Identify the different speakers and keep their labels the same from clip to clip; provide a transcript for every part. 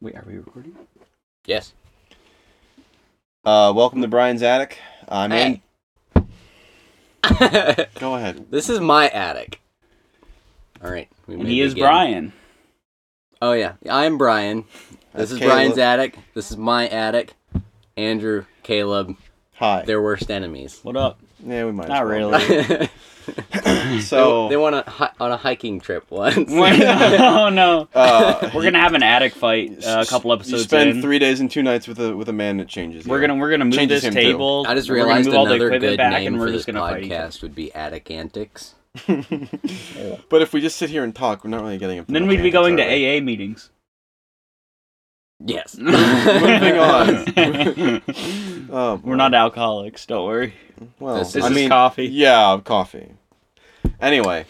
Speaker 1: Wait, are we recording?
Speaker 2: Yes.
Speaker 1: Uh, welcome to Brian's Attic. I'm
Speaker 2: Hey.
Speaker 1: in. Go ahead.
Speaker 2: this is my attic. All right. we
Speaker 3: And
Speaker 2: may
Speaker 3: he is
Speaker 2: begin.
Speaker 3: Brian.
Speaker 2: Oh yeah, I'm Brian. This
Speaker 1: That's
Speaker 2: is
Speaker 1: Caleb.
Speaker 2: Brian's attic. This is my attic. Andrew, Caleb,
Speaker 1: Hi.
Speaker 2: their worst enemies.
Speaker 3: What up?
Speaker 1: yeah, we might.
Speaker 3: Not
Speaker 1: as well.
Speaker 3: really.
Speaker 2: so they
Speaker 1: So,
Speaker 2: went on a, hi- on a hiking trip once.
Speaker 3: oh no.
Speaker 1: uh,
Speaker 3: We're gonna have an attic fight uh, a couple
Speaker 1: you
Speaker 3: episodes
Speaker 1: spend
Speaker 3: in.
Speaker 1: three days and two nights with a with a man that changes.
Speaker 3: we're
Speaker 1: you.
Speaker 3: gonna we're gonna move
Speaker 1: Changes
Speaker 3: this
Speaker 1: him, too.
Speaker 3: table.
Speaker 2: I just
Speaker 3: we're gonna
Speaker 2: realized
Speaker 3: move all the
Speaker 2: another
Speaker 3: equipment
Speaker 2: good
Speaker 3: back,
Speaker 2: name
Speaker 3: and we're
Speaker 2: for this
Speaker 3: just gonna fight each other.
Speaker 2: podcast would be Attic Antics.
Speaker 1: But if we just sit here and talk, we're not really getting.
Speaker 3: And then we'd be going to AA meetings.
Speaker 2: Yes.
Speaker 1: Moving on. Oh,
Speaker 3: We're not alcoholics. Don't worry.
Speaker 1: Well,
Speaker 2: This
Speaker 3: This
Speaker 1: I
Speaker 3: is
Speaker 1: mean,
Speaker 3: coffee.
Speaker 1: yeah, coffee. Anyway,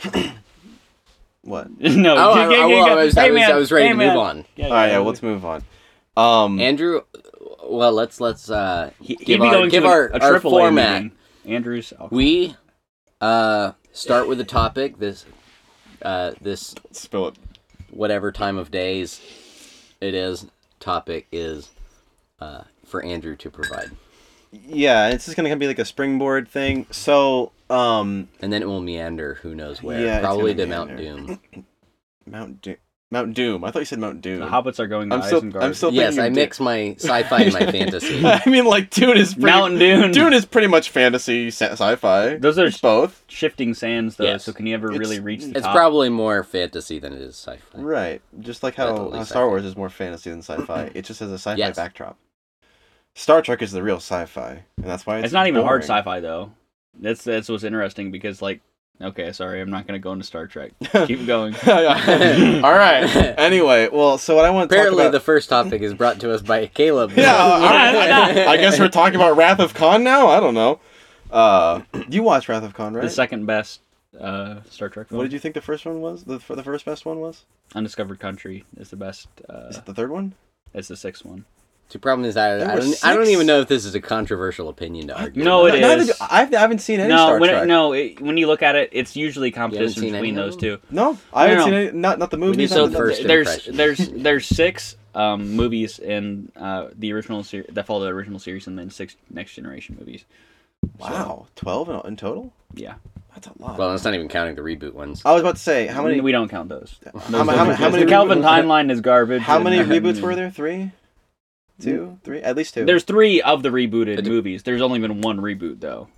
Speaker 1: what?
Speaker 3: no.
Speaker 2: Oh, I, I,
Speaker 3: yeah, yeah,
Speaker 2: well,
Speaker 3: yeah.
Speaker 2: I was, I
Speaker 3: Hey,
Speaker 2: was,
Speaker 3: man.
Speaker 2: I was ready
Speaker 3: Hey,
Speaker 2: to
Speaker 3: man.
Speaker 2: move on.
Speaker 3: Yeah,
Speaker 1: All right, yeah,
Speaker 3: yeah.
Speaker 1: let's move on. Um,
Speaker 2: Andrew, well, let's let's uh,
Speaker 3: He- he'd
Speaker 2: give
Speaker 3: be
Speaker 2: our-
Speaker 3: going
Speaker 2: give
Speaker 3: to
Speaker 2: our-
Speaker 3: a,
Speaker 2: our
Speaker 3: a triple A
Speaker 2: format.
Speaker 3: meeting. Andrews. alcohol.
Speaker 2: we uh, start with a topic. This uh, this
Speaker 1: spill it.
Speaker 2: whatever time of days it is, topic is uh, for Andrew to provide,
Speaker 1: Yeah, it's just gonna be like a springboard thing. So, um,
Speaker 2: and then it will meander. Who knows where?
Speaker 1: Yeah, it's
Speaker 2: Probably
Speaker 1: gonna
Speaker 2: to Mount
Speaker 1: meander.
Speaker 2: Doom.
Speaker 1: Mount Doom. Mount Doom. I thought you said Mount Doom.
Speaker 3: The hobbits are going to
Speaker 1: I'm still.
Speaker 3: Isengard.
Speaker 1: I'm still.
Speaker 2: yes,
Speaker 1: thinking
Speaker 2: I
Speaker 1: Dune.
Speaker 2: mix my sci-fi and my fantasy.
Speaker 1: I mean, like Dune is pretty,
Speaker 3: Mountain Dune.
Speaker 1: Dune is pretty much fantasy sa- sci-fi.
Speaker 3: Those are
Speaker 1: It's both.
Speaker 3: shifting sands, though.
Speaker 2: Yes.
Speaker 3: So can you ever
Speaker 1: It's-
Speaker 3: really reach the
Speaker 2: It's
Speaker 3: top?
Speaker 2: probably more fantasy than it is sci-fi.
Speaker 1: Right. Just like
Speaker 2: That's
Speaker 1: how,
Speaker 2: only
Speaker 1: how
Speaker 2: sci-fi.
Speaker 1: Star Wars is more fantasy than sci-fi. It just has a sci-fi
Speaker 2: Yes.
Speaker 1: backdrop. Star Trek is the real sci-fi, and that's why it's,
Speaker 3: it's not even hard
Speaker 1: boring.
Speaker 3: sci-fi though. That's that's what's interesting because like, okay, sorry, I'm not gonna go into Star Trek. Keep going.
Speaker 1: Yeah. All right. Anyway, well, so what I want to talk
Speaker 2: Apparently,
Speaker 1: about.
Speaker 2: the first topic is brought to us by Caleb.
Speaker 1: Yeah, all
Speaker 3: right.
Speaker 1: I guess we're talking about Wrath of Khan now. I don't know. Uh, you watched Wrath of Khan, right?
Speaker 3: The second best uh, Star Trek film,
Speaker 1: What did you think the first one was? The the first best one was?
Speaker 3: Undiscovered Country, is the best. Uh,
Speaker 1: Is it the third one?
Speaker 3: it's the sixth one.
Speaker 2: The problem is I,
Speaker 1: There
Speaker 2: I
Speaker 1: were
Speaker 2: don't I don't
Speaker 1: six.
Speaker 2: even know if this is a controversial opinion to argue.
Speaker 3: No,
Speaker 2: about.
Speaker 3: it
Speaker 1: Neither
Speaker 3: is.
Speaker 1: do- I've, I haven't seen any
Speaker 3: No,
Speaker 1: Star
Speaker 3: when
Speaker 1: Trek.
Speaker 3: it, no, it, when you look at it, it's usually competition
Speaker 2: seen any
Speaker 3: between
Speaker 2: of
Speaker 3: those
Speaker 2: them?
Speaker 3: two.
Speaker 1: No, I
Speaker 3: No,
Speaker 1: haven't
Speaker 3: no,
Speaker 1: seen
Speaker 3: no.
Speaker 1: any, not not the
Speaker 2: need
Speaker 1: movies.
Speaker 2: some
Speaker 1: not the-
Speaker 2: first
Speaker 3: there's
Speaker 2: impressions.
Speaker 3: there's there's six um, movies in uh, the original ser- that follow the original series, and then six next generation movies.
Speaker 1: wow, twelve in, in total.
Speaker 3: Yeah,
Speaker 1: That's a lot.
Speaker 2: Well, that's not even counting the reboot ones.
Speaker 1: I was about to say how many
Speaker 3: we don't count those.
Speaker 1: how,
Speaker 3: Those
Speaker 1: how-
Speaker 3: don't
Speaker 1: how-
Speaker 3: exist.
Speaker 1: how many
Speaker 3: the Calvin
Speaker 1: rebo-
Speaker 3: timeline is garbage.
Speaker 1: How
Speaker 3: and-
Speaker 1: many reboots were there? Three, two, three. At least two.
Speaker 3: Mm. There's three of the rebooted
Speaker 2: I do-
Speaker 3: movies. There's only been one reboot though.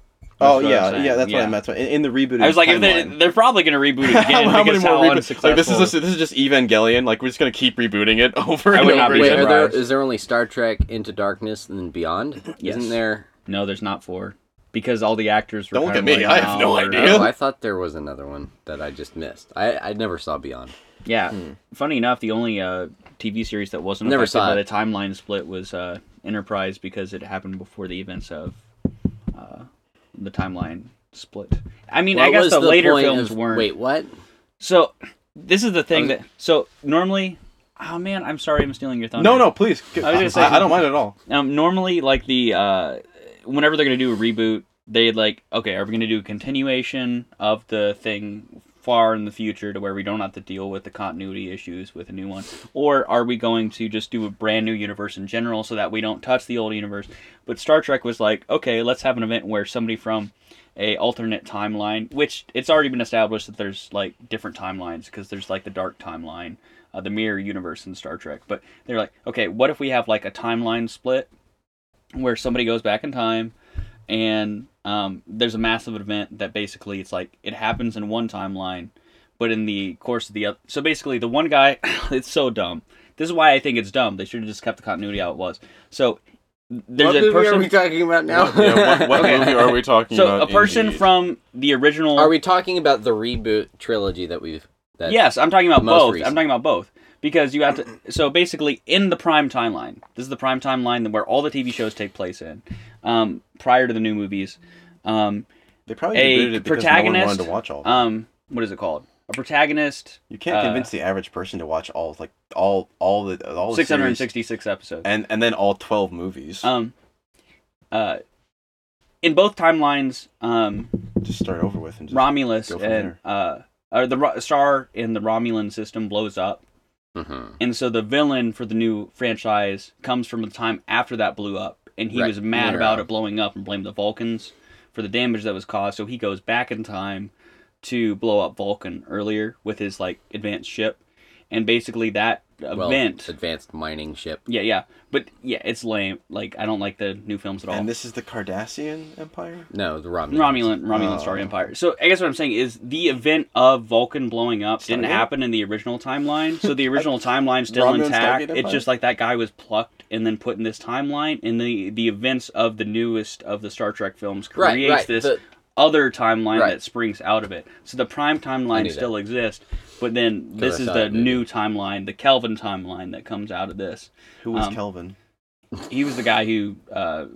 Speaker 1: oh
Speaker 3: That's what I'm
Speaker 1: yeah,
Speaker 3: saying,
Speaker 1: yeah. That's what
Speaker 3: yeah.
Speaker 1: I meant. So in, in the reboot,
Speaker 3: I was like, if they,
Speaker 1: timeline.
Speaker 3: they're probably gonna reboot it again
Speaker 1: how, how many
Speaker 3: because
Speaker 1: more
Speaker 3: how
Speaker 1: reboots?
Speaker 3: unsuccessful.
Speaker 1: Like this is just, this is just Evangelion. Like we're just gonna keep rebooting it over
Speaker 3: I
Speaker 1: and
Speaker 3: would
Speaker 1: over
Speaker 3: not be
Speaker 2: Wait,
Speaker 1: again.
Speaker 2: are there,
Speaker 3: surprised.
Speaker 2: is there only Star Trek Into Darkness and then Beyond?
Speaker 3: Yes.
Speaker 2: Isn't there?
Speaker 3: no, there's not four because all the actors. Were
Speaker 1: Don't look
Speaker 3: kinda
Speaker 1: at me,
Speaker 3: like,
Speaker 1: I have no
Speaker 3: we're-
Speaker 1: idea.
Speaker 2: Oh, I thought there was another one that I just missed. I, I never saw Beyond.
Speaker 3: Yeah.
Speaker 1: Hmm.
Speaker 3: Funny enough, the only uh, TV series that wasn't
Speaker 2: Never
Speaker 3: affected
Speaker 2: saw
Speaker 3: by
Speaker 2: it.
Speaker 3: the timeline split was uh, Enterprise because it happened before the events of uh, the timeline split. I mean, I
Speaker 2: What
Speaker 3: guess
Speaker 2: was
Speaker 3: the, later
Speaker 2: point
Speaker 3: films
Speaker 2: of-
Speaker 3: weren't.
Speaker 2: Wait, what?
Speaker 3: So this is the thing
Speaker 2: Okay.
Speaker 3: that. So normally, oh man, I'm sorry, I'm stealing your thunder.
Speaker 1: No, no, please.
Speaker 3: I was
Speaker 1: I,
Speaker 3: gonna say-
Speaker 1: I, don't mind at all.
Speaker 3: Um, normally, like the uh, whenever they're gonna do a reboot, they like okay, are we gonna do a continuation of the thing far in the future to where we don't have to deal with the continuity issues with a new one, or are we going to just do a brand new universe in general so that we don't touch the old universe? But Star Trek was like, okay, let's have an event where somebody from a alternate timeline, which it's already been established that there's like different timelines because there's like the dark timeline, uh, the mirror universe in Star Trek. But they're like, okay, what if we have like a timeline split where somebody goes back in time and um, there's a massive event that basically it's like it happens in one timeline, but in the course of the other. So basically, the one guy, it's so dumb. This is why I think it's dumb. They should have just kept the continuity how it was. So there's
Speaker 2: what
Speaker 3: a
Speaker 2: movie
Speaker 3: person.
Speaker 2: are we talking about now?
Speaker 1: Yeah, what what
Speaker 3: Okay.
Speaker 1: movie are we talking
Speaker 3: So
Speaker 1: about?
Speaker 3: a person
Speaker 1: indeed?
Speaker 3: from the original.
Speaker 2: are we talking about the reboot trilogy that we've? That,
Speaker 3: yes, I'm talking about
Speaker 2: the most
Speaker 3: both.
Speaker 2: recent.
Speaker 3: I'm talking about both because you have to. So basically, in the prime timeline, this is the prime timeline where all the TV shows take place in, um, prior to the new movies. Um,
Speaker 1: they probably
Speaker 3: a
Speaker 1: rebooted it because no one wanted
Speaker 3: protagonist,
Speaker 1: to watch all. of it.
Speaker 3: um, what is it called? A protagonist.
Speaker 1: You can't
Speaker 3: uh,
Speaker 1: convince the average person to watch all like all all the all the
Speaker 3: Six hundred and
Speaker 1: series
Speaker 3: sixty-six episodes.
Speaker 1: and and then all twelve movies.
Speaker 3: Um, uh, in both timelines, um,
Speaker 1: just start over with and just
Speaker 3: Romulus
Speaker 1: go
Speaker 3: and
Speaker 1: from there.
Speaker 3: uh, or the Ro- star in the Romulan system blows up.
Speaker 2: Mm-hmm.
Speaker 3: And so the villain for the new franchise comes from the time after that blew up, and he
Speaker 2: Right.
Speaker 3: was mad
Speaker 2: Yeah.
Speaker 3: about it blowing up and blamed the Vulcans for the damage that was caused. So he goes back in time to blow up Vulcan earlier with his like advanced ship, and basically that
Speaker 2: Well,
Speaker 3: event.
Speaker 2: advanced mining ship.
Speaker 3: yeah, yeah, but yeah, it's lame. Like I don't like the new films at all.
Speaker 1: And this is the Cardassian Empire.
Speaker 2: No, the Romulans.
Speaker 3: Romulan Romulan Star
Speaker 1: Oh.
Speaker 3: Empire. So I guess what I'm saying is the event of Vulcan blowing up didn't
Speaker 1: Stargate?
Speaker 3: happen in the original timeline. So the original timeline's still
Speaker 1: Romulan
Speaker 3: intact.
Speaker 1: Stargate
Speaker 3: It's
Speaker 1: Empire?
Speaker 3: just like that guy was plucked and then put in this timeline, and the the events of the newest of the Star Trek films
Speaker 2: Right,
Speaker 3: creates
Speaker 2: right,
Speaker 3: this
Speaker 2: the-
Speaker 3: other timeline
Speaker 2: Right.
Speaker 3: that springs out of it. So the prime timeline
Speaker 2: knew that.
Speaker 3: still exists, but then this
Speaker 2: I
Speaker 3: is
Speaker 2: saw
Speaker 3: the
Speaker 2: it, dude.
Speaker 3: new timeline, the Kelvin timeline that comes out of this.
Speaker 1: Who was
Speaker 3: Um,
Speaker 1: Kelvin?
Speaker 3: He was the guy who. Uh,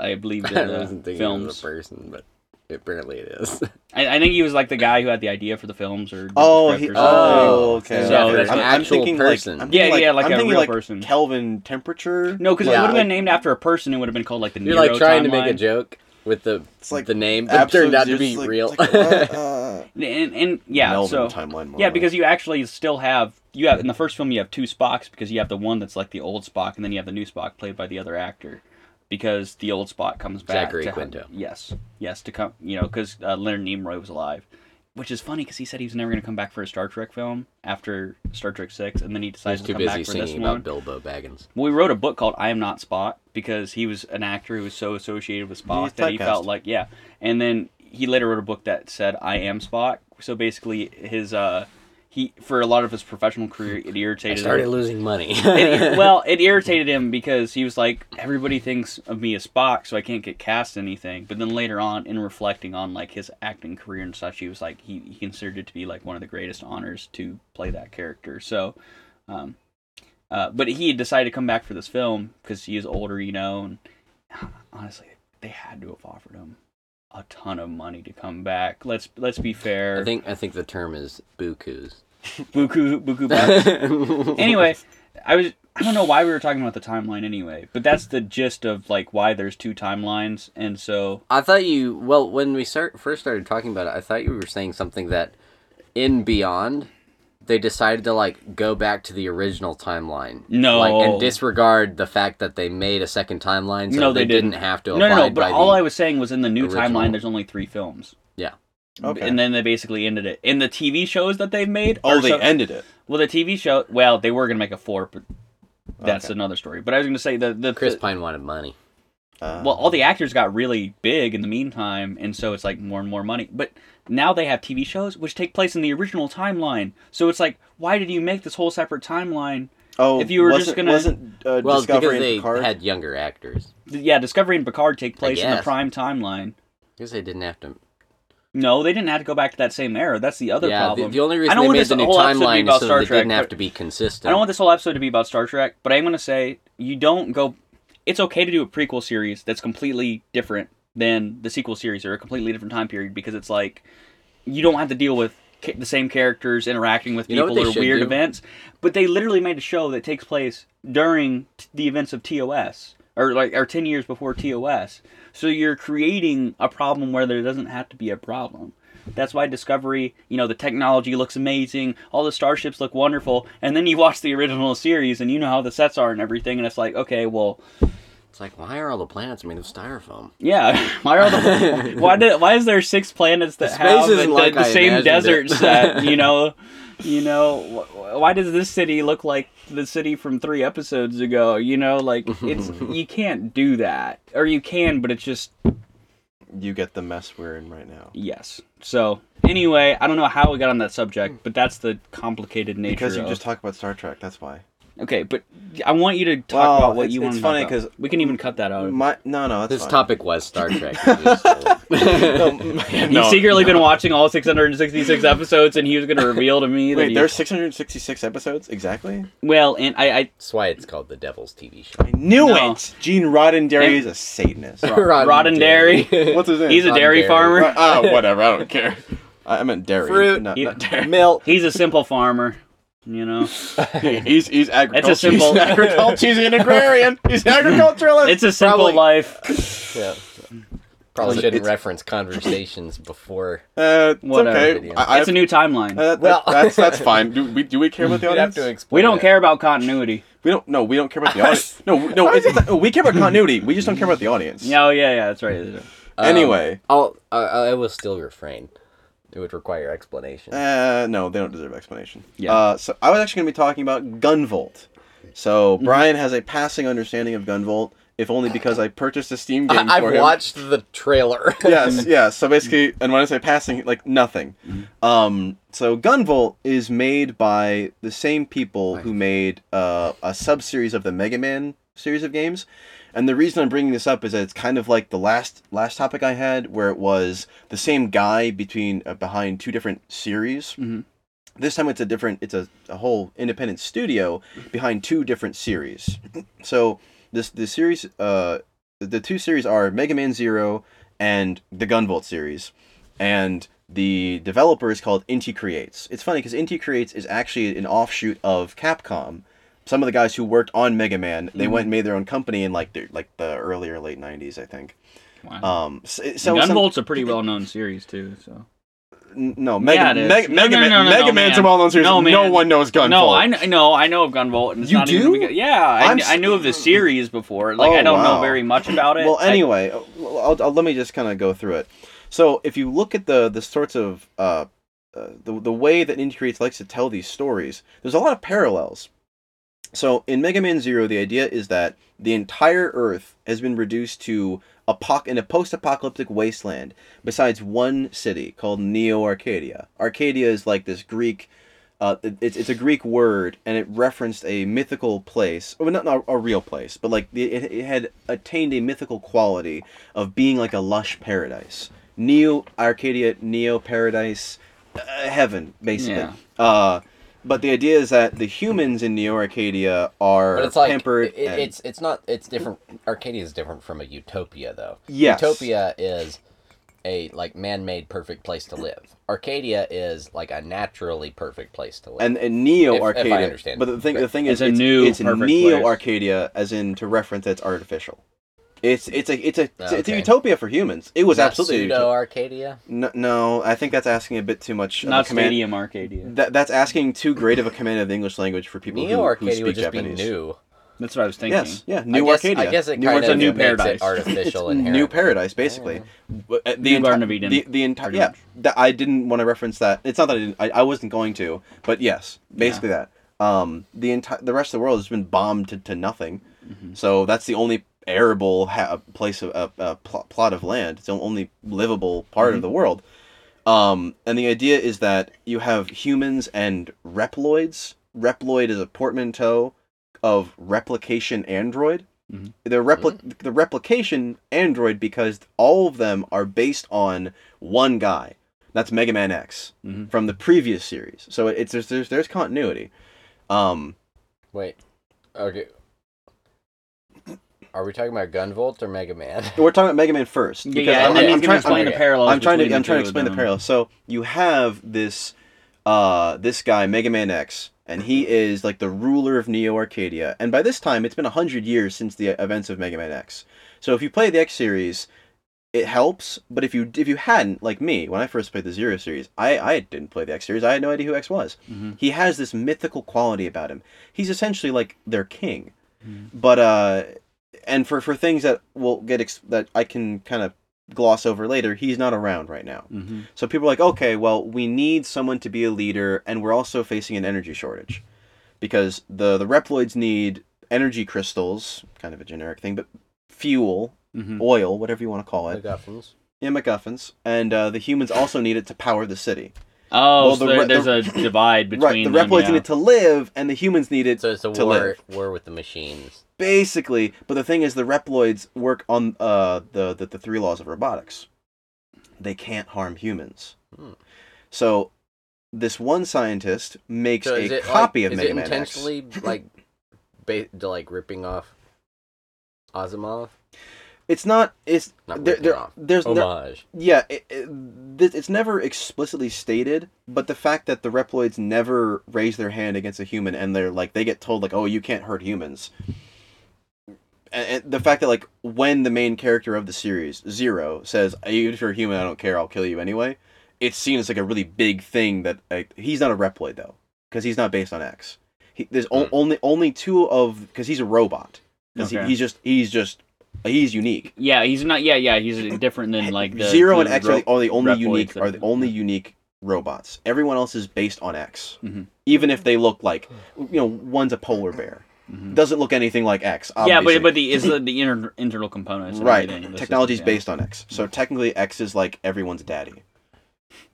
Speaker 3: I believe
Speaker 2: I
Speaker 3: in
Speaker 2: wasn't
Speaker 3: the
Speaker 2: thinking it
Speaker 3: films.
Speaker 2: was a person, but apparently it is.
Speaker 3: I, I think he was like the guy who had the idea for the films or did the
Speaker 1: Oh,
Speaker 3: script
Speaker 1: he,
Speaker 3: or something.
Speaker 1: oh, okay.
Speaker 3: So
Speaker 1: okay.
Speaker 3: there's an
Speaker 2: actual person.
Speaker 1: Like, I'm
Speaker 3: Yeah,
Speaker 1: thinking
Speaker 3: yeah, like
Speaker 1: I'm
Speaker 3: a
Speaker 1: thinking
Speaker 3: real
Speaker 1: like
Speaker 3: person.
Speaker 1: Kelvin temperature.
Speaker 3: no, because it
Speaker 2: Yeah.
Speaker 3: would have been named after a person. It would have been called like the
Speaker 2: You're
Speaker 3: Nero
Speaker 2: like trying to
Speaker 3: timeline.
Speaker 2: make a joke with the
Speaker 1: It's like
Speaker 2: the name, but it turned out to be real.
Speaker 1: uh,
Speaker 3: And, and, and- yeah, so
Speaker 1: timeline.
Speaker 3: yeah, because you actually still have you have in the first film you have two Spocks because you have the one that's like the old Spock and then you have the new Spock played by the other actor because the old Spock comes back.
Speaker 2: Zachary
Speaker 3: to-
Speaker 2: Quinto.
Speaker 3: Yes, yes, to come you know because uh, Leonard Nimoy was alive. Which is funny because he said he was never going to come back for a Star Trek film after Star Trek Six, and then he
Speaker 2: He's
Speaker 3: decides to
Speaker 2: too
Speaker 3: come back
Speaker 2: busy
Speaker 3: for this
Speaker 2: singing
Speaker 3: one.
Speaker 2: about Bilbo Baggins.
Speaker 3: Well, we wrote a book called "I Am Not Spock" because he was an actor who was so associated with Spock
Speaker 1: was
Speaker 3: that he
Speaker 1: typecast.
Speaker 3: felt like yeah. And then he later wrote a book that said "I Am Spock." So basically, his uh, he for a lot of his professional career, it
Speaker 2: I
Speaker 3: irritated.
Speaker 2: started
Speaker 3: him.
Speaker 2: losing money.
Speaker 3: It- well, it irritated him because he was like, everybody thinks of me as Spock, so I can't get cast in anything. But then later on, in reflecting on like his acting career and such, he was like, he, he considered it to be like one of the greatest honors to play that character. So, um, uh, but he had decided to come back for this film because he is older, you know. And honestly, they had to have offered him a ton of money to come back. Let's let's be fair.
Speaker 2: I think I think the term is bukus.
Speaker 3: buku buku bucks
Speaker 2: anyway,
Speaker 3: anyway, I was I don't know why we were talking about the timeline anyway, but that's the gist of like why there's two timelines, and so
Speaker 2: I thought you well when we start first started talking about it, I thought you were saying something that in Beyond they decided to like go back to the original timeline.
Speaker 3: No.
Speaker 2: like and disregard the fact that they made a second timeline. So
Speaker 3: No, they
Speaker 2: didn't.
Speaker 3: didn't.
Speaker 2: have to.
Speaker 3: no, no, no.
Speaker 2: abide
Speaker 3: But
Speaker 2: by
Speaker 3: all
Speaker 2: the-
Speaker 3: I was saying was in the new
Speaker 2: original.
Speaker 3: timeline, there's only three films,
Speaker 2: yeah.
Speaker 1: Okay.
Speaker 3: and then they basically ended it. And the TV shows that they've made,
Speaker 1: oh,
Speaker 3: are
Speaker 1: they
Speaker 3: so-
Speaker 1: ended it.
Speaker 3: Well, the TV show, well, they were gonna make a four, but that's
Speaker 1: Okay.
Speaker 3: another story. But I was gonna say the the
Speaker 2: Chris
Speaker 3: the-
Speaker 2: Pine wanted money.
Speaker 1: Uh,
Speaker 3: well, all the actors got really big in the meantime, and so it's like more and more money. But now they have TV shows which take place in the original timeline. So it's like, why did you make this whole separate timeline?
Speaker 1: oh,
Speaker 3: if you were just
Speaker 1: wasn't,
Speaker 3: gonna-
Speaker 1: wasn't uh,
Speaker 2: Well, it's because
Speaker 1: Discovery and
Speaker 2: they
Speaker 1: Picard?
Speaker 2: had younger actors.
Speaker 3: Yeah, Discovery and Picard take place in the
Speaker 2: guess.
Speaker 3: prime timeline.
Speaker 2: Because they didn't have to.
Speaker 3: No, they didn't have to go back to that same era. That's the other
Speaker 2: yeah, the,
Speaker 3: problem.
Speaker 2: the only
Speaker 3: I
Speaker 2: reason
Speaker 3: don't
Speaker 2: they
Speaker 3: want
Speaker 2: made
Speaker 3: this
Speaker 2: the new
Speaker 3: whole episode to be
Speaker 2: timeline
Speaker 3: about
Speaker 2: is so
Speaker 3: Star
Speaker 2: that they
Speaker 3: Trek,
Speaker 2: didn't have
Speaker 3: but-
Speaker 2: to be
Speaker 3: I
Speaker 2: consistent.
Speaker 3: don't want this whole episode to be about Star Trek, but I'm going to say you don't go. It's okay to do a prequel series that's completely different than the sequel series or a completely different time period because it's like you don't have to deal with ca- the same characters interacting with
Speaker 2: You know
Speaker 3: people
Speaker 2: what they
Speaker 3: or
Speaker 2: should
Speaker 3: weird
Speaker 2: do?
Speaker 3: events. But they literally made a show that takes place during t- the events of TOS or like or 10 years before TOS. So you're creating a problem where there doesn't have to be a problem. That's why Discovery, you know, the technology looks amazing, all the starships look wonderful, and then you watch the original series and you know how the sets are and everything, and it's like, okay, well,
Speaker 2: It's like, why are all the planets made of styrofoam?
Speaker 3: yeah, why are the why did, why is there six planets that
Speaker 2: The space
Speaker 3: have
Speaker 2: isn't
Speaker 3: the,
Speaker 2: like
Speaker 3: the
Speaker 2: I
Speaker 3: same
Speaker 2: imagined
Speaker 3: deserts
Speaker 2: it.
Speaker 3: that you know, you know, wh- why does this city look like the city from three episodes ago? You know, like it's you can't do that, or you can, but it's just
Speaker 1: you get the mess we're in right now.
Speaker 3: yes. So anyway, I don't know how we got on that subject, but that's the complicated nature.
Speaker 1: Because you
Speaker 3: of-
Speaker 1: just talk about Star Trek, that's why.
Speaker 3: Okay, but I want you to talk
Speaker 1: Well,
Speaker 3: about what
Speaker 1: it's-
Speaker 3: you want
Speaker 1: it's
Speaker 3: to talk
Speaker 1: funny
Speaker 3: about.
Speaker 1: 'cause
Speaker 3: we can even cut that out.
Speaker 1: My no, no, it's
Speaker 2: This
Speaker 1: fine.
Speaker 2: topic was Star Trek. It was- uh,
Speaker 1: No, man,
Speaker 3: He's
Speaker 1: no.
Speaker 3: secretly been watching all 666 episodes, and he was going to reveal to me that
Speaker 1: Wait,
Speaker 3: he-
Speaker 1: there's 666 episodes exactly.
Speaker 3: well, and I, I
Speaker 2: That's why it's called the Devil's TV show.
Speaker 1: I knew
Speaker 3: No.
Speaker 1: it. Gene Roddenberry is a Satanist.
Speaker 3: Roddenberry.
Speaker 1: What's his name?
Speaker 3: he's a
Speaker 2: Not
Speaker 3: dairy
Speaker 2: dairy.
Speaker 3: farmer.
Speaker 1: Right, Ah, whatever. I don't care. I, I meant dairy.
Speaker 2: Fruit.
Speaker 1: Not,
Speaker 3: He-
Speaker 1: not dairy.
Speaker 2: milk.
Speaker 3: He's a simple farmer, you know.
Speaker 1: he's he's agriculture.
Speaker 3: simple-
Speaker 1: He's an agriculture. He's an agrarian. He's an agriculturalist.
Speaker 3: It's a simple
Speaker 2: Probably-
Speaker 3: life.
Speaker 2: Yeah. Probably
Speaker 1: It's-
Speaker 2: shouldn't
Speaker 1: it's-
Speaker 2: reference conversations before.
Speaker 1: Uh, it's
Speaker 3: Whatever.
Speaker 1: okay. I, I,
Speaker 3: it's a new timeline.
Speaker 1: uh, that-
Speaker 2: Well-
Speaker 1: that's that's fine. Do we do we care about the
Speaker 2: You'd have
Speaker 1: audience?
Speaker 2: to explain.
Speaker 3: we don't
Speaker 2: it.
Speaker 3: care about continuity.
Speaker 1: We don't. No, we don't care about the audience. No, no. It's, it's, not- we care about continuity. We just don't care about the audience.
Speaker 3: Yeah, oh, yeah, yeah. That's right. that's right.
Speaker 2: Um,
Speaker 1: Anyway.
Speaker 2: I'll, I, I will still refrain. It would require explanation.
Speaker 3: Eh,
Speaker 1: Uh, no, they don't deserve explanation.
Speaker 3: Yeah.
Speaker 1: Uh, so I was actually going to be talking about Gunvolt. So
Speaker 2: Mm-hmm.
Speaker 1: Brian has a passing understanding of Gunvolt, if only because I purchased a Steam game
Speaker 2: I,
Speaker 1: for
Speaker 2: I've
Speaker 1: him.
Speaker 2: watched the trailer.
Speaker 1: yes, yes. So basically, and when I say passing, like nothing. Um, so Gunvolt is made by the same people who made uh, a sub series of the Mega Man series of games, and the reason I'm bringing this up is that it's kind of like the last last topic I had, where it was the same guy between uh, behind two different series.
Speaker 3: Mhm.
Speaker 1: This time it's a different, it's a, a whole independent studio behind two different series. So this the series, uh, the two series are Mega Man Zero and the Gunvolt series, and the developer is called Inti Creates. It's funny because Inti Creates is actually an offshoot of Capcom. Some of the guys who worked on Mega Man,
Speaker 3: Mm-hmm.
Speaker 1: they went and made their own company in like the like the earlier late '90s, I think.
Speaker 3: Wow.
Speaker 1: Um, so, so some-
Speaker 3: Gunvolt's a pretty well known series, too. So.
Speaker 1: n- no,
Speaker 3: Yeah,
Speaker 1: Mega
Speaker 3: it is.
Speaker 1: Mega
Speaker 3: No,
Speaker 1: Mega
Speaker 3: no,
Speaker 1: Man
Speaker 3: no, no,
Speaker 1: Mega
Speaker 3: no,
Speaker 1: Man's
Speaker 3: man.
Speaker 1: a well-known series.
Speaker 3: No,
Speaker 1: No,
Speaker 3: man.
Speaker 1: one knows Gunvolt.
Speaker 3: No, I kn- no, I know of Gunvolt. And it's
Speaker 2: You
Speaker 3: not even
Speaker 2: do?
Speaker 3: gonna be- yeah, I,
Speaker 1: I'm
Speaker 3: kn- I knew of the series before. Like
Speaker 1: Oh,
Speaker 3: I don't know
Speaker 1: wow.
Speaker 3: very much about it.
Speaker 1: Well,
Speaker 3: I-
Speaker 1: anyway, uh, well, I'll, I'll, let me just kind of go through it. So, if you look at the the sorts of uh, uh, the the way that Ninja Creates likes to tell these stories, there's a lot of parallels. So, in Mega Man Zero, the idea is that the entire Earth has been reduced to a poc- in a post-apocalyptic wasteland, besides one city called Neo Arcadia. Arcadia is like this Greek. Uh, it- it's, it's a Greek word, and it referenced a mythical place. Well, not, not a real place, but like the, it, it had attained a mythical quality of being like a lush paradise. Neo Arcadia, Neo Paradise, uh, heaven, basically.
Speaker 3: Yeah.
Speaker 1: Uh, but the idea is that the humans in Neo Arcadia are
Speaker 2: but it's like
Speaker 1: pampered.
Speaker 2: it,
Speaker 1: and-
Speaker 2: it's it's not it's different. Arcadia is different from a utopia though.
Speaker 1: Yes.
Speaker 2: Utopia is a like man-made perfect place to live. Arcadia is like a naturally perfect place to live.
Speaker 1: and, and Neo
Speaker 2: If- if I
Speaker 1: Arcadia.
Speaker 2: understand.
Speaker 1: But the thing the thing
Speaker 3: It's a
Speaker 1: is it's,
Speaker 3: new
Speaker 1: it's
Speaker 3: perfect
Speaker 1: Neo
Speaker 3: place.
Speaker 1: Arcadia as in to reference that's artificial. It's it's a it's a it's a
Speaker 2: Okay.
Speaker 1: utopia for humans. It was
Speaker 2: Not
Speaker 1: absolutely a
Speaker 2: pseudo Arcadia.
Speaker 1: uto- no, no, I think that's asking a bit too much. of a
Speaker 3: not
Speaker 1: command.
Speaker 3: Stadium Arcadia.
Speaker 1: That, that's asking too great of a command of the English language for people
Speaker 2: Neo
Speaker 1: who, who
Speaker 2: Arcadia
Speaker 1: speak
Speaker 2: would just
Speaker 1: Japanese.
Speaker 2: be new.
Speaker 3: That's what I was thinking.
Speaker 1: Yes, yeah,
Speaker 2: I
Speaker 1: New
Speaker 2: guess,
Speaker 1: Arcadia.
Speaker 2: I guess it
Speaker 1: New
Speaker 2: kind
Speaker 1: Arcadia.
Speaker 2: of
Speaker 3: new
Speaker 2: makes
Speaker 3: paradise.
Speaker 2: it artificial and
Speaker 1: New paradise, basically. But, uh, The
Speaker 3: New Garden
Speaker 1: enti-
Speaker 3: of Eden,
Speaker 1: The, the entire
Speaker 3: pretty
Speaker 1: yeah.
Speaker 3: much.
Speaker 1: That I didn't want to reference that. It's not that I didn't. I, I wasn't going to. But yes, basically that. Um, the entire the rest of the world has been bombed to, to nothing.
Speaker 3: Mm-hmm.
Speaker 1: So that's the only arable ha- place of a uh, pl- plot of land. It's the only livable part
Speaker 3: Mm-hmm.
Speaker 1: of the world. Um, and the idea is that you have humans and reploids. Reploid is a portmanteau of replication android.
Speaker 3: Mhm.
Speaker 1: The repli- the replication android because all of them are based on one guy. That's Mega Man X
Speaker 3: Mhm.
Speaker 1: from the previous series. So it's there's there's, there's continuity. Um,
Speaker 2: Wait. Okay. Are we talking about Gunvolt or Mega Man?
Speaker 1: we're talking about Mega Man first.
Speaker 3: Yeah,
Speaker 1: because
Speaker 3: yeah,
Speaker 1: I'm,
Speaker 3: and then
Speaker 1: I'm-
Speaker 3: he's
Speaker 1: I'm
Speaker 3: gonna
Speaker 1: trying-
Speaker 3: explain
Speaker 1: I'm-
Speaker 3: the parallels.
Speaker 1: I'm trying to
Speaker 3: between
Speaker 1: I'm trying
Speaker 3: two
Speaker 1: to
Speaker 3: of
Speaker 1: explain the
Speaker 3: them.
Speaker 1: parallels. So you have this uh this guy Mega Man X and he is like the ruler of Neo Arcadia. And by this time it's been 100 years since the events of Mega Man X. So if you play the X series, it helps, but if you if you hadn't like me when I first played the Zero series, I I didn't play the X series. I had no idea who X was.
Speaker 3: Mhm.
Speaker 1: He has this mythical quality about him. He's essentially like their king.
Speaker 3: Hmm.
Speaker 1: But uh and for for things that will get ex- that I can kind of gloss over later, he's not around right now.
Speaker 3: Mhm.
Speaker 1: So people are like, okay, well, we need someone to be a leader, and we're also facing an energy shortage because the the Reploids need energy crystals, kind of a generic thing, but fuel,
Speaker 3: Mhm.
Speaker 1: oil, whatever you want to call it,
Speaker 2: MacGuffins.
Speaker 1: yeah, MacGuffins, and uh, the humans also need it to power the city.
Speaker 3: Oh,
Speaker 1: Well,
Speaker 3: so
Speaker 1: the re-
Speaker 3: there- there's a divide between
Speaker 1: right, the
Speaker 3: them,
Speaker 1: Reploids
Speaker 3: yeah.
Speaker 1: need it to live, and the humans need it
Speaker 2: So it's a
Speaker 1: to
Speaker 2: war
Speaker 1: live.
Speaker 2: war with the machines.
Speaker 1: basically. But the thing is, the Reploids work on uh, the, the the three laws of robotics. They can't harm humans.
Speaker 2: Hmm.
Speaker 1: So this one scientist makes
Speaker 2: So is
Speaker 1: a
Speaker 2: it
Speaker 1: copy
Speaker 2: like,
Speaker 1: of
Speaker 2: is
Speaker 1: Mega
Speaker 2: it
Speaker 1: Man X.
Speaker 2: intentionally like ba- to, like ripping off Asimov?
Speaker 1: It's not. It's
Speaker 2: Not
Speaker 1: there,
Speaker 2: ripping
Speaker 1: there,
Speaker 2: off.
Speaker 1: There's no-
Speaker 2: Homage.
Speaker 1: yeah. It, it, th- it's never explicitly stated, but the fact that the Reploids never raise their hand against a human and they're like they get told like, oh, you can't hurt humans. and and the fact that like when the main character of the series Zero says, "Even if you're a human, I don't care. I'll kill you anyway," it's seen as like a really big thing. That like, he's not a Reploid though, because he's not based on X. He, there's o-
Speaker 2: Hmm.
Speaker 1: only only two of because he's a robot. Because
Speaker 3: Okay.
Speaker 1: he, he's just he's just he's unique.
Speaker 3: Yeah, he's not. Yeah, yeah, he's different than like the
Speaker 1: Zero
Speaker 3: the
Speaker 1: and X
Speaker 3: ro-
Speaker 1: are the, are the only
Speaker 3: Reploids
Speaker 1: unique
Speaker 3: that-
Speaker 1: are the only unique robots. Everyone else is based on X.
Speaker 3: Mhm.
Speaker 1: Even if they look like you know one's a polar bear,
Speaker 3: Mhm.
Speaker 1: doesn't look anything like X. Obviously.
Speaker 3: Yeah, but but the is the, the inter, internal components. and
Speaker 1: right
Speaker 3: everything, the
Speaker 1: technology's
Speaker 3: system, yeah. Mm-hmm.
Speaker 1: based on X. So technically X is like everyone's daddy.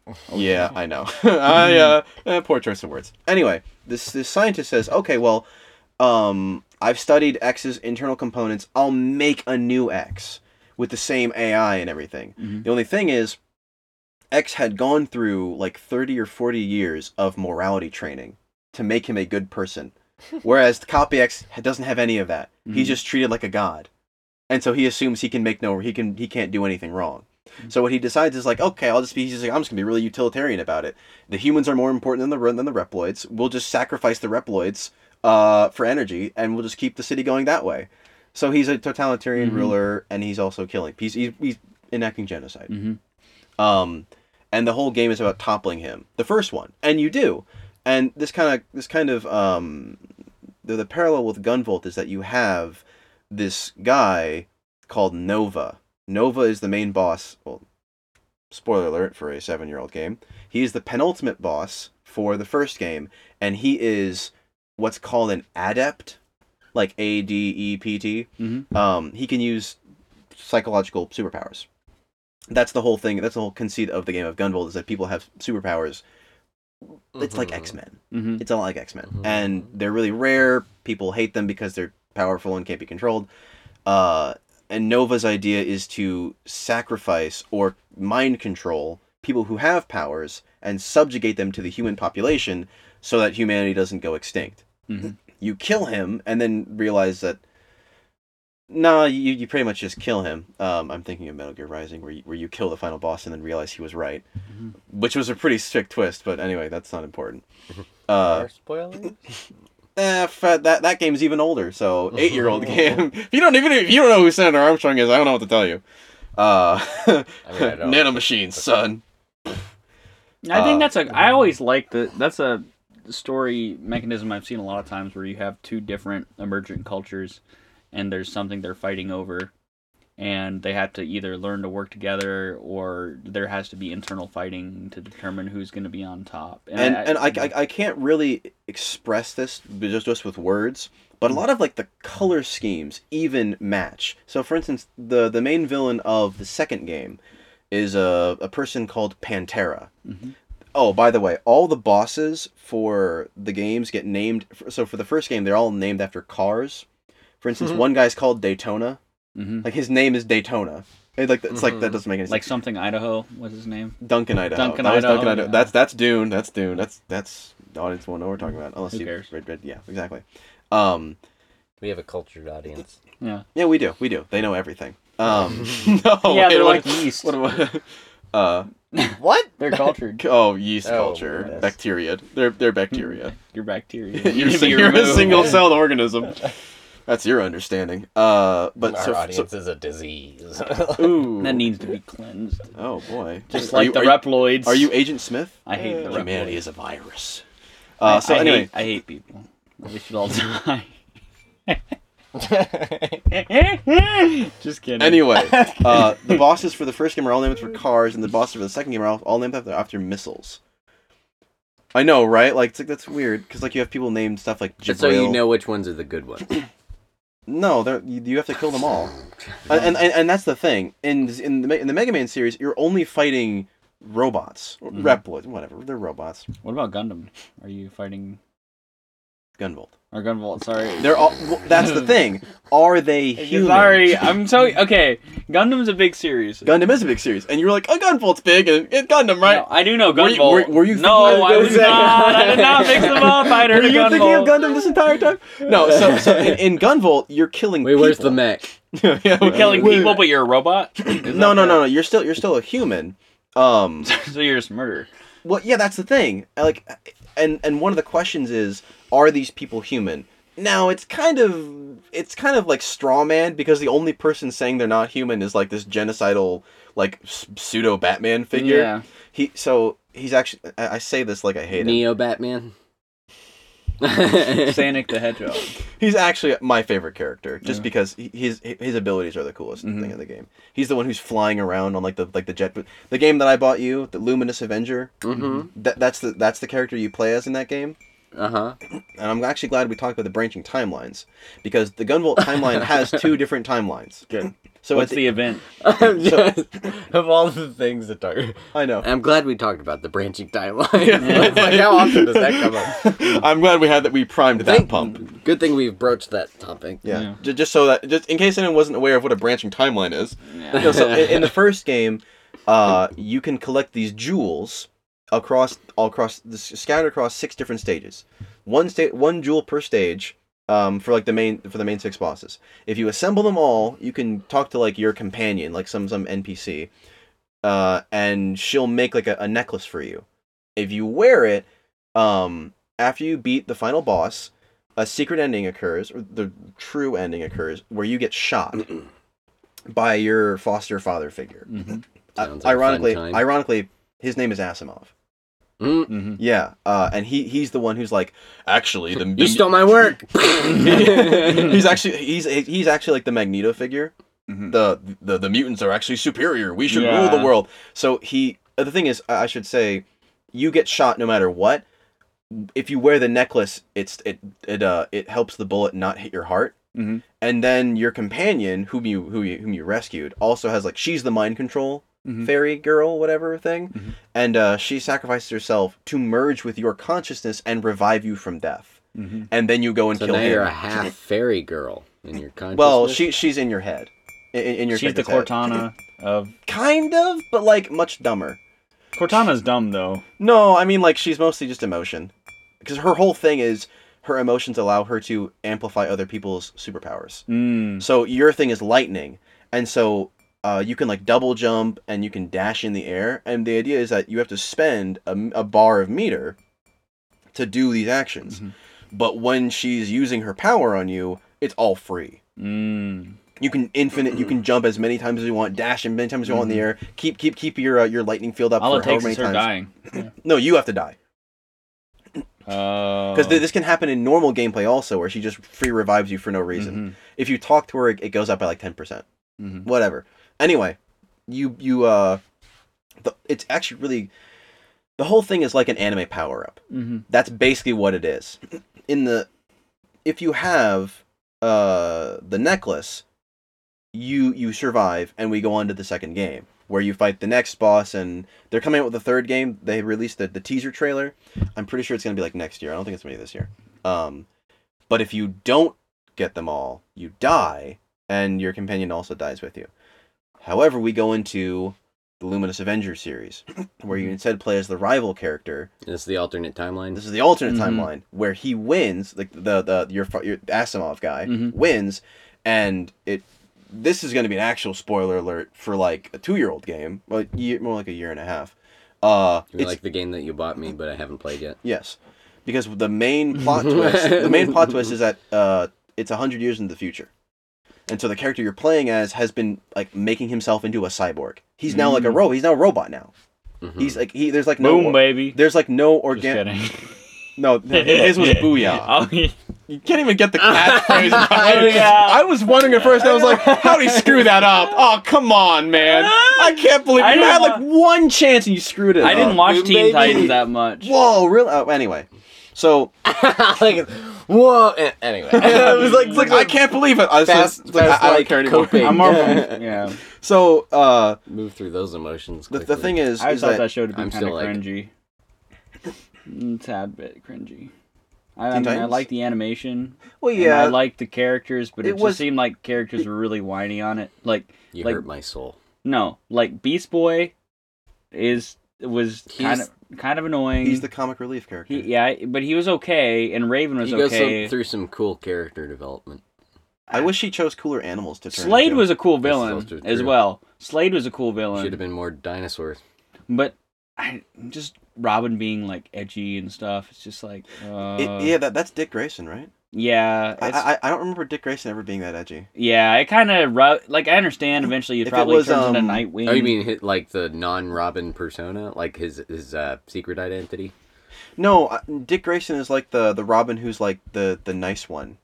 Speaker 3: Oh.
Speaker 1: Yeah, I know.
Speaker 3: Mm-hmm.
Speaker 1: I uh, eh, poor choice of words. Anyway, this this scientist says, okay, well, um, I've studied X's internal components. I'll make a new X with the same AI and everything.
Speaker 3: Mhm.
Speaker 1: The only thing is, X had gone through like 30 or 40 years of morality training to make him a good person. Whereas the copy X ha- doesn't have any of that. He's
Speaker 3: Mhm.
Speaker 1: just treated like a god. And so he assumes he can make no he can he can't do anything wrong. So what he decides is like, okay, I'll just be he's just like I'm just going to be really utilitarian about it. The humans are more important than the re- than the Reploids. We'll just sacrifice the Reploids uh, for energy and we'll just keep the city going that way. So he's a totalitarian
Speaker 3: Mhm.
Speaker 1: ruler and he's also killing. He's he's, he's enacting genocide.
Speaker 3: Mhm.
Speaker 1: Um, and the whole game is about toppling him. The first one, and you do, and this kind of this kind of um, the, the parallel with Gunvolt is that you have this guy called Nova. Nova is the main boss. Well, spoiler alert for a seven-year-old game. He is the penultimate boss for the first game, and he is what's called an adept, like A D E P T.
Speaker 3: Mhm.
Speaker 1: Um, he can use psychological superpowers that's the whole thing. That's the whole conceit of the game of Gunvolt is that people have superpowers. It's like
Speaker 2: Mhm.
Speaker 1: X Men.
Speaker 3: Mhm.
Speaker 1: It's a lot like X Men,
Speaker 2: Mhm.
Speaker 1: and they're really rare. People hate them because they're powerful and can't be controlled. Uh, and Nova's idea is to sacrifice or mind control people who have powers and subjugate them to the human population so that humanity doesn't go extinct.
Speaker 2: Mm-hmm.
Speaker 3: Mhm.
Speaker 1: You kill him and then realize that. No, you, you pretty much just kill him. Um, I'm thinking of Metal Gear Rising, where you, where you kill the final boss and then realize he was right,
Speaker 3: Mhm.
Speaker 2: Mm-hmm.
Speaker 1: which was a pretty strict twist. But anyway, that's not important. Uh,
Speaker 4: Are spoilers?
Speaker 1: Eh, f- that that game's even older, so eight year old game. if you don't even if you don't know who Senator Armstrong is, I don't know what to tell you. Uh,
Speaker 2: I mean, I don't.
Speaker 1: nanomachines, son.
Speaker 3: I
Speaker 1: Uh,
Speaker 3: think that's a. I always like the. That's a story mechanism I've seen a lot of times where you have two different emergent cultures, and there's something they're fighting over, and they have to either learn to work together or there has to be internal fighting to determine who's going to be on top.
Speaker 1: And and I, I, I can't really express this just just with words, but a lot of like the color schemes even match. So for instance, the the main villain of the second game is a a person called Pantera.
Speaker 3: Mhm.
Speaker 1: Oh, by the way, all the bosses for the games get named. So for the first game, they're all named after cars. For instance, one guy's called Daytona.
Speaker 3: Mhm.
Speaker 1: Like his name is Daytona. It, like it's Mm-hmm. like that
Speaker 2: Mhm.
Speaker 1: doesn't make any
Speaker 3: like
Speaker 1: sense.
Speaker 3: something Idaho. What's his name?
Speaker 1: Like Duncan Idaho.
Speaker 3: Duncan
Speaker 1: That was
Speaker 3: Idaho,
Speaker 1: Duncan Idaho.
Speaker 3: yeah.
Speaker 1: That's that's Dune. That's Dune. That's that's the audience won't know what we're talking about unless
Speaker 3: Who
Speaker 1: you
Speaker 3: cares?
Speaker 1: Read, read, yeah, exactly. Um,
Speaker 2: We have a cultured audience.
Speaker 3: Yeah.
Speaker 1: yeah, we do. We do. They know everything. Um, no,
Speaker 3: yeah,
Speaker 1: wait,
Speaker 3: they're like
Speaker 1: what-
Speaker 3: yeast.
Speaker 1: what am I? Uh,
Speaker 2: What?
Speaker 3: They're cultured.
Speaker 1: oh, yeast
Speaker 2: Oh,
Speaker 1: culture,
Speaker 2: yes.
Speaker 1: bacteria. They're they're bacteria.
Speaker 3: You're bacteria.
Speaker 1: you're,
Speaker 3: Need to
Speaker 1: si-
Speaker 3: be
Speaker 1: you're a
Speaker 3: removed.
Speaker 1: single celled organism. That's your understanding. Uh, but
Speaker 2: Our
Speaker 1: so,
Speaker 2: audience is a disease.
Speaker 1: so ooh,
Speaker 3: That needs to be cleansed.
Speaker 1: oh boy,
Speaker 3: Just
Speaker 1: Are
Speaker 3: like
Speaker 1: you-
Speaker 3: the
Speaker 1: are you-
Speaker 3: Reploids.
Speaker 1: Are you Agent Smith?
Speaker 3: I hate the
Speaker 1: Humanity
Speaker 3: Reploids.
Speaker 1: is a virus. Uh, so
Speaker 3: I, I
Speaker 1: anyway,
Speaker 3: hate, I hate people. We should all die. Just kidding.
Speaker 1: anyway, uh, the bosses for the first game are all named after cars, and the bosses for the second game are all, all named after after missiles. I know, right? Like, it's like that's weird because like you have people named stuff like Jabril.
Speaker 2: Just so you know which ones are the good ones.
Speaker 1: No, they're- you, you have to kill them all, and, and and that's the thing. In in the, Me- in the Mega Man series, you're only fighting robots, or
Speaker 3: Mhm.
Speaker 1: Reploids, whatever. They're robots.
Speaker 3: What about Gundam? Are you fighting
Speaker 1: Gunvolt.
Speaker 3: or Gunvolt? Sorry.
Speaker 1: They're all. Well, that's the thing. Are they human?
Speaker 3: Sorry, I'm so okay. Gundam's a big series.
Speaker 1: Gundam is a big series, and you were like, "Oh, Gunvolt's big," and, and Gundam, right?
Speaker 3: No, I do know
Speaker 1: Were you-
Speaker 3: Gunvolt.
Speaker 1: were- were you
Speaker 3: no,
Speaker 1: thinking of
Speaker 3: I was
Speaker 1: Gundam?
Speaker 3: not. I did not mix them up. I
Speaker 1: Were
Speaker 3: heard
Speaker 1: you
Speaker 3: Gunvolt.
Speaker 1: thinking of Gundam this entire time? No. So, so in, in Gunvolt, you're killing.
Speaker 2: Wait, where's the
Speaker 1: people.
Speaker 2: mech?
Speaker 1: yeah,
Speaker 3: You're killing
Speaker 1: wait.
Speaker 3: people, but you're a robot.
Speaker 1: No, no, no, no. You're still you're still a human. Um.
Speaker 3: so you're just murder.
Speaker 1: Well, yeah, that's the thing. Like, and and one of the questions is, are these people human? Now, it's kind of it's kind of like straw man because the only person saying they're not human is like this genocidal like pseudo Batman figure.
Speaker 3: Yeah.
Speaker 1: He so he's actually I, I say this like I hate him.
Speaker 2: Neo Batman. Uh-huh.
Speaker 3: Sonic the Hedgehog.
Speaker 1: He's actually my favorite character just
Speaker 3: Yeah.
Speaker 1: because he- his his abilities are the coolest thing
Speaker 3: Mhm.
Speaker 1: in the game. He's the one who's flying around on like the like the jet the game that I bought you, the Luminous Avenger.
Speaker 2: hmm
Speaker 1: That that's the that's the character you play as in that game.
Speaker 2: Uh huh.
Speaker 1: And I'm actually glad we talked about the branching timelines because the Gunvolt timeline has two different timelines.
Speaker 3: Good.
Speaker 1: So
Speaker 3: What's
Speaker 1: at the,
Speaker 3: the event?
Speaker 2: of all the things to talk,
Speaker 1: I know.
Speaker 2: I'm glad we talked about the branching timeline. It's like, how often does that come up?
Speaker 1: I'm glad we had that. We primed that
Speaker 2: Thank-
Speaker 1: pump.
Speaker 2: Good thing we've broached that topic.
Speaker 1: Yeah.
Speaker 3: Yeah.
Speaker 1: Ju- Just so that, just in case anyone wasn't aware of what a branching timeline is. You know,
Speaker 3: Yeah.
Speaker 1: so in, in the first game, uh, you can collect these jewels across all across the, scattered across six different stages. One state, one jewel per stage. Um, for like the main for the main six bosses. If you assemble them all, you can talk to like your companion, like some some NPC, uh, and she'll make like a, a necklace for you. If you wear it, um, after you beat the final boss, a secret ending occurs, or the true ending occurs, where you get shot by your foster father figure.
Speaker 3: Mhm.
Speaker 1: Uh,
Speaker 2: Sounds like a fun
Speaker 1: ironically,
Speaker 2: time.
Speaker 1: ironically, his name is Asimov.
Speaker 2: Mm,
Speaker 3: Mhm.
Speaker 1: Yeah, uh, and he he's the one who's like actually the
Speaker 2: you stole my work.
Speaker 1: he's actually he's he's actually like the Magneto figure.
Speaker 3: Mhm.
Speaker 1: The the the mutants are actually superior. We should rule
Speaker 3: Yeah.
Speaker 1: the world. So he uh, the thing is I I should say you get shot no matter what. If you wear the necklace, it's it it uh it helps the bullet not hit your heart.
Speaker 3: Mhm.
Speaker 1: And then your companion, whom you who you whom you rescued, also has like she's the mind control
Speaker 2: Mm-hmm.
Speaker 3: Mhm.
Speaker 1: fairy girl, whatever thing,
Speaker 3: Mhm.
Speaker 1: and uh, she sacrifices herself to merge with your consciousness and revive you from death.
Speaker 3: Mhm.
Speaker 1: And then you go and
Speaker 2: so
Speaker 1: kill
Speaker 2: now
Speaker 1: him.
Speaker 2: you're a half fairy girl in your consciousness.
Speaker 1: Well, she she's in your head, in, in your
Speaker 3: She's the
Speaker 1: character's head.
Speaker 3: Cortana of
Speaker 1: Kind of, but like much dumber.
Speaker 3: Cortana's dumb though.
Speaker 1: No, I mean like she's mostly just emotion, because her whole thing is her emotions allow her to amplify other people's superpowers.
Speaker 3: Mm.
Speaker 1: So your thing is lightning, and so uh, you can like double jump and you can dash in the air. And the idea is that you have to spend a, a bar of meter to do these actions.
Speaker 3: Mhm.
Speaker 1: But when she's using her power on you, it's all free.
Speaker 3: Mm.
Speaker 1: You can infinite. You can jump as many times as you want, dash as many times as you want in the air. Keep keep keep your uh, your lightning field up
Speaker 3: Mm-hmm. All
Speaker 1: for
Speaker 3: it takes
Speaker 1: however many
Speaker 3: is her
Speaker 1: times.
Speaker 3: dying.
Speaker 1: No, you have to die
Speaker 3: Oh.
Speaker 1: because this can happen in normal gameplay also, where she just free revives you for no reason.
Speaker 3: Mm-hmm.
Speaker 1: If you talk to her, it, it goes up by like ten percent.
Speaker 3: Mhm. Mhm.
Speaker 1: whatever. Anyway, you you uh, the, it's actually really the whole thing is like an anime power up.
Speaker 3: Mhm.
Speaker 1: That's basically what it is. In the if you have uh the necklace, you you survive, and we go on to the second game where you fight the next boss, and they're coming out with the third game. They released the, the teaser trailer. I'm pretty sure it's gonna be like next year. I don't think it's gonna be this year. Um, but if you don't get them all, you die, and your companion also dies with you. However, we go into the Luminous Avenger series, where you instead play as the rival character,
Speaker 2: It's the alternate timeline.
Speaker 1: this is the alternate
Speaker 3: Mhm.
Speaker 1: timeline where he wins, like the the your fu- your Asimov guy
Speaker 3: Mhm.
Speaker 1: wins, and it. This is going to be an actual spoiler alert for like a two year old game, well, year, more like a year and a half. Uh,
Speaker 2: You mean
Speaker 1: it's-
Speaker 2: like the game that you bought me, but I haven't played yet.
Speaker 1: yes, because the main plot twist, the main plot twist is that uh, it's hundred years into the future, and so the character you're playing as has been like making himself into a cyborg. He's now like a
Speaker 3: Mm.
Speaker 1: ro. He's now a robot now.
Speaker 2: Mhm.
Speaker 1: He's like he. There's like no.
Speaker 3: Boom, baby.
Speaker 1: there's like no
Speaker 3: Just
Speaker 1: organic.
Speaker 3: kidding.
Speaker 1: No, his was booyah.
Speaker 3: Oh, yeah.
Speaker 1: You can't even get the cat phrase. right.
Speaker 3: Oh, Yeah.
Speaker 1: I was wondering at first. Oh, I was like, "How do you screw that up?" Oh, come on, man! I can't believe
Speaker 3: I
Speaker 1: you
Speaker 3: didn't
Speaker 1: had
Speaker 3: wa-
Speaker 1: like one chance and you screwed it.
Speaker 3: I
Speaker 1: up.
Speaker 3: didn't watch
Speaker 2: Boom,
Speaker 3: Teen
Speaker 2: baby.
Speaker 3: Titans that much.
Speaker 1: Whoa, really? Oh, anyway, so
Speaker 2: like, whoa. a- Anyway,
Speaker 1: I
Speaker 2: it was like,
Speaker 1: like, I can't believe it. I, was
Speaker 2: fast,
Speaker 1: like,
Speaker 2: fast, like,
Speaker 1: I, I don't care anymore.
Speaker 2: coping.
Speaker 3: I'm Marvel. yeah.
Speaker 1: So, uh,
Speaker 2: Move through those emotions.
Speaker 1: the,
Speaker 2: Quickly.
Speaker 1: the thing is,
Speaker 3: I
Speaker 1: is
Speaker 3: thought that,
Speaker 1: that
Speaker 3: show to be
Speaker 2: I'm
Speaker 3: kind of
Speaker 2: still, like-
Speaker 3: cringy. Mm, Tad bit cringy. I, I
Speaker 1: Teen
Speaker 3: mean, I
Speaker 1: Titans?
Speaker 3: like the animation.
Speaker 1: well,
Speaker 3: and I
Speaker 1: yeah,
Speaker 3: like the characters, but
Speaker 1: It
Speaker 3: it,
Speaker 1: was-
Speaker 3: just seemed like characters were really whiny on it. Like,
Speaker 2: you
Speaker 3: like-
Speaker 2: hurt my soul.
Speaker 3: no, like Beast Boy is was kind
Speaker 2: He's-
Speaker 3: of kind of annoying.
Speaker 1: he's the comic relief character.
Speaker 3: He, yeah, but he was okay, and Raven was
Speaker 2: You go some-
Speaker 3: okay.
Speaker 2: through some cool character development.
Speaker 1: I wish he chose cooler animals to turn.
Speaker 3: Slade
Speaker 1: into.
Speaker 3: was a cool
Speaker 2: This is
Speaker 3: villain
Speaker 2: also
Speaker 3: as
Speaker 2: true.
Speaker 3: well. Slade was a cool
Speaker 2: Should have
Speaker 3: villain,
Speaker 2: been more dinosaurs.
Speaker 3: but I just Robin being like edgy and stuff. It's just like uh,
Speaker 1: It, yeah, that, that's Dick Grayson, right?
Speaker 3: Yeah,
Speaker 1: I,
Speaker 3: it's-
Speaker 1: I I don't remember Dick Grayson ever being that edgy.
Speaker 3: yeah. It kind of ru- like I understand. Eventually, it
Speaker 1: If it
Speaker 3: probably
Speaker 1: was,
Speaker 3: turns into
Speaker 1: um,
Speaker 3: Nightwing.
Speaker 2: Oh, you mean hit, like the non-Robin persona, like his his uh, secret identity?
Speaker 1: No, I- Dick Grayson is like the the Robin who's like the the nice one.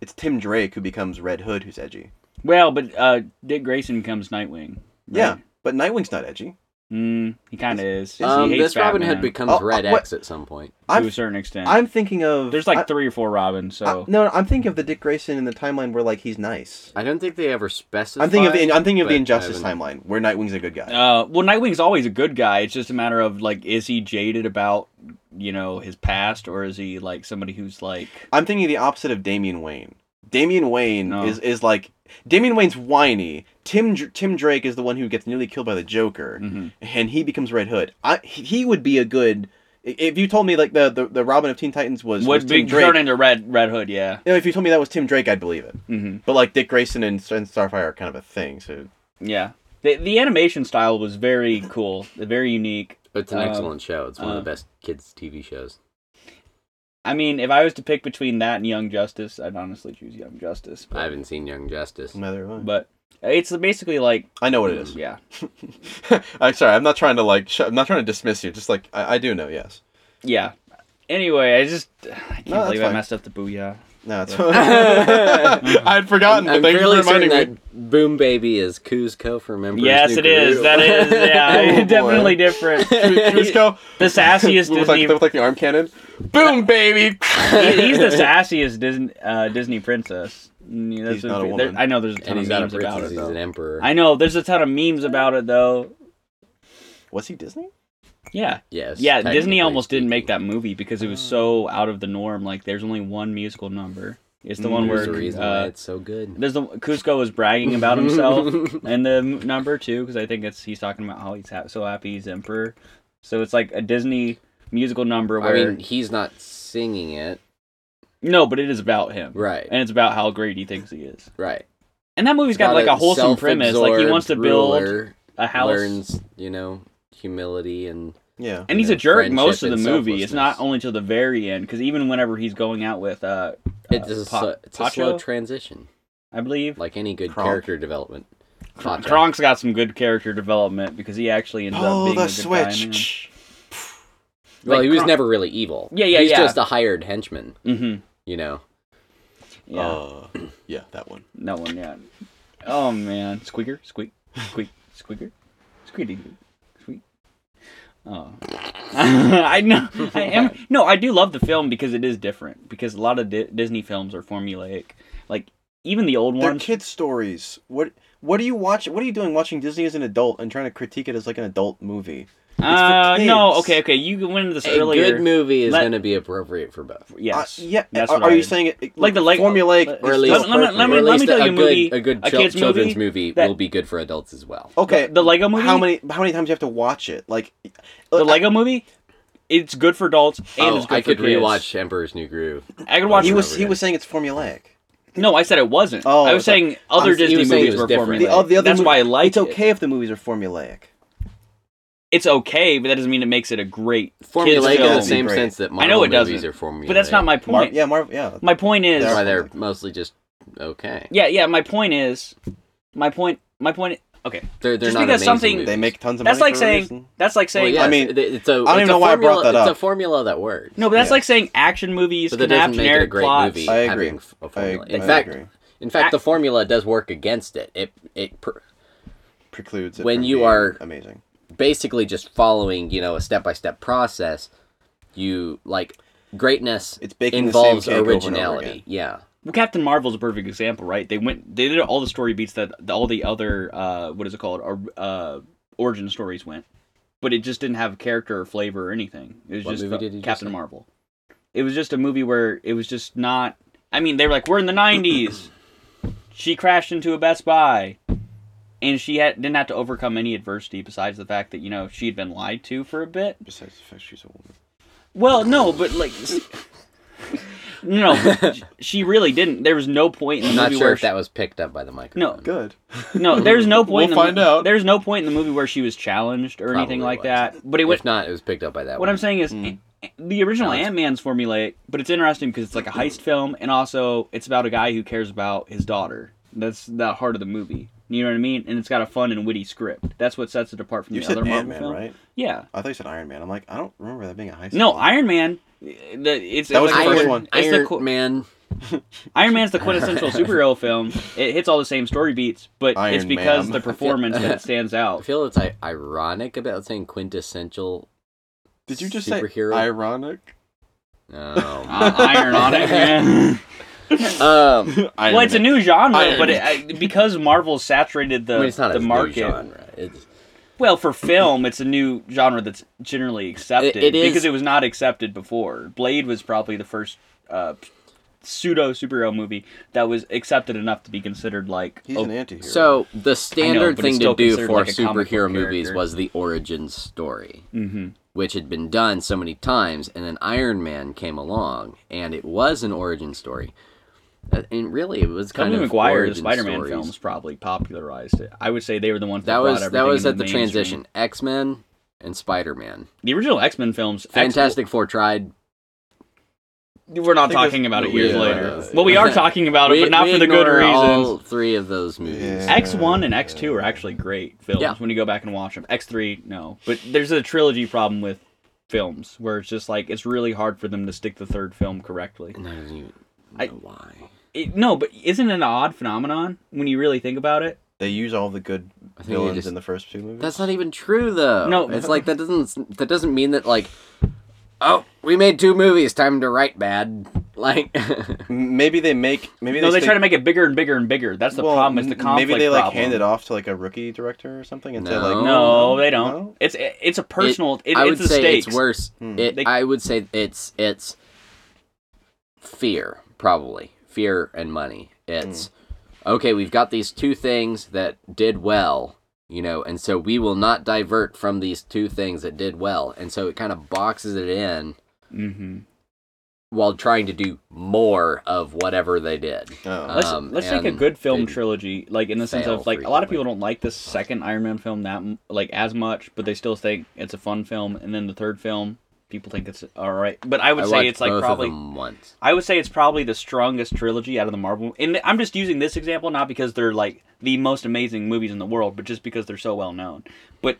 Speaker 1: It's Tim Drake who becomes Red Hood who's edgy.
Speaker 3: Well, but uh, Dick Grayson becomes Nightwing. right?
Speaker 1: Yeah, but Nightwing's not edgy.
Speaker 3: Mm, he kind of is. He
Speaker 2: Um,
Speaker 3: hates
Speaker 2: this Robin Hood
Speaker 3: Batman
Speaker 2: becomes
Speaker 1: Oh,
Speaker 2: Red
Speaker 1: uh, what-
Speaker 2: X at some point.
Speaker 3: to
Speaker 1: I'm
Speaker 3: a certain extent.
Speaker 1: I'm thinking of
Speaker 3: There's like
Speaker 1: I-
Speaker 3: three or four Robins. So
Speaker 1: I- no, no, I'm thinking of the Dick Grayson in the timeline where like he's nice.
Speaker 2: I don't think they ever specify.
Speaker 1: I'm thinking of the I'm thinking of
Speaker 2: but I
Speaker 1: the Injustice
Speaker 2: haven't-
Speaker 1: timeline where Nightwing's a good guy.
Speaker 3: Uh, well, Nightwing's always a good guy. It's just a matter of like, is he jaded about you know his past, or is he like somebody who's like,
Speaker 1: I'm thinking the opposite of Damian Wayne. Damian Wayne
Speaker 3: No.
Speaker 1: is is like Damian Wayne's whiny. Tim Dr- Tim Drake is the one who gets nearly killed by the Joker,
Speaker 3: Mhm.
Speaker 1: and he becomes Red Hood. I he- he would be a good i- if you told me like the the, the Robin of Teen Titans was, was
Speaker 3: would be
Speaker 1: Tim Drake.
Speaker 3: turned into Red Red Hood? Yeah.
Speaker 1: you know, if you told me that was Tim Drake, I'd believe it.
Speaker 3: hmm
Speaker 1: But like Dick Grayson and, and Starfire are kind of a thing. So
Speaker 3: Yeah. The, the animation style was very cool, very unique.
Speaker 2: It's an
Speaker 3: Uh,
Speaker 2: excellent show. It's one
Speaker 3: uh,
Speaker 2: of the best kids TV shows.
Speaker 3: I mean, if I was to pick between that and Young Justice, I'd honestly choose Young Justice.
Speaker 2: I
Speaker 3: But,
Speaker 2: haven't seen Young Justice.
Speaker 1: neither have I.
Speaker 3: but it's basically like,
Speaker 1: I know what it is.
Speaker 3: yeah,
Speaker 1: I'm sorry. I'm not trying to like. Sh- I'm not trying to dismiss you. Just like I, I do know. Yes.
Speaker 3: yeah. Anyway, I just I can't
Speaker 1: No, that's
Speaker 3: believe I
Speaker 1: fine.
Speaker 3: messed up the booyah.
Speaker 1: No, it's. I'd forgotten.
Speaker 2: I'm
Speaker 1: but Thank you
Speaker 2: fairly
Speaker 1: for
Speaker 2: certain
Speaker 1: reminding me.
Speaker 2: that Boom Baby is Koo's co from Emperor's
Speaker 3: Yes,
Speaker 2: New
Speaker 3: it is.
Speaker 2: Groove.
Speaker 3: That is, yeah,
Speaker 1: Oh, boy.
Speaker 3: definitely different.
Speaker 1: Cusco.
Speaker 3: The sassiest
Speaker 1: with like,
Speaker 3: Disney.
Speaker 1: with like the arm cannon. Boom, baby.
Speaker 3: he- he's the sassiest Disney uh, Disney princess. Mm, that's
Speaker 1: He's
Speaker 3: what
Speaker 1: not a
Speaker 3: pe-
Speaker 1: woman.
Speaker 3: there- I know there's a ton
Speaker 2: And he's
Speaker 3: of
Speaker 2: not a
Speaker 3: memes about
Speaker 2: princess.
Speaker 3: it
Speaker 2: He's an
Speaker 3: though.
Speaker 2: emperor.
Speaker 3: I know there's a ton of memes about it though.
Speaker 1: Was he Disney?
Speaker 3: Yeah,
Speaker 2: yes.
Speaker 3: yeah. Disney
Speaker 2: technically Oh.
Speaker 3: almost didn't make that
Speaker 2: speaking.
Speaker 3: movie because it was so out of the norm. Like, there's only one musical number. It's the one
Speaker 2: Mm, There's a
Speaker 3: where
Speaker 2: reason why
Speaker 3: uh,
Speaker 2: it's so good.
Speaker 3: there's the Cusco was bragging about himself and the m- number two because I think it's he's talking about how he's ha- so happy he's emperor. So it's like a Disney musical number
Speaker 2: I
Speaker 3: where
Speaker 2: mean, he's not singing it.
Speaker 3: no, but it is about him.
Speaker 2: Right.
Speaker 3: and it's about how great he thinks he is.
Speaker 2: Right.
Speaker 3: And that movie's
Speaker 2: He's
Speaker 3: got like a wholesome premise. Like he wants to build a house,
Speaker 2: learns, you know, humility and
Speaker 1: Yeah.
Speaker 3: and he's
Speaker 2: you
Speaker 3: a
Speaker 2: know,
Speaker 3: jerk most of
Speaker 2: friendship
Speaker 3: the
Speaker 2: and
Speaker 3: movie. It's not
Speaker 2: selflessness.
Speaker 3: only till the very end because even whenever he's going out with uh,
Speaker 2: it's,
Speaker 3: Uh,
Speaker 2: a,
Speaker 3: Pa-
Speaker 2: sl- it's a slow
Speaker 3: Pacho?
Speaker 2: transition,
Speaker 3: I believe
Speaker 2: like any good
Speaker 1: Kronk.
Speaker 2: character development. Pacho.
Speaker 3: Kronk's got some good character development because he actually ends up
Speaker 1: Pull
Speaker 3: being a
Speaker 1: Oh, the
Speaker 3: good guy in the end.
Speaker 1: switch.
Speaker 2: Well,
Speaker 3: Like,
Speaker 2: he was
Speaker 3: Kronk-
Speaker 2: never really evil.
Speaker 3: Yeah, yeah,
Speaker 2: he's
Speaker 3: yeah.
Speaker 2: just a hired henchman,
Speaker 3: Mhm.
Speaker 2: you know.
Speaker 3: Yeah,
Speaker 2: Oh,
Speaker 1: Uh, yeah, that one.
Speaker 3: no one yet. Oh man, squeaker, squeak, squeak, squeaker, squeaky, squeak. Oh, I know. I am no. I do love the film because it is different. Because a lot of Di- Disney films are formulaic. Like even the old
Speaker 1: They're
Speaker 3: ones.
Speaker 1: kids' stories. What? What are you watching? What are you doing watching Disney as an adult and trying to critique it as like an adult movie? for
Speaker 3: Uh, no.
Speaker 1: kids.
Speaker 3: Okay, okay. You went into this
Speaker 2: A
Speaker 3: earlier.
Speaker 2: good movie is
Speaker 3: Let-
Speaker 2: going to be appropriate for both.
Speaker 1: Uh,
Speaker 3: Yes.
Speaker 1: yeah.
Speaker 3: That's
Speaker 1: are
Speaker 3: what
Speaker 1: are
Speaker 3: I-
Speaker 1: you saying it, it-
Speaker 3: Like the late-
Speaker 1: formulaic
Speaker 3: uh,
Speaker 1: or
Speaker 2: let- let
Speaker 1: still
Speaker 3: me- let
Speaker 2: Or
Speaker 3: me-
Speaker 1: appropriate?
Speaker 2: at least
Speaker 3: tell you
Speaker 2: a,
Speaker 3: a
Speaker 2: good,
Speaker 3: movie-
Speaker 2: a good
Speaker 3: a
Speaker 2: chil-
Speaker 3: kid's movie
Speaker 2: children's movie
Speaker 3: that- Oh,
Speaker 2: will be good for adults as well.
Speaker 1: Okay.
Speaker 3: The Lego movie.
Speaker 1: how many? How many times you have to watch it? Like uh,
Speaker 3: The Lego movie. It's good for adults and
Speaker 2: Oh,
Speaker 3: it's good
Speaker 2: I
Speaker 3: for
Speaker 2: could
Speaker 3: kids.
Speaker 2: rewatch Emperor's New Groove.
Speaker 3: I could watch.
Speaker 1: He
Speaker 2: over
Speaker 1: was. He
Speaker 2: again.
Speaker 1: was saying it's formulaic.
Speaker 3: No, I said it wasn't.
Speaker 1: Oh,
Speaker 3: I was
Speaker 1: okay.
Speaker 3: saying other
Speaker 1: I'm-
Speaker 2: he
Speaker 3: Disney
Speaker 2: was saying it
Speaker 3: movies
Speaker 2: was
Speaker 3: were
Speaker 2: different.
Speaker 3: formulaic.
Speaker 1: The, o- the other
Speaker 3: That's
Speaker 1: mov-
Speaker 3: why I like
Speaker 1: It's okay if the movies are formulaic.
Speaker 3: It's okay, but that doesn't mean it makes it a great kids
Speaker 2: Formulaic in
Speaker 3: film.
Speaker 2: the
Speaker 1: That'd be
Speaker 2: same
Speaker 1: great.
Speaker 2: sense that
Speaker 3: I
Speaker 2: Marvel
Speaker 3: know it
Speaker 2: movies
Speaker 3: doesn't,
Speaker 2: are formulaic.
Speaker 3: But that's not my
Speaker 1: Mar-
Speaker 3: point.
Speaker 1: yeah, Marvel. Yeah,
Speaker 3: My point is.
Speaker 2: That's why
Speaker 1: Yeah.
Speaker 2: they're mostly just okay.
Speaker 3: Yeah, yeah. My point is. My point. My point. Okay.
Speaker 2: They're, they're
Speaker 3: Just
Speaker 2: not
Speaker 3: because
Speaker 2: amazing
Speaker 3: something-
Speaker 2: movies.
Speaker 1: they make tons of
Speaker 3: That's
Speaker 1: money.
Speaker 3: like
Speaker 1: for a
Speaker 3: saying.
Speaker 1: reason.
Speaker 3: That's like saying.
Speaker 2: Well,
Speaker 1: I
Speaker 2: yes,
Speaker 1: mean,
Speaker 2: it- it's a,
Speaker 1: don't
Speaker 2: it's
Speaker 1: even
Speaker 2: a
Speaker 1: know why I brought
Speaker 2: formula-
Speaker 1: that up.
Speaker 2: It's a formula that works.
Speaker 3: No, but that's
Speaker 1: Yeah.
Speaker 3: like saying action movies
Speaker 2: but that
Speaker 3: can have
Speaker 2: doesn't make it a
Speaker 3: generic
Speaker 2: great
Speaker 3: plots.
Speaker 2: movie.
Speaker 1: I agree.
Speaker 2: Having f- a
Speaker 1: I,
Speaker 2: formula. in
Speaker 1: I
Speaker 2: fact,
Speaker 1: agree.
Speaker 2: in fact, the
Speaker 3: Ac-
Speaker 2: formula does work against it. It it pr-
Speaker 1: precludes it
Speaker 2: when
Speaker 1: from
Speaker 2: you
Speaker 1: being
Speaker 2: are-
Speaker 1: amazing.
Speaker 2: basically just following you know a step by step process. You like greatness
Speaker 1: It's baking the same
Speaker 2: involves
Speaker 1: cake over and over
Speaker 2: originality.
Speaker 1: again.
Speaker 2: Yeah,
Speaker 3: Well, Captain Marvel's a perfect example, right? They went, they did all the story beats that the, all the other, uh, what is it called, Or- uh, origin stories went, but it just didn't have character or flavor or anything. It was
Speaker 2: What
Speaker 3: just
Speaker 2: movie
Speaker 3: the-
Speaker 2: did you just
Speaker 3: Captain
Speaker 2: say?
Speaker 3: Marvel. It was just a movie where it was just not. I mean, they were like, we're in the '90s. she crashed into a Best Buy, and she had, didn't have to overcome any adversity besides the fact that you know she had been lied to for a bit.
Speaker 1: Besides the fact she's a woman.
Speaker 3: Well, no, but like, s- no, but sh- she really didn't. There was no point in
Speaker 2: I'm
Speaker 3: the
Speaker 2: not
Speaker 3: movie
Speaker 2: sure
Speaker 3: where
Speaker 2: if that was picked up by the microphone.
Speaker 3: No,
Speaker 1: Good.
Speaker 3: she, no. There's no point.
Speaker 1: We'll
Speaker 3: in
Speaker 1: find
Speaker 3: the, mo-
Speaker 1: out.
Speaker 3: There's no point in the movie where she was challenged or anything
Speaker 2: Probably
Speaker 3: like
Speaker 2: wasn't.
Speaker 3: that. But it was.
Speaker 2: if not, it was picked up by that.
Speaker 3: What
Speaker 2: one.
Speaker 3: I'm saying is,
Speaker 1: Mm.
Speaker 3: the original
Speaker 2: No, it's-
Speaker 3: Ant Man's formulaic, but it's interesting because it's like a heist film, and also it's about a guy who cares about his daughter. That's the heart of the movie. You know what I mean? And it's got a fun and witty script. That's what sets it apart from
Speaker 1: You
Speaker 3: the
Speaker 1: said
Speaker 3: other Marvel
Speaker 1: Ant Man,
Speaker 3: film.
Speaker 1: right?
Speaker 3: Yeah.
Speaker 1: I thought you said Iron Man. I'm like, I don't remember that being a high school.
Speaker 3: No, Iron Man. eh, The, it's,
Speaker 1: That was
Speaker 3: it's
Speaker 1: the
Speaker 3: like-
Speaker 2: Iron,
Speaker 1: first one.
Speaker 3: It's the
Speaker 2: Iron
Speaker 3: co-
Speaker 2: Man.
Speaker 3: Iron Man's the quintessential superhero film. It hits all the same story beats, but it's
Speaker 1: Iron
Speaker 3: because
Speaker 1: Man.
Speaker 3: the performance that stands
Speaker 2: I
Speaker 3: out.
Speaker 2: feel it's like, ironic about saying quintessential.
Speaker 1: Did you just
Speaker 2: superhero?
Speaker 1: say ironic?
Speaker 2: um,
Speaker 3: Uh,
Speaker 2: No.
Speaker 3: iron on it. Yeah.
Speaker 2: um,
Speaker 1: Iron
Speaker 3: well, it's a
Speaker 1: Man.
Speaker 3: new genre,
Speaker 1: Iron
Speaker 3: but it,
Speaker 1: Man.
Speaker 3: I, because Marvel saturated the
Speaker 2: I mean, it's not
Speaker 3: the
Speaker 2: a new
Speaker 3: market.
Speaker 2: genre. It's,
Speaker 3: Well, for film, it's a new genre that's generally accepted
Speaker 2: it is-
Speaker 3: because it was not accepted before. Blade was probably the first uh, pseudo superhero movie that was accepted enough to be considered like
Speaker 1: He's
Speaker 3: oh,
Speaker 1: an anti-hero.
Speaker 2: so the standard
Speaker 3: but it's
Speaker 2: thing
Speaker 3: still
Speaker 2: to do
Speaker 3: considered
Speaker 2: for
Speaker 3: like a comic book
Speaker 2: superhero movies
Speaker 3: character.
Speaker 2: was the origin story.
Speaker 3: mhm.
Speaker 2: which had been done so many times, and then Iron Man came along, and it was an origin story. Uh, And really, it was kind
Speaker 3: Tobey
Speaker 2: of
Speaker 3: Maguire,
Speaker 2: origin
Speaker 3: the Spider-Man
Speaker 2: stories.
Speaker 3: films probably popularized it. I would say they were the ones that,
Speaker 2: That
Speaker 3: brought
Speaker 2: was that
Speaker 3: everything
Speaker 2: was
Speaker 3: into
Speaker 2: at the,
Speaker 3: mainstream.
Speaker 2: transition X Men and Spider Man.
Speaker 3: The original X-Men films, X-
Speaker 2: Fantastic Four tried.
Speaker 3: we're not
Speaker 1: I think
Speaker 3: talking about it years
Speaker 1: yeah,
Speaker 3: later.
Speaker 1: uh,
Speaker 3: well, we are talking about it,
Speaker 2: We-
Speaker 3: but not
Speaker 2: we
Speaker 3: for the good
Speaker 2: ignore
Speaker 3: reasons.
Speaker 2: All three of those movies.
Speaker 1: Yeah.
Speaker 3: X one and X two are actually great films
Speaker 2: Yeah.
Speaker 3: when you go back and watch them. X three, no, but there's a trilogy problem with films where it's just like it's really hard for them to stick the third film correctly.
Speaker 2: And I don't even know
Speaker 3: I-
Speaker 2: why.
Speaker 3: It, no, but isn't it an odd phenomenon when you really think about it?
Speaker 1: they use all the good
Speaker 2: I think they
Speaker 1: villains
Speaker 2: just-
Speaker 1: in the first two movies.
Speaker 2: That's not even true, though.
Speaker 3: No.
Speaker 2: it's like that doesn't that doesn't mean that like, oh, we made two movies. Time to write bad. Like,
Speaker 1: M- Maybe they make. Maybe
Speaker 3: no, they
Speaker 1: stick-
Speaker 3: try to make it bigger and bigger and bigger. That's the
Speaker 1: well,
Speaker 3: problem. Is the
Speaker 1: m-
Speaker 3: conflict
Speaker 1: Maybe they like
Speaker 3: problem.
Speaker 1: hand it off to like a rookie director or something and say
Speaker 2: No.
Speaker 1: like,
Speaker 3: No, they don't.
Speaker 1: No?
Speaker 3: It's it's a personal. It,
Speaker 2: I would
Speaker 3: it's a
Speaker 2: say
Speaker 3: stakes.
Speaker 2: it's worse. It,
Speaker 3: They-
Speaker 2: I would say it's it's fear, probably fear and money. It's okay. We've got these two things that did well, you know, and so we will not divert from these two things that did well, and so it kind of boxes it in
Speaker 3: hmm
Speaker 2: while trying to do more of whatever they did.
Speaker 1: Oh.
Speaker 3: Let's
Speaker 2: Um,
Speaker 3: let's take a
Speaker 2: and
Speaker 3: good film
Speaker 2: they-
Speaker 3: trilogy, like in the sense of
Speaker 2: fail
Speaker 3: like a lot of
Speaker 2: frequently.
Speaker 3: people don't like the second Iron Man film that m- like as much, but they still think it's a fun film. And then the third film, people think it's all right. But I would
Speaker 2: I
Speaker 3: say
Speaker 2: watched
Speaker 3: it's like
Speaker 2: both
Speaker 3: probably
Speaker 2: of them once.
Speaker 3: I would say it's probably the strongest trilogy out of the Marvel. And I'm just using this example not because they're like the most amazing movies in the world, but just because they're so well known. But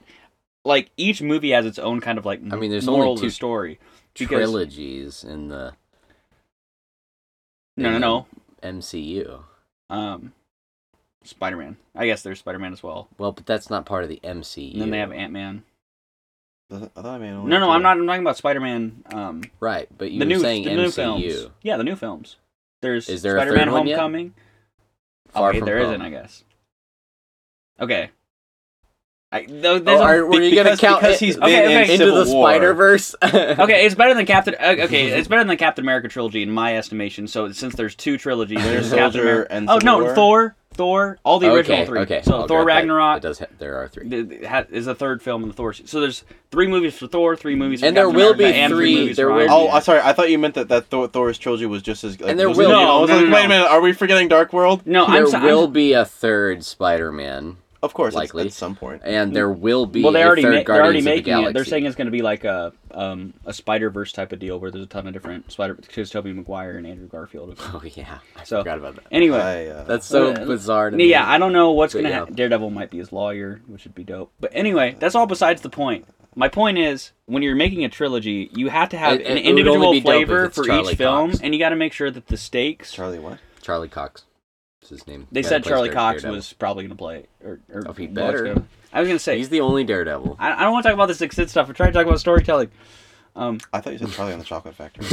Speaker 3: like each movie has its own kind of like
Speaker 2: I mean, there's only
Speaker 3: moral of the
Speaker 2: two
Speaker 3: story. Because
Speaker 2: Trilogies in the
Speaker 3: no, no, no.
Speaker 2: MCU.
Speaker 3: Um, Spider Man. I guess there's Spider Man as well.
Speaker 2: Well, but that's not part of the MCU.
Speaker 3: And then they have Ant Man.
Speaker 1: I thought I mean, only
Speaker 3: No, no,
Speaker 1: two.
Speaker 3: I'm not. I'm talking about Spider Man. Um,
Speaker 2: Right, but you
Speaker 3: the
Speaker 2: were
Speaker 3: new,
Speaker 2: saying
Speaker 3: the new
Speaker 2: MCU.
Speaker 3: films. Yeah, the new films. There's
Speaker 2: Is there a
Speaker 3: Spider Man
Speaker 2: third one yet?
Speaker 3: Homecoming.
Speaker 2: Far
Speaker 3: okay,
Speaker 2: from
Speaker 3: there
Speaker 2: home.
Speaker 3: not I guess. Okay. I, th-
Speaker 2: Oh,
Speaker 3: there's a-
Speaker 2: are, were you gonna
Speaker 1: because-
Speaker 2: count
Speaker 1: because
Speaker 2: it-
Speaker 1: he's
Speaker 3: Okay, been in okay.
Speaker 2: into
Speaker 1: Civil
Speaker 2: the
Speaker 1: War.
Speaker 2: Spider Verse?
Speaker 3: okay, it's better than Captain. uh, Okay, it's better than the Captain America trilogy in my estimation. So since there's two trilogies,
Speaker 1: Winter
Speaker 3: there's Captain
Speaker 1: Soldier
Speaker 3: America.
Speaker 1: and
Speaker 3: Oh
Speaker 1: Civil
Speaker 3: no,
Speaker 1: War?
Speaker 3: Thor, Thor, all the original three.
Speaker 2: Okay,
Speaker 3: so
Speaker 2: I'll
Speaker 3: Thor
Speaker 2: grant that.
Speaker 3: Ragnarok
Speaker 2: It does. Ha- there are three.
Speaker 3: th- th- ha- is the third film in the Thor. se- So there's three movies for Thor, three movies, for
Speaker 2: And there
Speaker 3: Captain
Speaker 2: will
Speaker 3: America,
Speaker 2: be
Speaker 3: and three.
Speaker 2: three-
Speaker 3: movies
Speaker 2: there
Speaker 3: for
Speaker 2: will
Speaker 3: Iron
Speaker 2: be-
Speaker 1: Oh,
Speaker 3: Man.
Speaker 1: I'm sorry. I thought you meant that that Thor, Thor's trilogy was just as. Like,
Speaker 2: And there
Speaker 1: was
Speaker 2: will be-
Speaker 1: as good. I
Speaker 3: No,
Speaker 1: was
Speaker 3: no,
Speaker 1: like,
Speaker 3: no,
Speaker 1: wait a
Speaker 3: no.
Speaker 1: minute. Are we forgetting Dark World?
Speaker 3: no, I'm
Speaker 2: there
Speaker 3: so- I'm
Speaker 2: will be a third Spider Man,
Speaker 1: Of course, it's-
Speaker 2: Likely.
Speaker 1: at some point.
Speaker 2: and there will be
Speaker 3: well, they
Speaker 2: a
Speaker 3: already
Speaker 2: third
Speaker 3: ma- they're
Speaker 2: Guardians
Speaker 3: already
Speaker 2: of the
Speaker 3: making
Speaker 2: Galaxy.
Speaker 3: it. They're saying it's going to be like a um, a Spider Verse type of deal where there's a ton of different Spider because Tobey Maguire and Andrew Garfield.
Speaker 2: Oh yeah, I
Speaker 3: So-
Speaker 2: forgot about that.
Speaker 3: Anyway,
Speaker 1: I, uh,
Speaker 2: That's so
Speaker 3: Uh,
Speaker 2: bizarre. To me.
Speaker 3: yeah, I don't know what's
Speaker 2: But
Speaker 3: going to
Speaker 2: yeah.
Speaker 3: happen. Daredevil might be his lawyer, which would be dope. But anyway, that's all besides the point. My point is, when you're making a trilogy, you have to have
Speaker 2: It-
Speaker 3: an
Speaker 2: it would only
Speaker 3: individual
Speaker 2: be dope if
Speaker 3: flavor
Speaker 2: it's
Speaker 3: for
Speaker 2: Charlie
Speaker 3: each film,
Speaker 2: Cox.
Speaker 3: and you got to make sure that the stakes.
Speaker 1: Charlie, what?
Speaker 2: Charlie Cox. Is his name?
Speaker 3: They
Speaker 2: Guy
Speaker 3: said
Speaker 2: that plays
Speaker 3: Charlie
Speaker 2: Dare-
Speaker 3: Cox
Speaker 2: Daredevil.
Speaker 3: was probably going to play. it, Or, or
Speaker 2: Oh, he
Speaker 3: was
Speaker 2: better.
Speaker 3: gonna. I was going to say,
Speaker 2: He's the only Daredevil.
Speaker 3: I, I don't want to talk about this exit stuff. I'm trying to talk about storytelling. Um,
Speaker 1: I thought you said Charlie on the Chocolate Factory.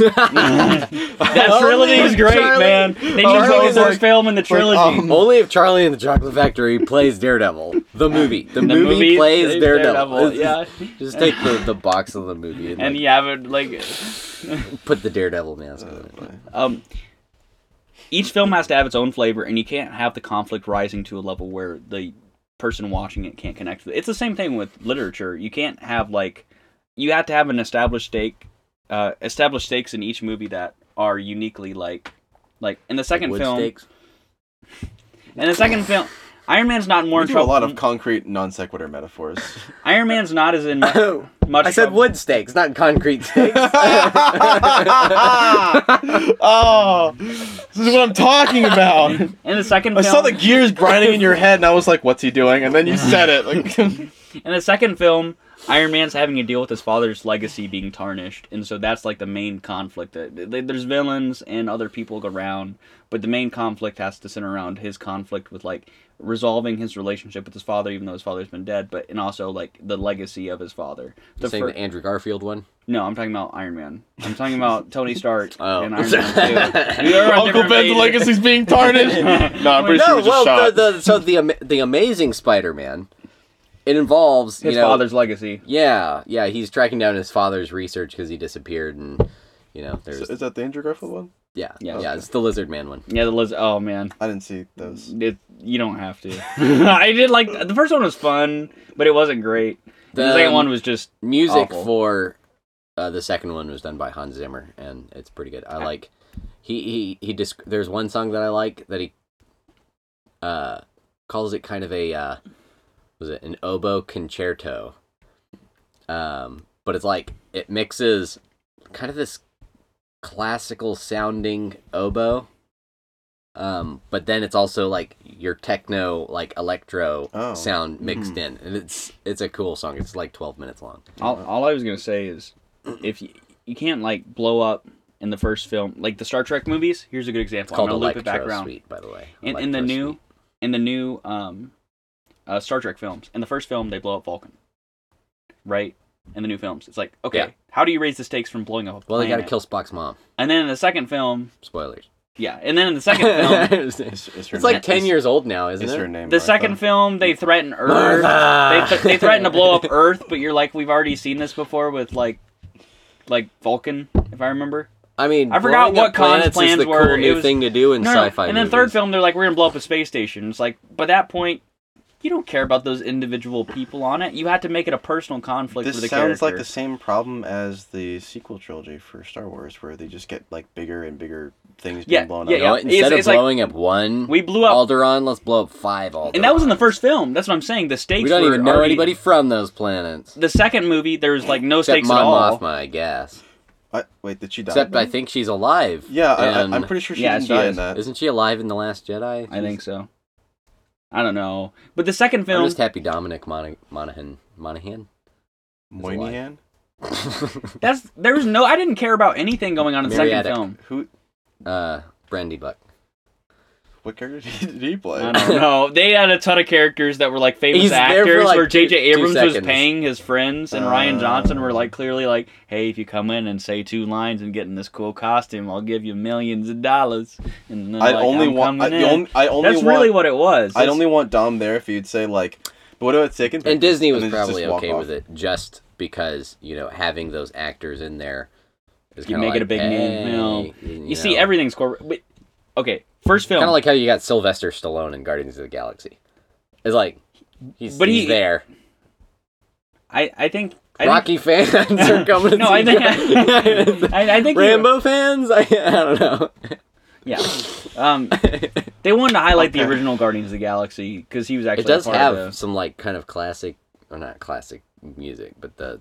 Speaker 3: that trilogy is great,
Speaker 2: Charlie-
Speaker 3: man. They
Speaker 1: Oh,
Speaker 3: need to
Speaker 1: I
Speaker 3: make a
Speaker 1: was
Speaker 3: third
Speaker 1: like-
Speaker 3: film in the trilogy.
Speaker 1: um,
Speaker 2: Only if Charlie and the Chocolate Factory plays Daredevil. The movie. The,
Speaker 3: the
Speaker 2: movie,
Speaker 3: movie
Speaker 2: plays Daredevil.
Speaker 3: Yeah,
Speaker 2: Just take the, the box of the movie and,
Speaker 3: and
Speaker 2: like,
Speaker 3: you have it like.
Speaker 2: put the Daredevil mask on it.
Speaker 3: Um, each film has to have its own flavor, and you can't have the conflict rising to a level where the person watching it can't connect with it. It's the same thing with literature. You can't have like you have to have an established stake, uh, established stakes in each movie that are uniquely like, like in the second
Speaker 2: Wood
Speaker 3: film.
Speaker 2: stakes.
Speaker 3: In the second film, Iron Man's not in more
Speaker 1: We
Speaker 3: in
Speaker 1: do a
Speaker 3: trouble.
Speaker 1: lot of concrete non sequitur metaphors.
Speaker 3: Iron Man's not as in mu-
Speaker 2: Oh,
Speaker 3: much.
Speaker 2: I said
Speaker 3: trouble-
Speaker 2: wood stakes, not concrete stakes.
Speaker 1: oh, this is what I'm talking about.
Speaker 3: In the second
Speaker 1: I
Speaker 3: film,
Speaker 1: saw the gears grinding in your head, and I was like, "What's he doing?" And then you said it. Like,
Speaker 3: in the second film, Iron Man's having to deal with his father's legacy being tarnished, and so that's like the main conflict. Th- th- There's villains and other people around, but the main conflict has to center around his conflict with like resolving his relationship with his father, even though his father's been dead, but and also like the legacy of his father. The
Speaker 2: Saying
Speaker 3: fir-
Speaker 2: the Andrew Garfield one.
Speaker 3: No, I'm talking about Iron Man. I'm talking about Tony Stark
Speaker 2: Oh.
Speaker 3: and Iron Man 2. We are on
Speaker 1: Uncle
Speaker 3: different
Speaker 1: Ben's
Speaker 3: pages.
Speaker 1: legacy's being tarnished. no, I'm pretty sure
Speaker 2: No,
Speaker 1: we just
Speaker 2: well,
Speaker 1: shot.
Speaker 2: the, the, so the ama- the Amazing Spider-Man, it involves
Speaker 3: His
Speaker 2: you know,
Speaker 3: father's legacy.
Speaker 2: yeah, yeah, he's tracking down his father's research because he disappeared, and you know, there's
Speaker 1: Is- Is that the Andrew Garfield one?
Speaker 2: yeah, yeah,
Speaker 3: Yeah.
Speaker 2: it's the Lizard Man one.
Speaker 3: Yeah, the Liz. Oh man,
Speaker 1: I didn't see those.
Speaker 3: it, you don't have to. I did like the first one was fun, but it wasn't great. The,
Speaker 2: The-
Speaker 3: second one was just
Speaker 2: Music
Speaker 3: Awful.
Speaker 2: for uh, the second one was done by Hans Zimmer, and it's pretty good. I like he he he. Disc- there's one song that I like that he uh calls it kind of a uh was it an oboe concerto, um, but it's like it mixes kind of this classical sounding oboe. Um, but then it's also like your techno, like electro
Speaker 1: Oh.
Speaker 2: sound mixed
Speaker 1: Mhm.
Speaker 2: in, and it's it's a cool song. It's like twelve minutes long.
Speaker 3: all, all I was gonna say is if you, you can't like blow up in the first film, like the Star Trek movies. Here's a good example.
Speaker 2: called
Speaker 3: I'm gonna loop
Speaker 2: Electro
Speaker 3: it back around.
Speaker 2: Suite, by the way.
Speaker 3: In, in the
Speaker 2: Electro
Speaker 3: new,
Speaker 2: Suite.
Speaker 3: in the new um, uh, Star Trek films, in the first film they blow up Vulcan, right? In the new films, it's like okay,
Speaker 2: Yeah.
Speaker 3: how do you raise the stakes from blowing up? A
Speaker 2: Well, they got to
Speaker 3: planet?
Speaker 2: kill Spock's mom.
Speaker 3: And then in the second film,
Speaker 2: Spoilers.
Speaker 3: yeah, and then in the second film,
Speaker 2: it's
Speaker 1: Is, is her
Speaker 2: like
Speaker 1: name-
Speaker 2: ten
Speaker 1: is-
Speaker 2: years old now, isn't
Speaker 1: Is her
Speaker 2: it?
Speaker 1: name
Speaker 3: the
Speaker 1: Martha?
Speaker 3: second film they threaten Earth. They,
Speaker 2: Martha!
Speaker 3: th- they threaten to blow up Earth, but you're like, we've already seen this before with like, like Vulcan, if I remember.
Speaker 2: I mean,
Speaker 3: I forgot
Speaker 2: blowing up
Speaker 3: what Khan's
Speaker 2: planets is
Speaker 3: plans
Speaker 2: the
Speaker 3: were.
Speaker 2: Cool
Speaker 3: It
Speaker 2: new
Speaker 3: was-
Speaker 2: thing to do in
Speaker 3: No, no,
Speaker 2: sci-fi.
Speaker 3: and then
Speaker 2: movies.
Speaker 3: third film they're like, we're gonna blow up a space station. It's like, by that point, you don't care about those individual people on it. You had to make it a personal conflict
Speaker 1: This
Speaker 3: for the
Speaker 1: sounds
Speaker 3: character.
Speaker 1: like the same problem as the sequel trilogy for Star Wars, where they just get like bigger and bigger things
Speaker 3: Yeah,
Speaker 1: being blown
Speaker 3: yeah,
Speaker 1: up.
Speaker 2: You know,
Speaker 3: yeah.
Speaker 2: instead
Speaker 3: It's-
Speaker 2: of
Speaker 3: it's like-
Speaker 2: blowing up one
Speaker 3: we blew up,
Speaker 2: Alderaan, let's blow up five Alderaan.
Speaker 3: and that was in the first film. That's what I'm saying. The stakes.
Speaker 2: We don't
Speaker 3: were
Speaker 2: even know
Speaker 3: already-
Speaker 2: anybody from those planets.
Speaker 3: The second movie, there was like no
Speaker 2: Except
Speaker 3: stakes
Speaker 2: Mon
Speaker 3: at all.
Speaker 2: Mothma, I guess.
Speaker 1: I, wait, did she die?
Speaker 2: Except I
Speaker 1: then?
Speaker 2: think she's alive.
Speaker 1: Yeah, I, I,
Speaker 2: in-
Speaker 1: I'm pretty sure she
Speaker 3: Yeah,
Speaker 1: didn't
Speaker 3: she
Speaker 1: die
Speaker 3: is.
Speaker 1: in that.
Speaker 2: Isn't she alive in the Last Jedi?
Speaker 3: I think so. I don't know, but the second
Speaker 2: I'm
Speaker 3: film,
Speaker 2: just happy Dominic Mon- Monaghan. Monaghan. alive.
Speaker 1: Moynihan?
Speaker 3: That's there was no. I didn't care about anything going on in the second
Speaker 2: Muriatic.
Speaker 3: film.
Speaker 1: Who?
Speaker 2: uh, Brandy Buck.
Speaker 1: What character did he, did he play?
Speaker 3: I don't know. They had a ton of characters that were like famous
Speaker 2: He's there for,
Speaker 3: actors,
Speaker 2: like,
Speaker 3: where
Speaker 2: two-
Speaker 3: J.J.
Speaker 2: two
Speaker 3: Abrams was
Speaker 2: seconds.
Speaker 3: paying his friends, and Ryan
Speaker 1: Uh.
Speaker 3: Johnson were like clearly like, "Hey, if you come in and say two lines and get in this cool costume, I'll give you millions of dollars." And then
Speaker 1: I'd
Speaker 3: like,
Speaker 1: only
Speaker 3: I'm
Speaker 1: want. I,
Speaker 3: coming
Speaker 1: the
Speaker 3: in.
Speaker 1: only, I only
Speaker 3: That's
Speaker 1: want.
Speaker 3: really what it was.
Speaker 1: I'd
Speaker 3: That's-
Speaker 1: only want Dom there if you'd say like, but what about taking?
Speaker 2: And Disney was
Speaker 1: then just-
Speaker 2: probably
Speaker 1: just walk
Speaker 2: okay
Speaker 1: off.
Speaker 2: with it just because, you know, having those actors in there is
Speaker 3: You
Speaker 2: kinda
Speaker 3: make it a big name, you know.
Speaker 2: hey, You,
Speaker 3: you see everything's corporate. But, okay, first film,
Speaker 2: Kind of like how you got Sylvester Stallone in Guardians of the Galaxy. It's like, he's,
Speaker 3: But
Speaker 2: he's
Speaker 3: he-
Speaker 2: there.
Speaker 3: I I think I
Speaker 2: Rocky fans are coming to
Speaker 3: No, I
Speaker 2: see
Speaker 3: think-
Speaker 2: that.
Speaker 3: I- I think you-
Speaker 2: Rambo fans? I, I don't know.
Speaker 3: Think, yeah, um, they wanted to highlight the
Speaker 1: Okay.
Speaker 3: original Guardians of the Galaxy because he was actually
Speaker 2: it does
Speaker 3: a part
Speaker 2: have
Speaker 3: of the,
Speaker 2: some, like, kind of classic, or not classic music, but the.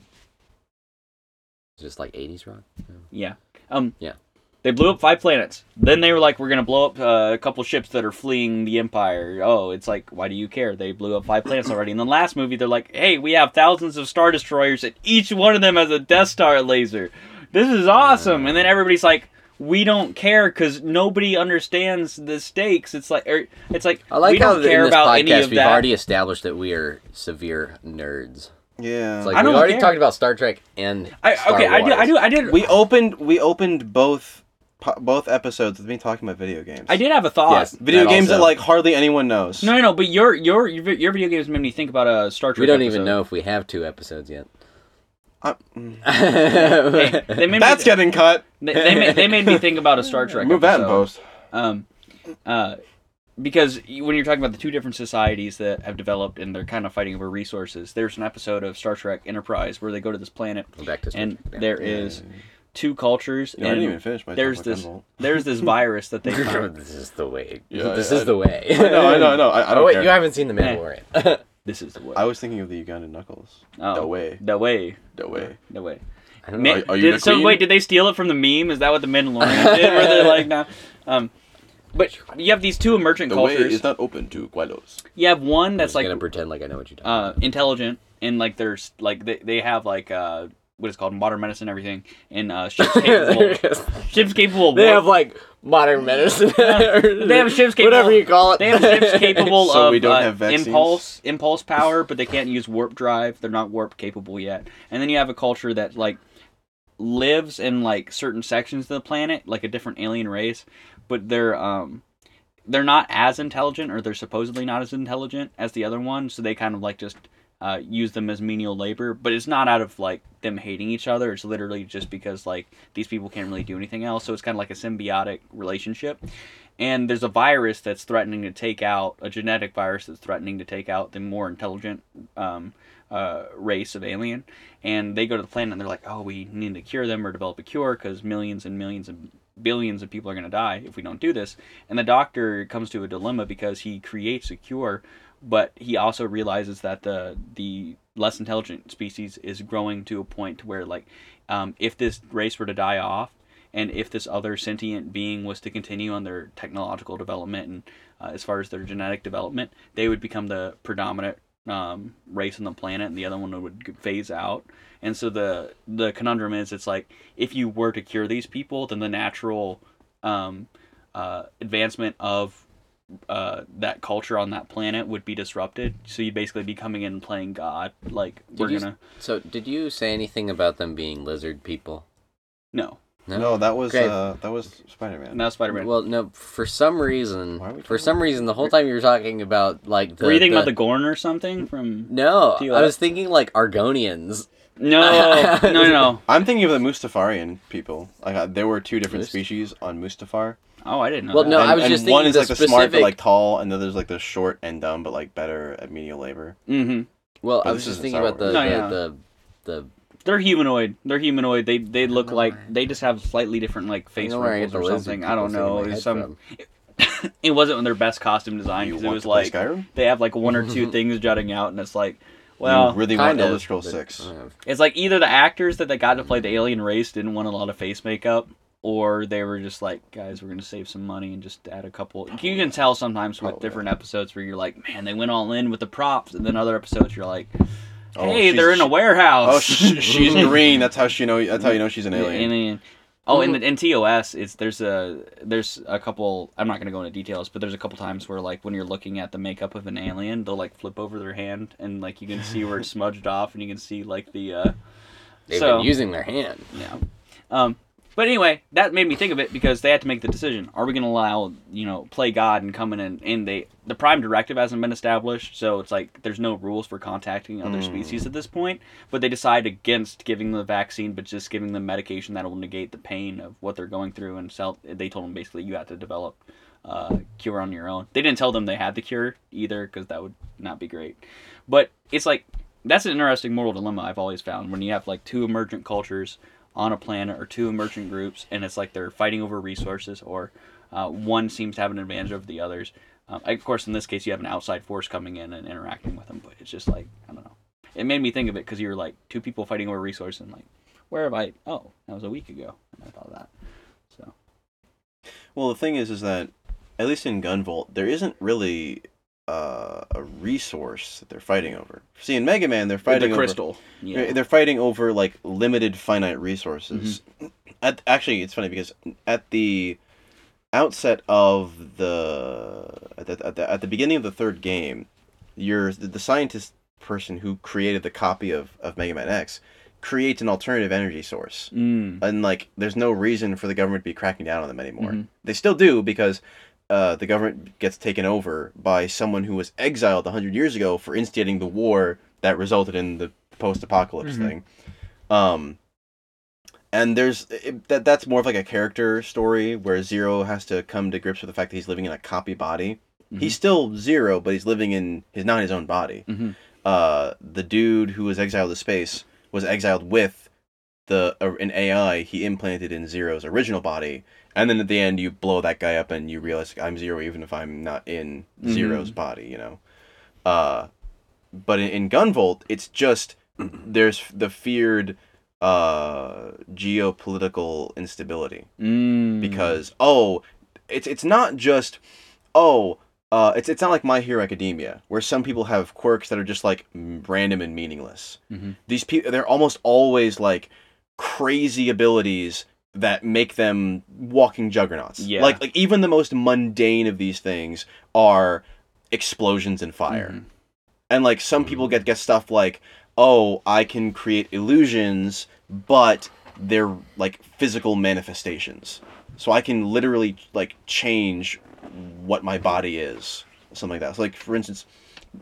Speaker 2: Just like 80s rock?
Speaker 3: Yeah. Um.
Speaker 2: Yeah.
Speaker 3: They blew up five planets. Then they were like, "We're gonna blow up uh, a couple ships that are fleeing the Empire." Oh, it's like, why do you care? They blew up five planets already. In the last movie, they're like, "Hey, we have thousands of star destroyers, and each one of them has a Death Star laser. This is awesome!" And then everybody's like, "We don't care because nobody understands the stakes." It's like, er, it's like
Speaker 2: I like
Speaker 3: we
Speaker 2: how
Speaker 3: don't
Speaker 2: th-
Speaker 3: care
Speaker 2: in this
Speaker 3: about
Speaker 2: podcast
Speaker 3: any of
Speaker 2: we've
Speaker 3: that.
Speaker 2: already established that we are severe nerds.
Speaker 1: Yeah.
Speaker 2: It's like
Speaker 3: I
Speaker 2: we've
Speaker 3: don't
Speaker 2: already
Speaker 3: care.
Speaker 2: talked about Star Trek and
Speaker 3: I,
Speaker 2: Star
Speaker 3: okay, I
Speaker 2: Wars.
Speaker 3: do, I do, I did,
Speaker 1: we opened. We opened both. po- Both episodes with me talking about video games.
Speaker 3: I did have a thought.
Speaker 2: Yes.
Speaker 1: Video
Speaker 2: That
Speaker 1: games
Speaker 2: also-
Speaker 1: that like hardly anyone knows.
Speaker 3: No, no, no. But your your your vi- your video games made me think about a Star Trek.
Speaker 2: We don't
Speaker 3: episode.
Speaker 2: even know if we have two episodes yet.
Speaker 1: I- mm.
Speaker 3: Hey, they made
Speaker 1: That's
Speaker 3: me,
Speaker 1: getting cut.
Speaker 3: they, they, made, they made me think about a Star Trek.
Speaker 1: Move that in
Speaker 3: episode.
Speaker 1: post.
Speaker 3: Um, uh, because you- when you're talking about the two different societies that have developed and they're kind of fighting over
Speaker 2: Oh,
Speaker 3: resources, there's an episode of Star Trek Enterprise where they go to this planet
Speaker 2: Back to Star
Speaker 3: and
Speaker 2: Trek now.
Speaker 3: there is two cultures.
Speaker 1: Yeah, I
Speaker 3: and
Speaker 1: didn't even finish my
Speaker 3: there's
Speaker 1: Atomic
Speaker 3: this
Speaker 1: Envelope.
Speaker 3: there's this virus that they found.
Speaker 2: Oh, this is the way.
Speaker 1: Yeah,
Speaker 2: this
Speaker 1: yeah,
Speaker 2: is
Speaker 1: I-
Speaker 2: the way.
Speaker 3: Oh,
Speaker 1: I know, I know, I know. I, I don't
Speaker 2: oh wait,
Speaker 1: care.
Speaker 2: you haven't seen the Mandalorian.
Speaker 3: This is the way.
Speaker 1: I was thinking of the Ugandan Knuckles.
Speaker 3: Oh.
Speaker 1: The way.
Speaker 3: The way.
Speaker 1: The way.
Speaker 3: The way.
Speaker 2: I don't
Speaker 3: Ma-
Speaker 2: know.
Speaker 1: Are- are you
Speaker 3: did,
Speaker 1: the
Speaker 3: so
Speaker 1: queen?
Speaker 3: wait, did they steal it from the meme? Is that what the Mandalorian did? Where they're like, nah. Um, but you have these two emergent
Speaker 1: The way
Speaker 3: cultures.
Speaker 1: is not open to Guados.
Speaker 3: you have one that's
Speaker 2: I'm
Speaker 3: like
Speaker 2: gonna pretend like I know what you're
Speaker 3: uh,
Speaker 2: talking.
Speaker 3: intelligent and like there's like they, they have like uh, what is called modern medicine and everything and uh, ships capable
Speaker 2: about.
Speaker 3: ships capable of
Speaker 2: they
Speaker 3: war-
Speaker 2: have like modern medicine.
Speaker 3: uh, they have ships capable
Speaker 2: Whatever you call it.
Speaker 3: they have ships capable
Speaker 1: So
Speaker 3: of
Speaker 1: we don't
Speaker 3: uh,
Speaker 1: have vaccines?
Speaker 3: impulse impulse power, but they can't use warp drive. They're not warp capable yet. And then you have a culture that like lives in like certain sections of the planet, like a different alien race, but they're um they're not as intelligent, or they're supposedly not as intelligent as the other one. So they kind of like just. Uh, use them as menial labor, but it's not out of like them hating each other. It's literally just because like these people can't really do anything else. So it's kind of like a symbiotic relationship and there's a virus that's threatening to take out a genetic virus that's threatening to take out the more intelligent um, uh, race of alien and they go to the planet and they're like oh we need to cure them or develop a cure because millions and millions and billions of people are going to die if we don't do this and the doctor comes to a dilemma because he creates a cure but he also realizes that the the less intelligent species is growing to a point to where like um, if this race were to die off and if this other sentient being was to continue on their technological development and uh, as far as their genetic development, they would become the predominant um, race on the planet, and the other one would g- phase out. And so the the conundrum is, it's like if you were to cure these people, then the natural um, uh, advancement of uh, that culture on that planet would be disrupted. So you'd basically be coming in and playing God, like we're
Speaker 2: you-
Speaker 3: gonna
Speaker 2: So, did you say anything about them being lizard people?
Speaker 3: no,
Speaker 2: No?
Speaker 1: No, that was
Speaker 2: Great.
Speaker 1: uh, that was Spider Man.
Speaker 3: not Spider Man.
Speaker 2: Well, no. For some reason,
Speaker 1: Why are we
Speaker 2: for
Speaker 1: talking
Speaker 2: some
Speaker 1: about-
Speaker 2: reason, the whole time you were talking about like the.
Speaker 3: Were you thinking
Speaker 2: the-
Speaker 3: about the Gorn or something from?
Speaker 2: No,
Speaker 3: Do
Speaker 2: I
Speaker 3: you like-
Speaker 2: was thinking like Argonians.
Speaker 3: No, no, no, no.
Speaker 1: I'm thinking of the Mustafarian people. Like uh, there were two different
Speaker 2: Must-
Speaker 1: species on Mustafar.
Speaker 3: Oh, I didn't know.
Speaker 2: Well,
Speaker 3: that.
Speaker 2: no,
Speaker 1: and,
Speaker 2: I was
Speaker 1: and
Speaker 2: just thinking
Speaker 1: one is
Speaker 2: the
Speaker 1: like the smart but
Speaker 2: specific-
Speaker 1: like tall, and the other's like the short and dumb but like better at menial labor.
Speaker 3: hmm
Speaker 2: Well,
Speaker 1: But
Speaker 2: I was
Speaker 1: this
Speaker 2: just
Speaker 1: isn't
Speaker 2: thinking
Speaker 1: Star
Speaker 2: about the
Speaker 1: Wars.
Speaker 2: the,
Speaker 3: No, yeah.
Speaker 2: the the
Speaker 3: They're humanoid. They're humanoid. They they look like they just have slightly different like
Speaker 2: I don't
Speaker 3: face
Speaker 2: know where I
Speaker 3: wrinkles
Speaker 2: get the
Speaker 3: or
Speaker 2: lizard
Speaker 3: something.
Speaker 2: people
Speaker 3: I don't
Speaker 2: thing in
Speaker 3: know. It
Speaker 2: my
Speaker 3: was
Speaker 2: head
Speaker 3: some.
Speaker 2: from.
Speaker 3: It wasn't their best costume design
Speaker 1: You
Speaker 3: because it
Speaker 1: want
Speaker 3: was
Speaker 1: to play
Speaker 3: like
Speaker 1: Skyrim?
Speaker 3: they have like one or two things jutting out, and it's like, well,
Speaker 1: you really want
Speaker 2: Kind
Speaker 1: Elder
Speaker 2: of.
Speaker 1: Scrolls
Speaker 2: but,
Speaker 1: Six.
Speaker 2: uh,
Speaker 3: it's like either the actors that they got to play the alien race didn't want a lot of face makeup. Or they were just like, guys, we're gonna save some money and just add a couple. You can tell sometimes with
Speaker 1: Probably.
Speaker 3: different episodes where you're like, man, they went all in with the props, and then other episodes you're like,
Speaker 1: Oh,
Speaker 3: hey,
Speaker 1: she's-
Speaker 3: they're in a
Speaker 1: she-
Speaker 3: warehouse.
Speaker 1: Oh, sh- she's green. That's how she know. That's how you know she's an alien.
Speaker 3: Yeah, alien. Oh, in the in TOS, it's there's a there's a couple. I'm not gonna go into details, but there's a couple times where like when you're looking at the makeup of an alien, they'll like flip over their hand and like you can see where it's smudged off, and you can see like the uh,
Speaker 2: They've
Speaker 3: So-
Speaker 2: been using their hand.
Speaker 3: yeah. Um, but anyway, that made me think of it because they had to make the decision: Are we going to allow you know play God and come in and, and they the prime directive hasn't been established, so it's like there's no rules for contacting other species at this point. But they decide against giving them the vaccine, but just giving them medication that will negate the pain of what they're going through. And sell, they told them basically you have to develop uh, cure on your own. They didn't tell them they had the cure either because that would not be great. But it's like that's an interesting moral dilemma I've always found when you have like two emergent cultures on a planet or two emergent groups, and it's like they're fighting over resources, or uh, one seems to have an advantage over the others. Um, of course, in this case, you have an outside force coming in and interacting with them, but it's just like I don't know. It made me think of it because you were like two people fighting over resources, and like where have I? Oh, that was a week ago, and I thought of that. So
Speaker 1: Well, the thing is, is that at least in Gunvolt, there isn't really uh, a resource that they're fighting over. See, in Mega Man, they're fighting over
Speaker 3: yeah.
Speaker 1: they're fighting over like limited, finite resources. At, actually, it's funny because at the outset of the at the, at the at the beginning of the third game, your the, the scientist person who created the copy of of Mega Man X creates an alternative energy source
Speaker 3: Mm.
Speaker 1: and like there's no reason for the government to be cracking down on them anymore.
Speaker 3: Mhm.
Speaker 1: They still do because uh, the government gets taken over by someone who was exiled 100 years ago for instigating the war that resulted in the post-apocalypse
Speaker 3: Mhm.
Speaker 1: thing. Um, and there's it, that that's more of like a character story where Zero has to come to grips with the fact that he's living in a copy body. He's still Zero, but he's living in he's not in his own body
Speaker 3: Mhm.
Speaker 1: uh, the dude who was exiled to space was exiled with the uh, an AI he implanted in Zero's original body, and then at the end you blow that guy up and you realize I'm Zero even if I'm not in Zero's body, you know. Uh, but in, in Gunvolt, it's just there's the feared uh, geopolitical instability
Speaker 3: Mm.
Speaker 1: because oh, it's it's not just oh. Uh, it's, it's not like My Hero Academia, where some people have quirks that are just like m- random and meaningless
Speaker 3: Mhm.
Speaker 1: these people they're almost always like crazy abilities that make them walking juggernauts.
Speaker 3: Yeah.
Speaker 1: Like like even the most mundane of these things are explosions and fire.
Speaker 3: Mhm.
Speaker 1: And like some people get get stuff like, "Oh, I can create illusions, but they're like physical manifestations." So I can literally like change what my body is, something like that. So like for instance,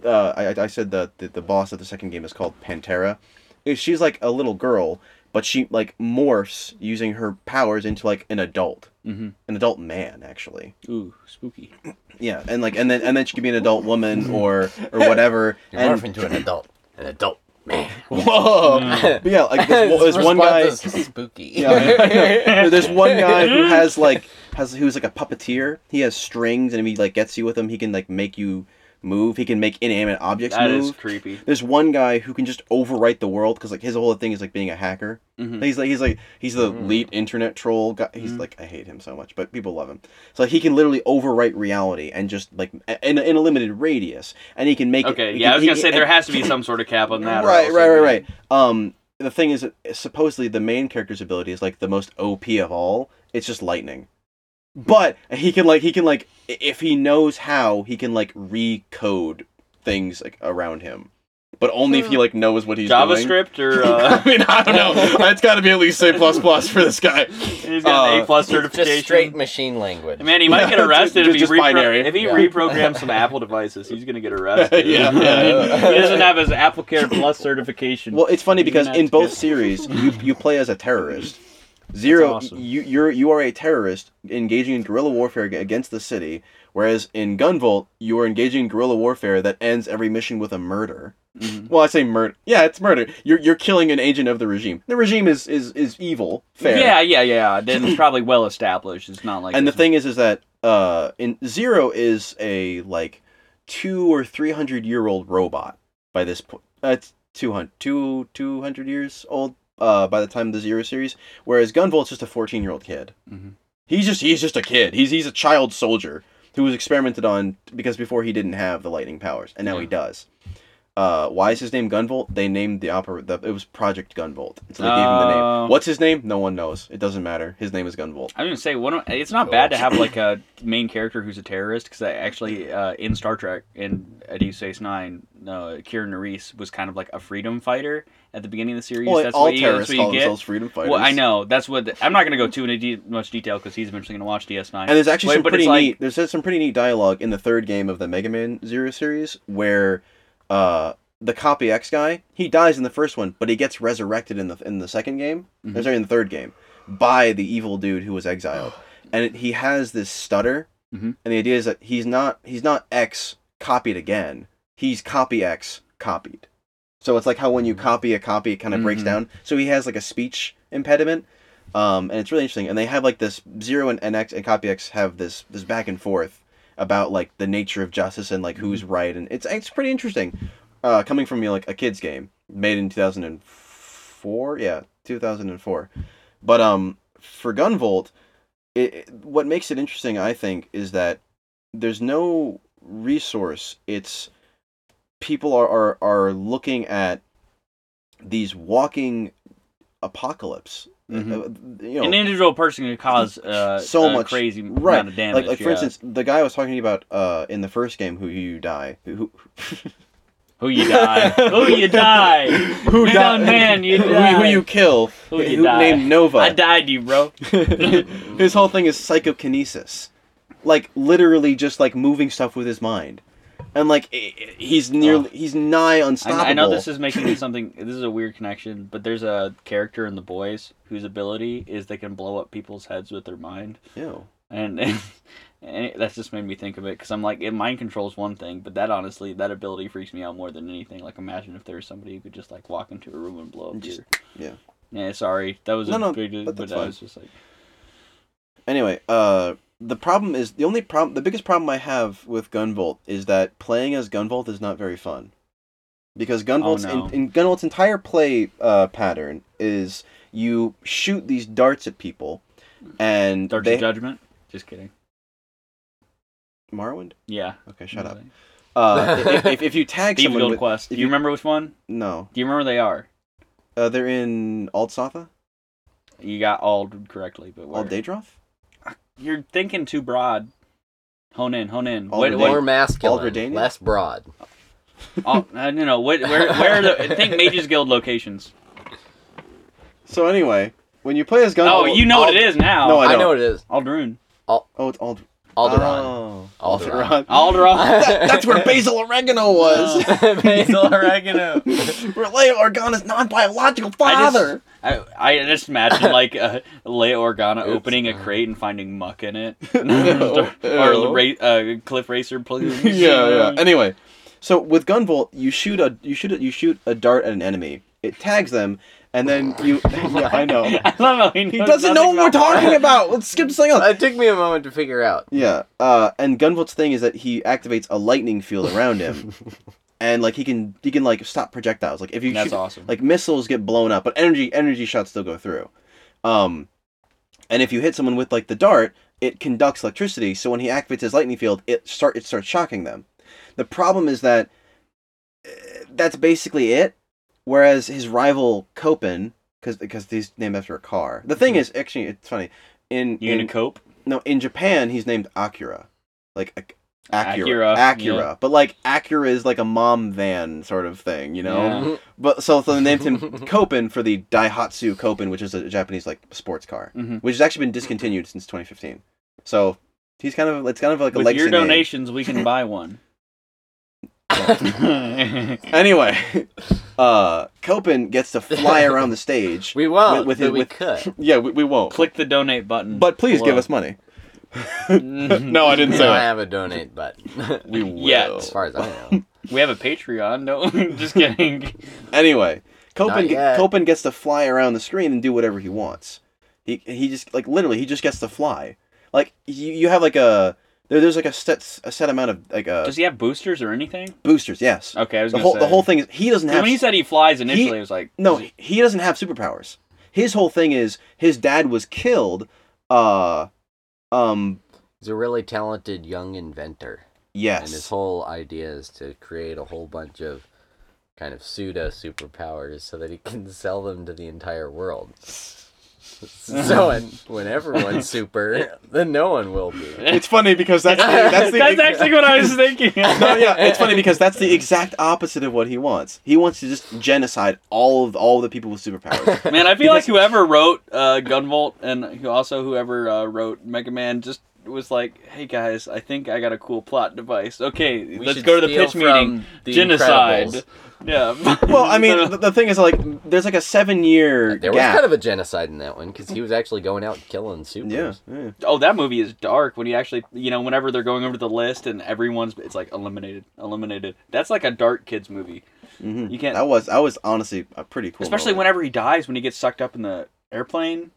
Speaker 1: uh, I I- I said that the, the boss of the second game is called Pantera. If She's like a little girl, but she like morphs using her powers into like an adult,
Speaker 3: Mhm.
Speaker 1: an adult man actually.
Speaker 3: Ooh, spooky.
Speaker 1: Yeah, and like, and then and then she could be an adult woman or or whatever.
Speaker 2: You
Speaker 1: and
Speaker 2: morph into an adult. An adult man.
Speaker 1: whoa, But yeah, like there's, one- there's one guy.
Speaker 2: Response is spooky.
Speaker 1: Yeah, there's one guy who has like has who's like a puppeteer. He has strings, and if he like gets you with him, he can like make you move. He can make inanimate objects
Speaker 3: That
Speaker 1: move.
Speaker 3: is creepy.
Speaker 1: There's one guy who can just overwrite the world because like his whole thing is like being a hacker.
Speaker 3: Mhm.
Speaker 1: Mm-hmm. He's like he's like he's the
Speaker 2: Mm.
Speaker 1: lead internet troll guy. He's
Speaker 3: Mm.
Speaker 1: like I hate him so much, but people love him. So like, he can literally overwrite reality and just like a- in a, in a limited radius, and he can make.
Speaker 3: Okay,
Speaker 1: he
Speaker 3: yeah, I
Speaker 1: can-
Speaker 3: was
Speaker 1: he-
Speaker 3: gonna say
Speaker 1: and-
Speaker 3: there has to be some sort of cap on that. or
Speaker 1: Right,
Speaker 3: else
Speaker 1: right,
Speaker 3: it'd
Speaker 1: right,
Speaker 3: be-
Speaker 1: right. Um, the thing is, supposedly the main character's ability is like the most OP of all. It's just lightning, but he can like he can like i- if he knows how he can like recode things like around him, but only if he like knows what he's doing.
Speaker 3: Hmm. JavaScript or uh,
Speaker 1: I mean, I don't know. That's got to be at least C plus plus for this guy.
Speaker 3: he's got an
Speaker 1: Uh,
Speaker 3: A plus
Speaker 2: It's just straight
Speaker 3: certification.
Speaker 2: machine language.
Speaker 3: Man, he might get
Speaker 1: Yeah,
Speaker 3: arrested if he,
Speaker 1: just binary.
Speaker 3: repro- if he
Speaker 2: Yeah.
Speaker 3: reprograms some Apple devices. He's gonna get arrested.
Speaker 1: Yeah,
Speaker 2: yeah.
Speaker 3: he doesn't have his Apple Care Plus certification.
Speaker 1: Well, it's funny
Speaker 3: You're
Speaker 1: because
Speaker 3: gonna
Speaker 1: in
Speaker 3: have to
Speaker 1: both
Speaker 3: get-
Speaker 1: series, you, you play as a terrorist. Zero,
Speaker 3: That's awesome.
Speaker 1: you you're you are a terrorist engaging in guerrilla warfare ag- against the city, whereas in Gunvolt, you are engaging in guerrilla warfare that ends every mission with a murder.
Speaker 3: Mhm.
Speaker 1: Well, I say murder. Yeah, it's murder. You're you're killing an agent of the regime. The regime is is is evil. Fair.
Speaker 3: Yeah, yeah, yeah. Then it's probably well established. It's not like
Speaker 1: and the
Speaker 3: this-
Speaker 1: thing is is that uh in zero is a like two or three hundred year old robot by this point uh, it's 200 two, 200 years old uh by the time of the zero series whereas gunvolt's just a 14 year old kid
Speaker 3: Mhm.
Speaker 1: he's just he's just a kid he's he's a child soldier who was experimented on because before he didn't have the lightning powers and now he
Speaker 3: Yeah.
Speaker 1: does uh, why is his name Gunvolt? They named the opera. The, it was Project Gunvolt, so they gave him the
Speaker 3: Oh.
Speaker 1: name. What's his name? No one knows. It doesn't matter. His name is Gunvolt.
Speaker 3: I was gonna say
Speaker 1: Oh
Speaker 3: one. Of, it's not
Speaker 2: Cool.
Speaker 3: bad to have like a main character who's a terrorist because actually uh, in Star Trek in at Deep Space Nine, uh, Kieran Nerys was kind of like a freedom fighter at the beginning of the series.
Speaker 1: Well,
Speaker 3: that's
Speaker 1: all
Speaker 3: what you, that's
Speaker 1: terrorists
Speaker 3: what
Speaker 1: call
Speaker 3: you get.
Speaker 1: themselves freedom fighters.
Speaker 3: Well, I know that's what the- I'm not gonna go too into de- much detail because he's eventually gonna watch DS Nine.
Speaker 1: And there's actually
Speaker 3: Wait,
Speaker 1: some
Speaker 3: but
Speaker 1: pretty
Speaker 3: it's like-
Speaker 1: neat. There's there's some pretty neat dialogue in the third game of the Mega Man Zero series where, uh, the Copy X guy he dies in the first one, but he gets resurrected in the in the second game.
Speaker 3: Mhm.
Speaker 1: I'm Sorry, in the third game, by the evil dude who was exiled, and it, he has this stutter.
Speaker 3: Mhm.
Speaker 1: And the idea is that he's not he's not X copied again. He's copy X copied. So it's like how when you copy a copy, it kind of breaks
Speaker 3: Mhm.
Speaker 1: down. So he has like a speech impediment, um, and it's really interesting. And they have like this zero and NX and copy X have this this back and forth about like the nature of justice and like who's right, and it's it's pretty interesting. Uh, coming from you know, like a kids game made in two thousand and four, yeah, two thousand and four. But um, for Gunvolt, it, it- what makes it interesting, I think, is that there's no resource. It's people are are, are looking at these walking apocalypse.
Speaker 3: Mhm.
Speaker 1: Uh, you know,
Speaker 3: An individual person can cause uh,
Speaker 1: So
Speaker 3: a
Speaker 1: much-
Speaker 3: crazy
Speaker 1: right,
Speaker 3: amount of damage.
Speaker 1: like like for
Speaker 3: yeah.
Speaker 1: instance, the guy I was talking to you about uh, in the first game, who you die, who
Speaker 3: who you die, who you die,
Speaker 1: who
Speaker 3: you
Speaker 1: die-
Speaker 3: done man, you
Speaker 1: who,
Speaker 3: die,
Speaker 1: who you kill,
Speaker 3: Who you die.
Speaker 1: named Nova.
Speaker 3: I died, you bro.
Speaker 1: his whole thing is psychokinesis, like literally just like moving stuff with his mind, and like i- i- he's nearly he's nigh
Speaker 3: I,
Speaker 1: unstoppable.
Speaker 3: I know this is making something. This is a weird connection, but there's a character in The Boys whose ability is they can blow up people's heads with their mind,
Speaker 1: Ew.
Speaker 3: and, and, it- that's just made me think of it because I'm like, it, mind control's one thing, but that honestly, that ability freaks me out more than anything. Like, imagine if there was somebody who could just like walk into a room and blow up
Speaker 1: And just-
Speaker 3: your,
Speaker 1: yeah.
Speaker 3: Yeah, sorry, that was
Speaker 1: No,
Speaker 3: a
Speaker 1: no,
Speaker 3: big,
Speaker 1: but
Speaker 3: but,
Speaker 1: that's
Speaker 3: I
Speaker 1: fine.
Speaker 3: was just like,
Speaker 1: Anyway, uh, the problem is the only problem, the biggest problem I have with Gunvolt is that playing as Gunvolt is not very fun, because Gunvolt's
Speaker 3: Oh, no.
Speaker 1: in, in Gunvolt's entire play uh, pattern is you shoot these darts at people, and
Speaker 3: Darts
Speaker 1: they
Speaker 3: of Judgment. Just kidding.
Speaker 1: Morrowind.
Speaker 3: Yeah.
Speaker 1: Okay, shut up.
Speaker 3: Like,
Speaker 1: Uh, if, if, if you tag
Speaker 3: Thieves
Speaker 1: someone
Speaker 3: Guild
Speaker 1: with
Speaker 3: Quest. Do
Speaker 1: if
Speaker 3: you
Speaker 1: you-
Speaker 3: remember which one?
Speaker 1: no,
Speaker 3: Do you remember they are?
Speaker 1: uh, they're in Aldsatha,
Speaker 3: You got all correctly, but where?
Speaker 1: Ald Daedroth,
Speaker 3: You're thinking too broad. Hone in, hone in.
Speaker 1: All
Speaker 3: What,
Speaker 1: the
Speaker 2: More
Speaker 3: what,
Speaker 1: damage.
Speaker 2: masculine,
Speaker 1: Alderdania?
Speaker 2: less broad.
Speaker 3: all, I don't know. What, where, where are the? Think Mages Guild locations.
Speaker 1: So anyway, when you play as Gunvolt,
Speaker 3: Oh, you know what
Speaker 2: Ald-
Speaker 3: it is now.
Speaker 1: No, I
Speaker 2: I,
Speaker 1: don't.
Speaker 2: know what it is.
Speaker 3: Alderun.
Speaker 1: oh, it's Ald
Speaker 2: Alderaan.
Speaker 1: Oh,
Speaker 2: Alderaan.
Speaker 3: Alderaan.
Speaker 1: That- that's where basil oregano was.
Speaker 2: Basil oregano.
Speaker 1: Relay Organa's non-biological father.
Speaker 3: I just, I, I just imagine like uh, Leia Organa
Speaker 2: Oops.
Speaker 3: opening
Speaker 1: uh,
Speaker 3: a crate and finding muck in it,
Speaker 1: No.
Speaker 3: or ra- uh, Cliff Racer plumes.
Speaker 1: Anyway, so with Gunvolt, you shoot a you shoot a, you shoot a dart at an enemy. It tags them, and then you. yeah, I know.
Speaker 3: I love how he,
Speaker 1: He doesn't know what we're talking about. Let's skip to something else.
Speaker 2: it took me a moment to figure out.
Speaker 1: Yeah. Uh, and Gunvolt's thing is that he activates a lightning field around him, and like he can he can like stop projectiles. Like if you
Speaker 3: That's
Speaker 1: shoot,
Speaker 3: awesome.
Speaker 1: like missiles get blown up, but energy energy shots still go through. Um, and if you hit someone with like the dart, it conducts electricity. So when he activates his lightning field, it start it starts shocking them. The problem is that uh, that's basically it. Whereas his rival Copen, because because he's named after a car. The thing is, actually, it's funny. In
Speaker 3: Mm-hmm. you
Speaker 1: in-
Speaker 3: gonna cope?
Speaker 1: no, in Japan, he's named Akira, like Ac-
Speaker 3: Acura,
Speaker 1: Acura, Acura, but like Acura is like a mom van sort of thing, you know.
Speaker 3: Yeah.
Speaker 1: But so, so they named him Copen for the Daihatsu Copen, which is a Japanese like sports car,
Speaker 3: Mhm.
Speaker 1: which has actually been discontinued since 2015. So he's kind of it's kind of like a
Speaker 3: With
Speaker 1: legacy
Speaker 3: your
Speaker 1: name.
Speaker 3: donations, we can buy one.
Speaker 1: Anyway, uh, Copen gets to fly around the stage.
Speaker 2: We won't,
Speaker 1: With- with
Speaker 2: but
Speaker 1: his-
Speaker 2: we
Speaker 1: with-
Speaker 2: could.
Speaker 1: yeah, we, we won't.
Speaker 3: Click the donate button.
Speaker 1: But please
Speaker 3: below.
Speaker 1: give us money.
Speaker 3: Mm.
Speaker 1: no, I didn't
Speaker 2: We
Speaker 1: say
Speaker 2: don't
Speaker 1: that.
Speaker 2: have a donate button.
Speaker 1: We will.
Speaker 3: Yet.
Speaker 2: as far as I know.
Speaker 3: we have a Patreon. No, just kidding.
Speaker 1: Anyway,
Speaker 2: Not
Speaker 1: Copen
Speaker 2: yet.
Speaker 1: Copen gets to fly around the screen and do whatever he wants. He he just like literally he just gets to fly. Like you, you have like a there, there's like a set a set amount of like uh,
Speaker 3: Does he have boosters or anything?
Speaker 1: boosters. Yes,
Speaker 3: Okay, I was
Speaker 1: the
Speaker 3: gonna
Speaker 1: whole
Speaker 3: say.
Speaker 1: the whole thing is he doesn't
Speaker 3: 'Cause
Speaker 1: have
Speaker 3: when he said he flies initially,
Speaker 1: He-
Speaker 3: it was like
Speaker 1: no he- he doesn't have superpowers. His whole thing is his dad was killed. Uh, um,
Speaker 2: He's a really talented young inventor. And his
Speaker 1: yes,
Speaker 2: whole idea is to create a whole bunch of kind of pseudo superpowers so that he can sell them to the entire world. So when, when everyone's super, then no one will be.
Speaker 1: it's funny because that's the, that's the
Speaker 3: That's actually what I was thinking.
Speaker 1: no, yeah, it's funny because that's the exact opposite of what he wants. He wants to just genocide all of all the people with superpowers.
Speaker 3: Man, I feel like whoever wrote uh, Gunvolt and who also whoever uh, wrote Mega Man just was like, "Hey guys, I think I got a cool plot device. Okay,
Speaker 2: We
Speaker 3: let's
Speaker 2: should
Speaker 3: go to the
Speaker 2: steal
Speaker 3: pitch meeting.
Speaker 2: from the
Speaker 3: Genocide.
Speaker 2: Incredibles.
Speaker 3: Yeah.
Speaker 1: well, I mean, the, the thing is, like, there's like a seven year
Speaker 2: There
Speaker 1: gap.
Speaker 2: was kind of a genocide in that one because he was actually going out and killing supers.
Speaker 1: yeah, yeah.
Speaker 3: oh, that movie is dark. When you actually, you know, whenever they're going over the list and everyone's, it's like eliminated, eliminated. That's like a dark kids movie.
Speaker 1: hmm
Speaker 3: You can't,
Speaker 1: That was that was honestly a pretty cool.
Speaker 3: especially
Speaker 1: moment.
Speaker 3: whenever he dies when he gets sucked up in the airplane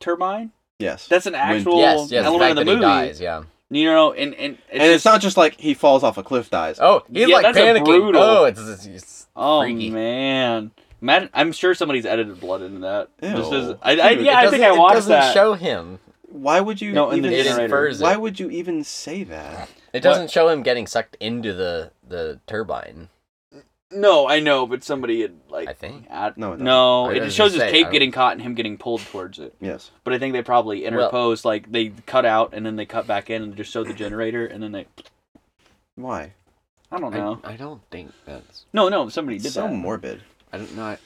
Speaker 3: turbine.
Speaker 1: yes,
Speaker 3: That's an actual
Speaker 2: Yes, yes. The
Speaker 3: element
Speaker 2: fact
Speaker 3: of the
Speaker 2: that
Speaker 3: movie.
Speaker 2: he dies, yeah.
Speaker 3: You know, and and it's,
Speaker 1: and it's
Speaker 3: just-
Speaker 1: not just like he falls off a cliff, dies.
Speaker 2: Oh, he's
Speaker 3: Yeah,
Speaker 2: like
Speaker 3: that's a
Speaker 2: panicking.
Speaker 3: brutal-
Speaker 2: Oh, it's, it's, it's
Speaker 3: Oh
Speaker 2: Freaky.
Speaker 3: man, Imagine, I'm sure somebody's edited blood into that. Just
Speaker 1: Ew.
Speaker 3: as, I, I,
Speaker 1: Dude,
Speaker 2: it
Speaker 3: yeah, I think
Speaker 2: doesn't-
Speaker 3: I
Speaker 2: it
Speaker 3: watched
Speaker 2: doesn't
Speaker 3: that.
Speaker 2: show him.
Speaker 1: Why would you?
Speaker 3: No, in the
Speaker 1: even,
Speaker 2: It
Speaker 3: generator.
Speaker 2: infers
Speaker 1: Why
Speaker 2: it.
Speaker 1: would you even say that?
Speaker 2: It doesn't show him getting sucked into the the turbine.
Speaker 3: no, I know, but somebody had like.
Speaker 2: I think.
Speaker 3: ad-
Speaker 1: No, it
Speaker 3: no,
Speaker 2: I
Speaker 1: doesn't.
Speaker 3: it
Speaker 2: was
Speaker 3: just shows
Speaker 2: gonna
Speaker 3: his
Speaker 2: say,
Speaker 3: cape
Speaker 2: I-
Speaker 3: getting caught and him getting pulled towards it.
Speaker 1: Yes.
Speaker 3: But I think they probably
Speaker 2: Well-
Speaker 3: interposed, like they cut out and then they cut back in and just showed the generator and then they.
Speaker 1: Why?
Speaker 3: I don't
Speaker 2: I,
Speaker 3: know.
Speaker 2: I don't think that's.
Speaker 3: No, no, somebody did
Speaker 1: So
Speaker 3: that.
Speaker 1: morbid.
Speaker 2: I don't know. I-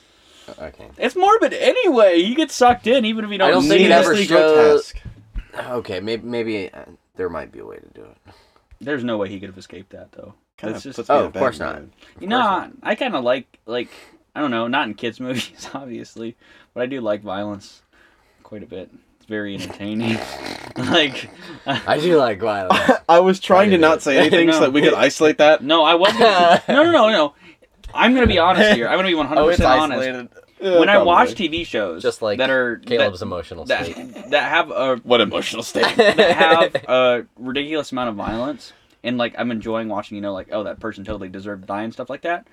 Speaker 2: uh, Okay.
Speaker 3: it's morbid anyway. You get sucked in even if you don't.
Speaker 2: I don't think it
Speaker 3: see
Speaker 2: ever
Speaker 1: Needlessly
Speaker 2: show-
Speaker 1: grotesque.
Speaker 2: Okay. Maybe maybe uh, there might be a way to do it.
Speaker 3: There's no way he could have escaped that though.
Speaker 1: Kind of
Speaker 3: That's just-
Speaker 1: puts me in
Speaker 2: Oh,
Speaker 1: a
Speaker 2: of
Speaker 1: bad
Speaker 2: course not.
Speaker 1: mood.
Speaker 3: You
Speaker 2: course
Speaker 3: know,
Speaker 2: not.
Speaker 3: I kind of like like I don't know, not in kids movies obviously, but I do like violence quite a bit. It's very entertaining. like
Speaker 2: I do like violence.
Speaker 1: I was trying to
Speaker 2: Right.
Speaker 1: not say anything so
Speaker 3: No.
Speaker 1: that we could isolate that.
Speaker 3: no, I wasn't. no, no, no, no. I'm gonna be honest here. I'm gonna be 100
Speaker 2: oh, it's
Speaker 3: percent honest.
Speaker 2: isolated.
Speaker 3: when I watch TV shows
Speaker 2: Just like
Speaker 3: that are
Speaker 2: Caleb's emotional
Speaker 3: that,
Speaker 2: state.
Speaker 3: that, that have a
Speaker 1: what emotional state.
Speaker 3: that have a ridiculous amount of violence and like I'm enjoying watching, you know, like, oh that person totally deserved to die and stuff like that.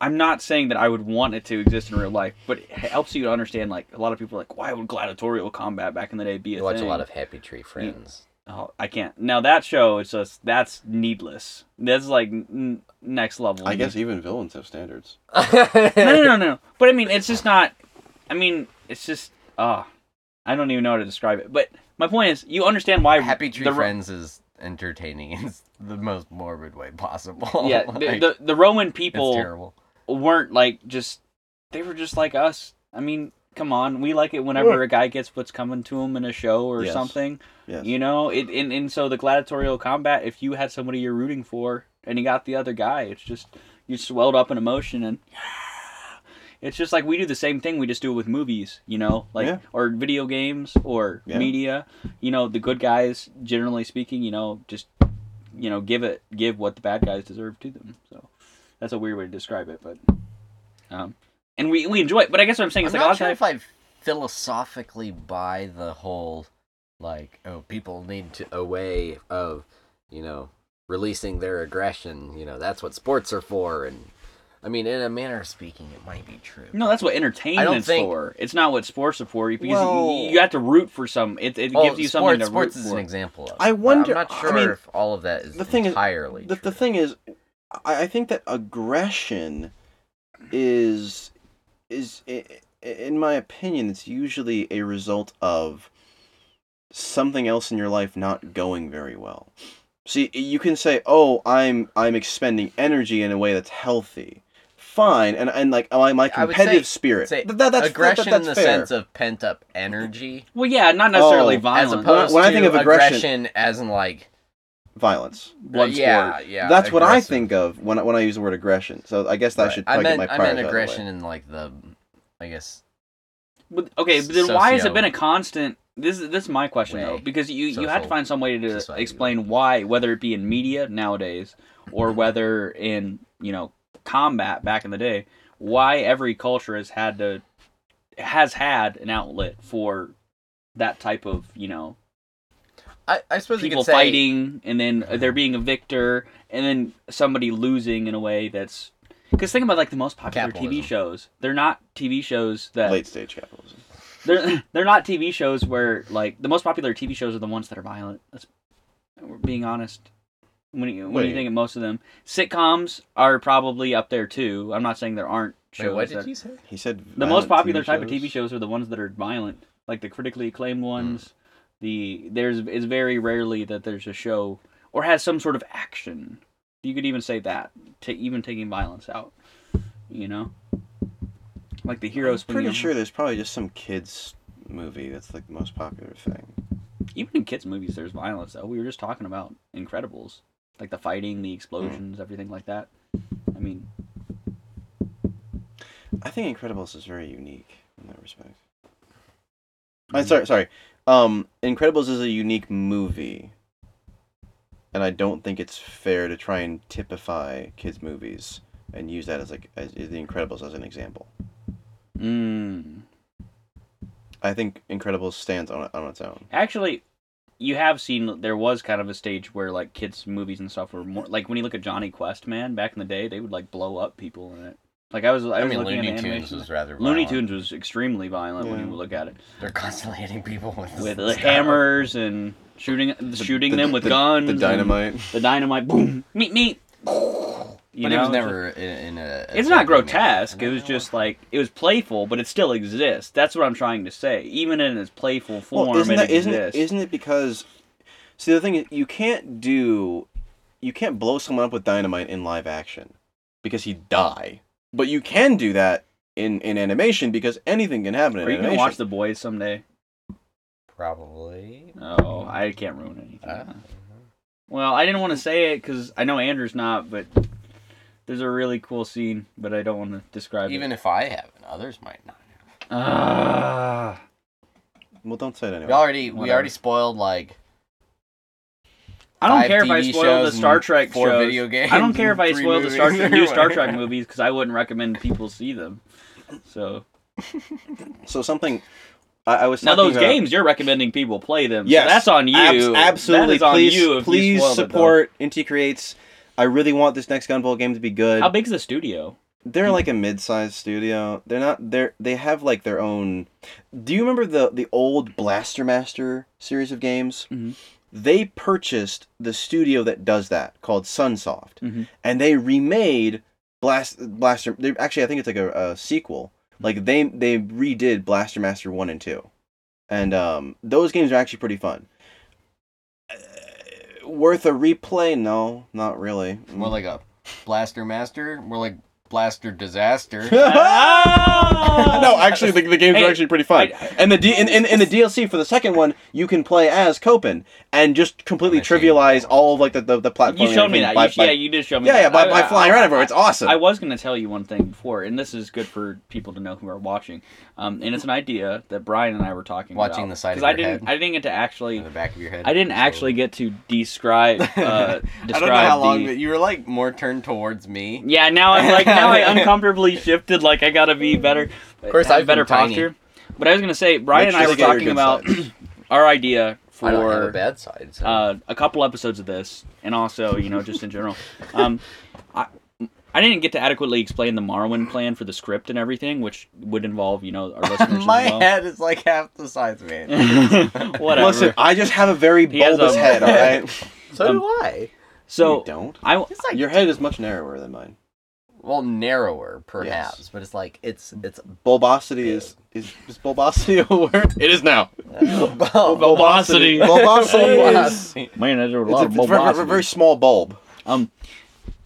Speaker 3: I'm not saying that I would want it to exist in real life, but it helps you to understand like a lot of people are like, why would gladiatorial combat back in the day be a
Speaker 2: You watch a
Speaker 3: thing?
Speaker 2: lot of Happy Tree Friends.
Speaker 3: oh, I can't. Now that show it's just that's needless. That's like n- next level.
Speaker 1: I guess even villains have standards.
Speaker 3: no, no, no, no. But I mean, it's just not. I mean, it's just. Ah, I don't even know how to describe it. But my point is, you understand why
Speaker 2: Happy Tree
Speaker 3: the, Ro-
Speaker 2: Friends is entertaining in the most morbid way possible.
Speaker 3: Yeah, the,
Speaker 2: Like,
Speaker 3: the the Roman
Speaker 2: it's
Speaker 3: people
Speaker 2: terrible.
Speaker 3: weren't like just. They were just like us. I mean, come on, we like it whenever a guy gets what's coming to him in a show or
Speaker 1: Yes.
Speaker 3: something.
Speaker 1: Yes.
Speaker 3: You know, it and, and so the gladiatorial combat. If you had somebody you're rooting for and you got the other guy, it's just you swelled up in emotion and. It's just like we do the same thing. We just do it with movies, you know, like
Speaker 1: Yeah.
Speaker 3: or video games or
Speaker 1: Yeah.
Speaker 3: media. You know, the good guys, generally speaking, you know, just you know, give it, give what the bad guys deserve to them. So that's a weird way to describe it, but um, and we we enjoy it. But I guess what I'm saying
Speaker 2: I'm
Speaker 3: is like a lot
Speaker 2: not
Speaker 3: of
Speaker 2: sure
Speaker 3: times,
Speaker 2: if I philosophically buy the whole like oh people need to a way of you know releasing their aggression. You know that's what sports are for. And I mean, in a manner of speaking, it might be true.
Speaker 3: no, that's what entertainment's
Speaker 2: think-
Speaker 3: for. It's not what sports are for because
Speaker 1: Well-
Speaker 3: you, you have to root for some. It, it
Speaker 2: Well,
Speaker 3: gives you
Speaker 2: sports,
Speaker 3: something to
Speaker 2: sports
Speaker 3: root
Speaker 2: is
Speaker 3: for.
Speaker 2: an example of. it,
Speaker 1: I
Speaker 2: but
Speaker 1: wonder-
Speaker 2: I'm not
Speaker 1: I
Speaker 2: sure
Speaker 1: mean,
Speaker 2: if all of that is
Speaker 1: the thing is-
Speaker 2: entirely
Speaker 1: the, the
Speaker 2: true.
Speaker 1: thing is I, I think that aggression is is i- i- in my opinion it's usually a result of something else in your life not going very well see you can say oh i'm i'm expending energy in a way that's healthy fine and and like oh, my
Speaker 2: I would
Speaker 1: competitive
Speaker 2: say-
Speaker 1: spirit
Speaker 2: say
Speaker 1: Th- that- that's
Speaker 2: aggression
Speaker 1: that- that's
Speaker 2: in the
Speaker 1: fair.
Speaker 2: sense of pent up energy,
Speaker 3: Well, yeah, not necessarily
Speaker 1: Oh, as
Speaker 3: violence.
Speaker 2: as opposed
Speaker 1: When I
Speaker 2: to
Speaker 1: think of aggression-
Speaker 2: as in like
Speaker 1: violence
Speaker 3: Blood
Speaker 2: yeah,
Speaker 3: sport.
Speaker 2: yeah.
Speaker 1: that's what i
Speaker 2: aggressive.
Speaker 1: think of when I, when i use the word aggression so i guess that
Speaker 2: Right.
Speaker 1: should
Speaker 2: I
Speaker 1: probably
Speaker 2: meant
Speaker 1: get my
Speaker 2: I meant
Speaker 1: priors out of the way.
Speaker 2: aggression in like the, I guess
Speaker 3: But, okay, but then why has it
Speaker 2: Socio-
Speaker 3: been a constant? This is this is my question
Speaker 2: Way.
Speaker 3: though, because you you had to
Speaker 2: Social-
Speaker 3: find some way to
Speaker 2: society.
Speaker 3: explain why, whether it be in media nowadays or whether in you know combat back in the day, why every culture has had to has had an outlet for that type of you know
Speaker 2: I, I suppose you
Speaker 3: people
Speaker 2: could say
Speaker 3: fighting and then there being a victor and then somebody losing in a way that's because think about like the most popular TV
Speaker 2: Capitalism.
Speaker 3: shows. They're not TV shows that
Speaker 1: late stage capitalism
Speaker 3: they're they're not TV shows where like the most popular TV shows are the ones that are violent. That's we're being honest. When you, when you
Speaker 1: Wait.
Speaker 3: think of most of them, sitcoms are probably up there too. I'm not saying there aren't shows.
Speaker 2: Wait, what did
Speaker 3: that-
Speaker 2: you say?
Speaker 1: he said
Speaker 3: the most
Speaker 1: violent
Speaker 3: popular
Speaker 1: TV
Speaker 3: type
Speaker 1: Uh, shows. Hmm.
Speaker 3: of TV shows are the ones that are violent, like the critically acclaimed ones. The there's it's very rarely that there's a show or has some sort of action. You could even say that, ta even taking violence out. You know, like the heroes.
Speaker 1: I'm pretty sure there's probably just some kids movie that's like the most popular thing.
Speaker 3: even in kids movies there's violence though we were just talking about incredibles like the fighting
Speaker 1: Hmm.
Speaker 3: the explosions everything like that i mean
Speaker 1: I think Incredibles is very unique in that respect. I'm sorry, sorry. Um, Incredibles is a unique movie, and I don't think it's fair to try and typify kids movies and use that as like as, as the Incredibles as an example.
Speaker 3: mm.
Speaker 1: I think Incredibles stands on on its own.
Speaker 3: actually you have seen that there was kind of a stage where like kids movies and stuff were more like when you look at johnny quest man back in the day they would like blow up people in it like i was i,
Speaker 2: I,
Speaker 3: was
Speaker 2: mean,
Speaker 3: looking
Speaker 2: Looney
Speaker 3: at
Speaker 2: Tunes
Speaker 3: animation
Speaker 2: was rather
Speaker 3: looney
Speaker 2: violent.
Speaker 3: tunes was extremely violent when
Speaker 1: Yeah.
Speaker 3: you look at it
Speaker 2: They're constantly hitting people with
Speaker 3: with
Speaker 2: stuff.
Speaker 3: hammers and shooting shooting them with guns
Speaker 1: the
Speaker 3: and
Speaker 1: dynamite.
Speaker 3: the dynamite boom meet meet you
Speaker 2: but
Speaker 3: know,
Speaker 2: it was
Speaker 3: so-
Speaker 2: never in, in a.
Speaker 3: it's not
Speaker 2: a joking manner.
Speaker 3: grotesque. It
Speaker 2: No,
Speaker 3: was
Speaker 2: no.
Speaker 3: just like it was playful, but it still exists. That's what I'm trying to say. Even in its playful form,
Speaker 1: isn't
Speaker 3: it
Speaker 1: that, isn't,
Speaker 3: exists.
Speaker 1: isn't it because see the thing is you can't do you can't blow someone up with dynamite in live action because he'd die. But you can do that in, in animation because anything can happen in
Speaker 3: Are you
Speaker 1: animation.
Speaker 3: gonna watch The Boys someday?
Speaker 2: probably.
Speaker 3: Oh, I can't ruin anything.
Speaker 2: Uh,
Speaker 3: well, I didn't want to say it because I know Andrew's not, but there's a really cool scene, but I don't want to describe
Speaker 2: even if I haven't, others might not.
Speaker 3: it. Ah.
Speaker 1: well, don't say it
Speaker 2: We
Speaker 1: anyway.
Speaker 2: already we
Speaker 3: Whatever.
Speaker 2: already spoiled like
Speaker 3: I don't
Speaker 2: five
Speaker 3: care if I
Speaker 2: TV
Speaker 3: spoil the
Speaker 2: shows
Speaker 3: Star
Speaker 2: and
Speaker 3: Trek
Speaker 2: four
Speaker 3: shows.
Speaker 2: video games.
Speaker 3: I don't care if
Speaker 2: and
Speaker 3: I
Speaker 2: three
Speaker 3: spoil the Star
Speaker 2: movies
Speaker 3: Trek, new
Speaker 2: or
Speaker 3: Star Trek
Speaker 2: whatever.
Speaker 3: movies because I wouldn't recommend people see them. So
Speaker 1: So something I, I was
Speaker 3: Now
Speaker 1: talking
Speaker 3: those
Speaker 1: about-
Speaker 3: games you're recommending people play them. Yeah,
Speaker 1: Yes.
Speaker 3: so that's on you.
Speaker 1: Abs-
Speaker 3: That
Speaker 1: absolutely,
Speaker 3: is on
Speaker 1: please,
Speaker 3: you if you
Speaker 1: please
Speaker 3: spoiled it, though.
Speaker 1: support Inti Creates. I really want this next Gunvolt game to be good.
Speaker 3: How big's the studio?
Speaker 1: They're like a mid-sized studio. They're not. They're they have like their own. Do you remember the the old Blaster Master series of games?
Speaker 3: Mhm.
Speaker 1: They purchased the studio that does that called Sunsoft,
Speaker 3: Mhm.
Speaker 1: and they remade Blast Blaster. They, actually, I think it's like a, a sequel. Like they they redid Blaster Master one and two, and um, those games are actually pretty fun. Uh, worth a replay? No, not really.
Speaker 3: Mm.
Speaker 2: More like a blaster master. More like blaster disaster.
Speaker 1: no, actually, the, the games
Speaker 3: Hey,
Speaker 1: are actually pretty fun.
Speaker 3: Ah! I-
Speaker 1: and the D- in, in, in the DLC for the second one, you can play as Copen and just completely
Speaker 2: I see.
Speaker 1: trivialize all of like the the, the platform.
Speaker 3: You showed me that.
Speaker 1: By,
Speaker 3: You-
Speaker 1: by-
Speaker 3: yeah, you did show me.
Speaker 1: yeah,
Speaker 3: that.
Speaker 1: yeah, by,
Speaker 3: I-
Speaker 1: by
Speaker 3: I-
Speaker 1: flying around
Speaker 3: I-
Speaker 1: everywhere, it's awesome.
Speaker 3: I was going to tell you one thing before, and this is good for people to know who are watching. Um, and it's an idea that Brian and I were talking about.
Speaker 2: Watching the side of
Speaker 3: I
Speaker 2: your
Speaker 3: didn't,
Speaker 2: head.
Speaker 3: I didn't get to actually,
Speaker 2: In the back of your head.
Speaker 3: I didn't actually get to describe. Uh, describe
Speaker 2: I don't know how long,
Speaker 3: the-
Speaker 2: but you were like more turned towards me.
Speaker 3: yeah, now I'm like now I uncomfortably shifted. Like I gotta be better. Of
Speaker 2: course, I've been
Speaker 3: better
Speaker 2: tiny.
Speaker 3: posture. But I was gonna say Brian
Speaker 1: Make
Speaker 3: and I
Speaker 1: sure
Speaker 3: were
Speaker 1: to get your
Speaker 3: talking
Speaker 1: good
Speaker 3: about
Speaker 1: side.
Speaker 3: our idea
Speaker 2: I don't have a
Speaker 3: for
Speaker 2: bad side. So.
Speaker 3: uh, a couple episodes of this, and also you know just in general. Um, I I didn't get to adequately explain the Marwin plan for the script and everything, which would involve you know our listeners
Speaker 2: my
Speaker 3: as well.
Speaker 2: head is like half the size, man.
Speaker 3: Whatever.
Speaker 1: Listen, I just have a very
Speaker 3: He has
Speaker 1: bulbous
Speaker 3: a-
Speaker 1: head. All right,
Speaker 2: so
Speaker 3: Um,
Speaker 2: do I.
Speaker 1: you
Speaker 3: so
Speaker 1: don't.
Speaker 3: I
Speaker 2: It's like
Speaker 1: Your head is much narrower than mine.
Speaker 2: well narrower, perhaps,
Speaker 1: Yes.
Speaker 2: but it's like it's it's
Speaker 1: Bulbosity is is, is bulbosity a word? It is now.
Speaker 3: Oh, Bulbosity.
Speaker 1: Bulbosity. is-
Speaker 3: man, there's a
Speaker 1: It's a,
Speaker 3: lot of
Speaker 1: it's a very,
Speaker 3: bulbosity.
Speaker 1: very- very small bulb.
Speaker 3: Um,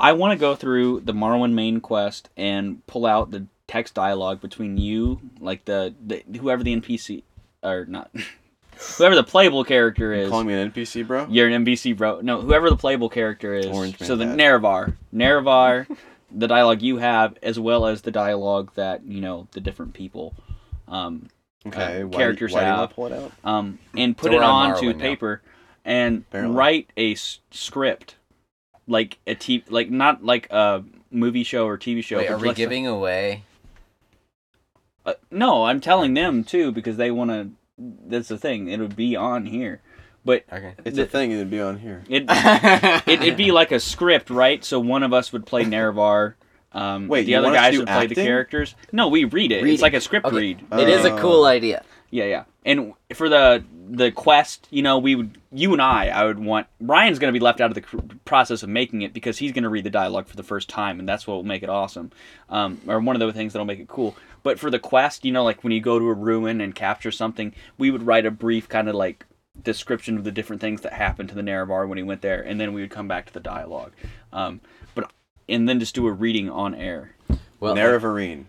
Speaker 3: I want to go through the Marwin main quest and pull out the text dialogue between you, like the, the whoever the NPC or not, whoever the playable character is.
Speaker 1: Calling me an NPC, bro.
Speaker 3: You're an NBC bro. No, whoever the playable character is.
Speaker 1: Orange man
Speaker 3: so the
Speaker 1: bad.
Speaker 3: Nerevar, Nerevar, the dialogue you have, as well as the dialogue that you know the different people, um,
Speaker 1: Okay,
Speaker 3: Uh,
Speaker 1: why,
Speaker 3: characters
Speaker 1: why do you
Speaker 3: have-
Speaker 1: want to pull it out?
Speaker 3: um, and put
Speaker 2: So
Speaker 3: it
Speaker 2: we're on
Speaker 3: onto
Speaker 2: Morrowind now.
Speaker 3: paper, and
Speaker 1: Apparently.
Speaker 3: write a s- script, like a t, like not like a movie show or TV show.
Speaker 2: Wait,
Speaker 3: but
Speaker 2: are we
Speaker 3: let's-
Speaker 2: giving away?
Speaker 3: Uh, no, I'm telling them too because they want to. That's the thing. It'll be on here, but
Speaker 2: Okay.
Speaker 1: It's
Speaker 3: The-
Speaker 1: a thing. It'd be on here.
Speaker 3: it. It,
Speaker 2: it,
Speaker 3: it'd be like a script, right? So one of us would play Nerevar. Um,
Speaker 1: Wait,
Speaker 3: the
Speaker 1: you
Speaker 3: other
Speaker 1: want us to
Speaker 3: guys
Speaker 1: do
Speaker 3: would play the
Speaker 1: acting?
Speaker 3: characters. No, we read it.
Speaker 2: Read
Speaker 3: it's
Speaker 2: it.
Speaker 3: like a script
Speaker 2: Okay.
Speaker 3: read.
Speaker 1: It
Speaker 2: is a cool
Speaker 1: Uh,
Speaker 2: idea.
Speaker 3: Yeah, yeah. And for the the quest, you know, we would you and I, I would want Ryan's going to be left out of the cr- process of making it because he's going to read the dialogue for the first time, and that's what will make it awesome, um, or one of the things that'll make it cool. But for the quest, you know, like when you go to a ruin and capture something, we would write a brief kind of like description of the different things that happened to the Nerevar when he went there, and then we would come back to the dialogue. Um, but and then just do a reading on air.
Speaker 2: Well,
Speaker 1: Nerevarine.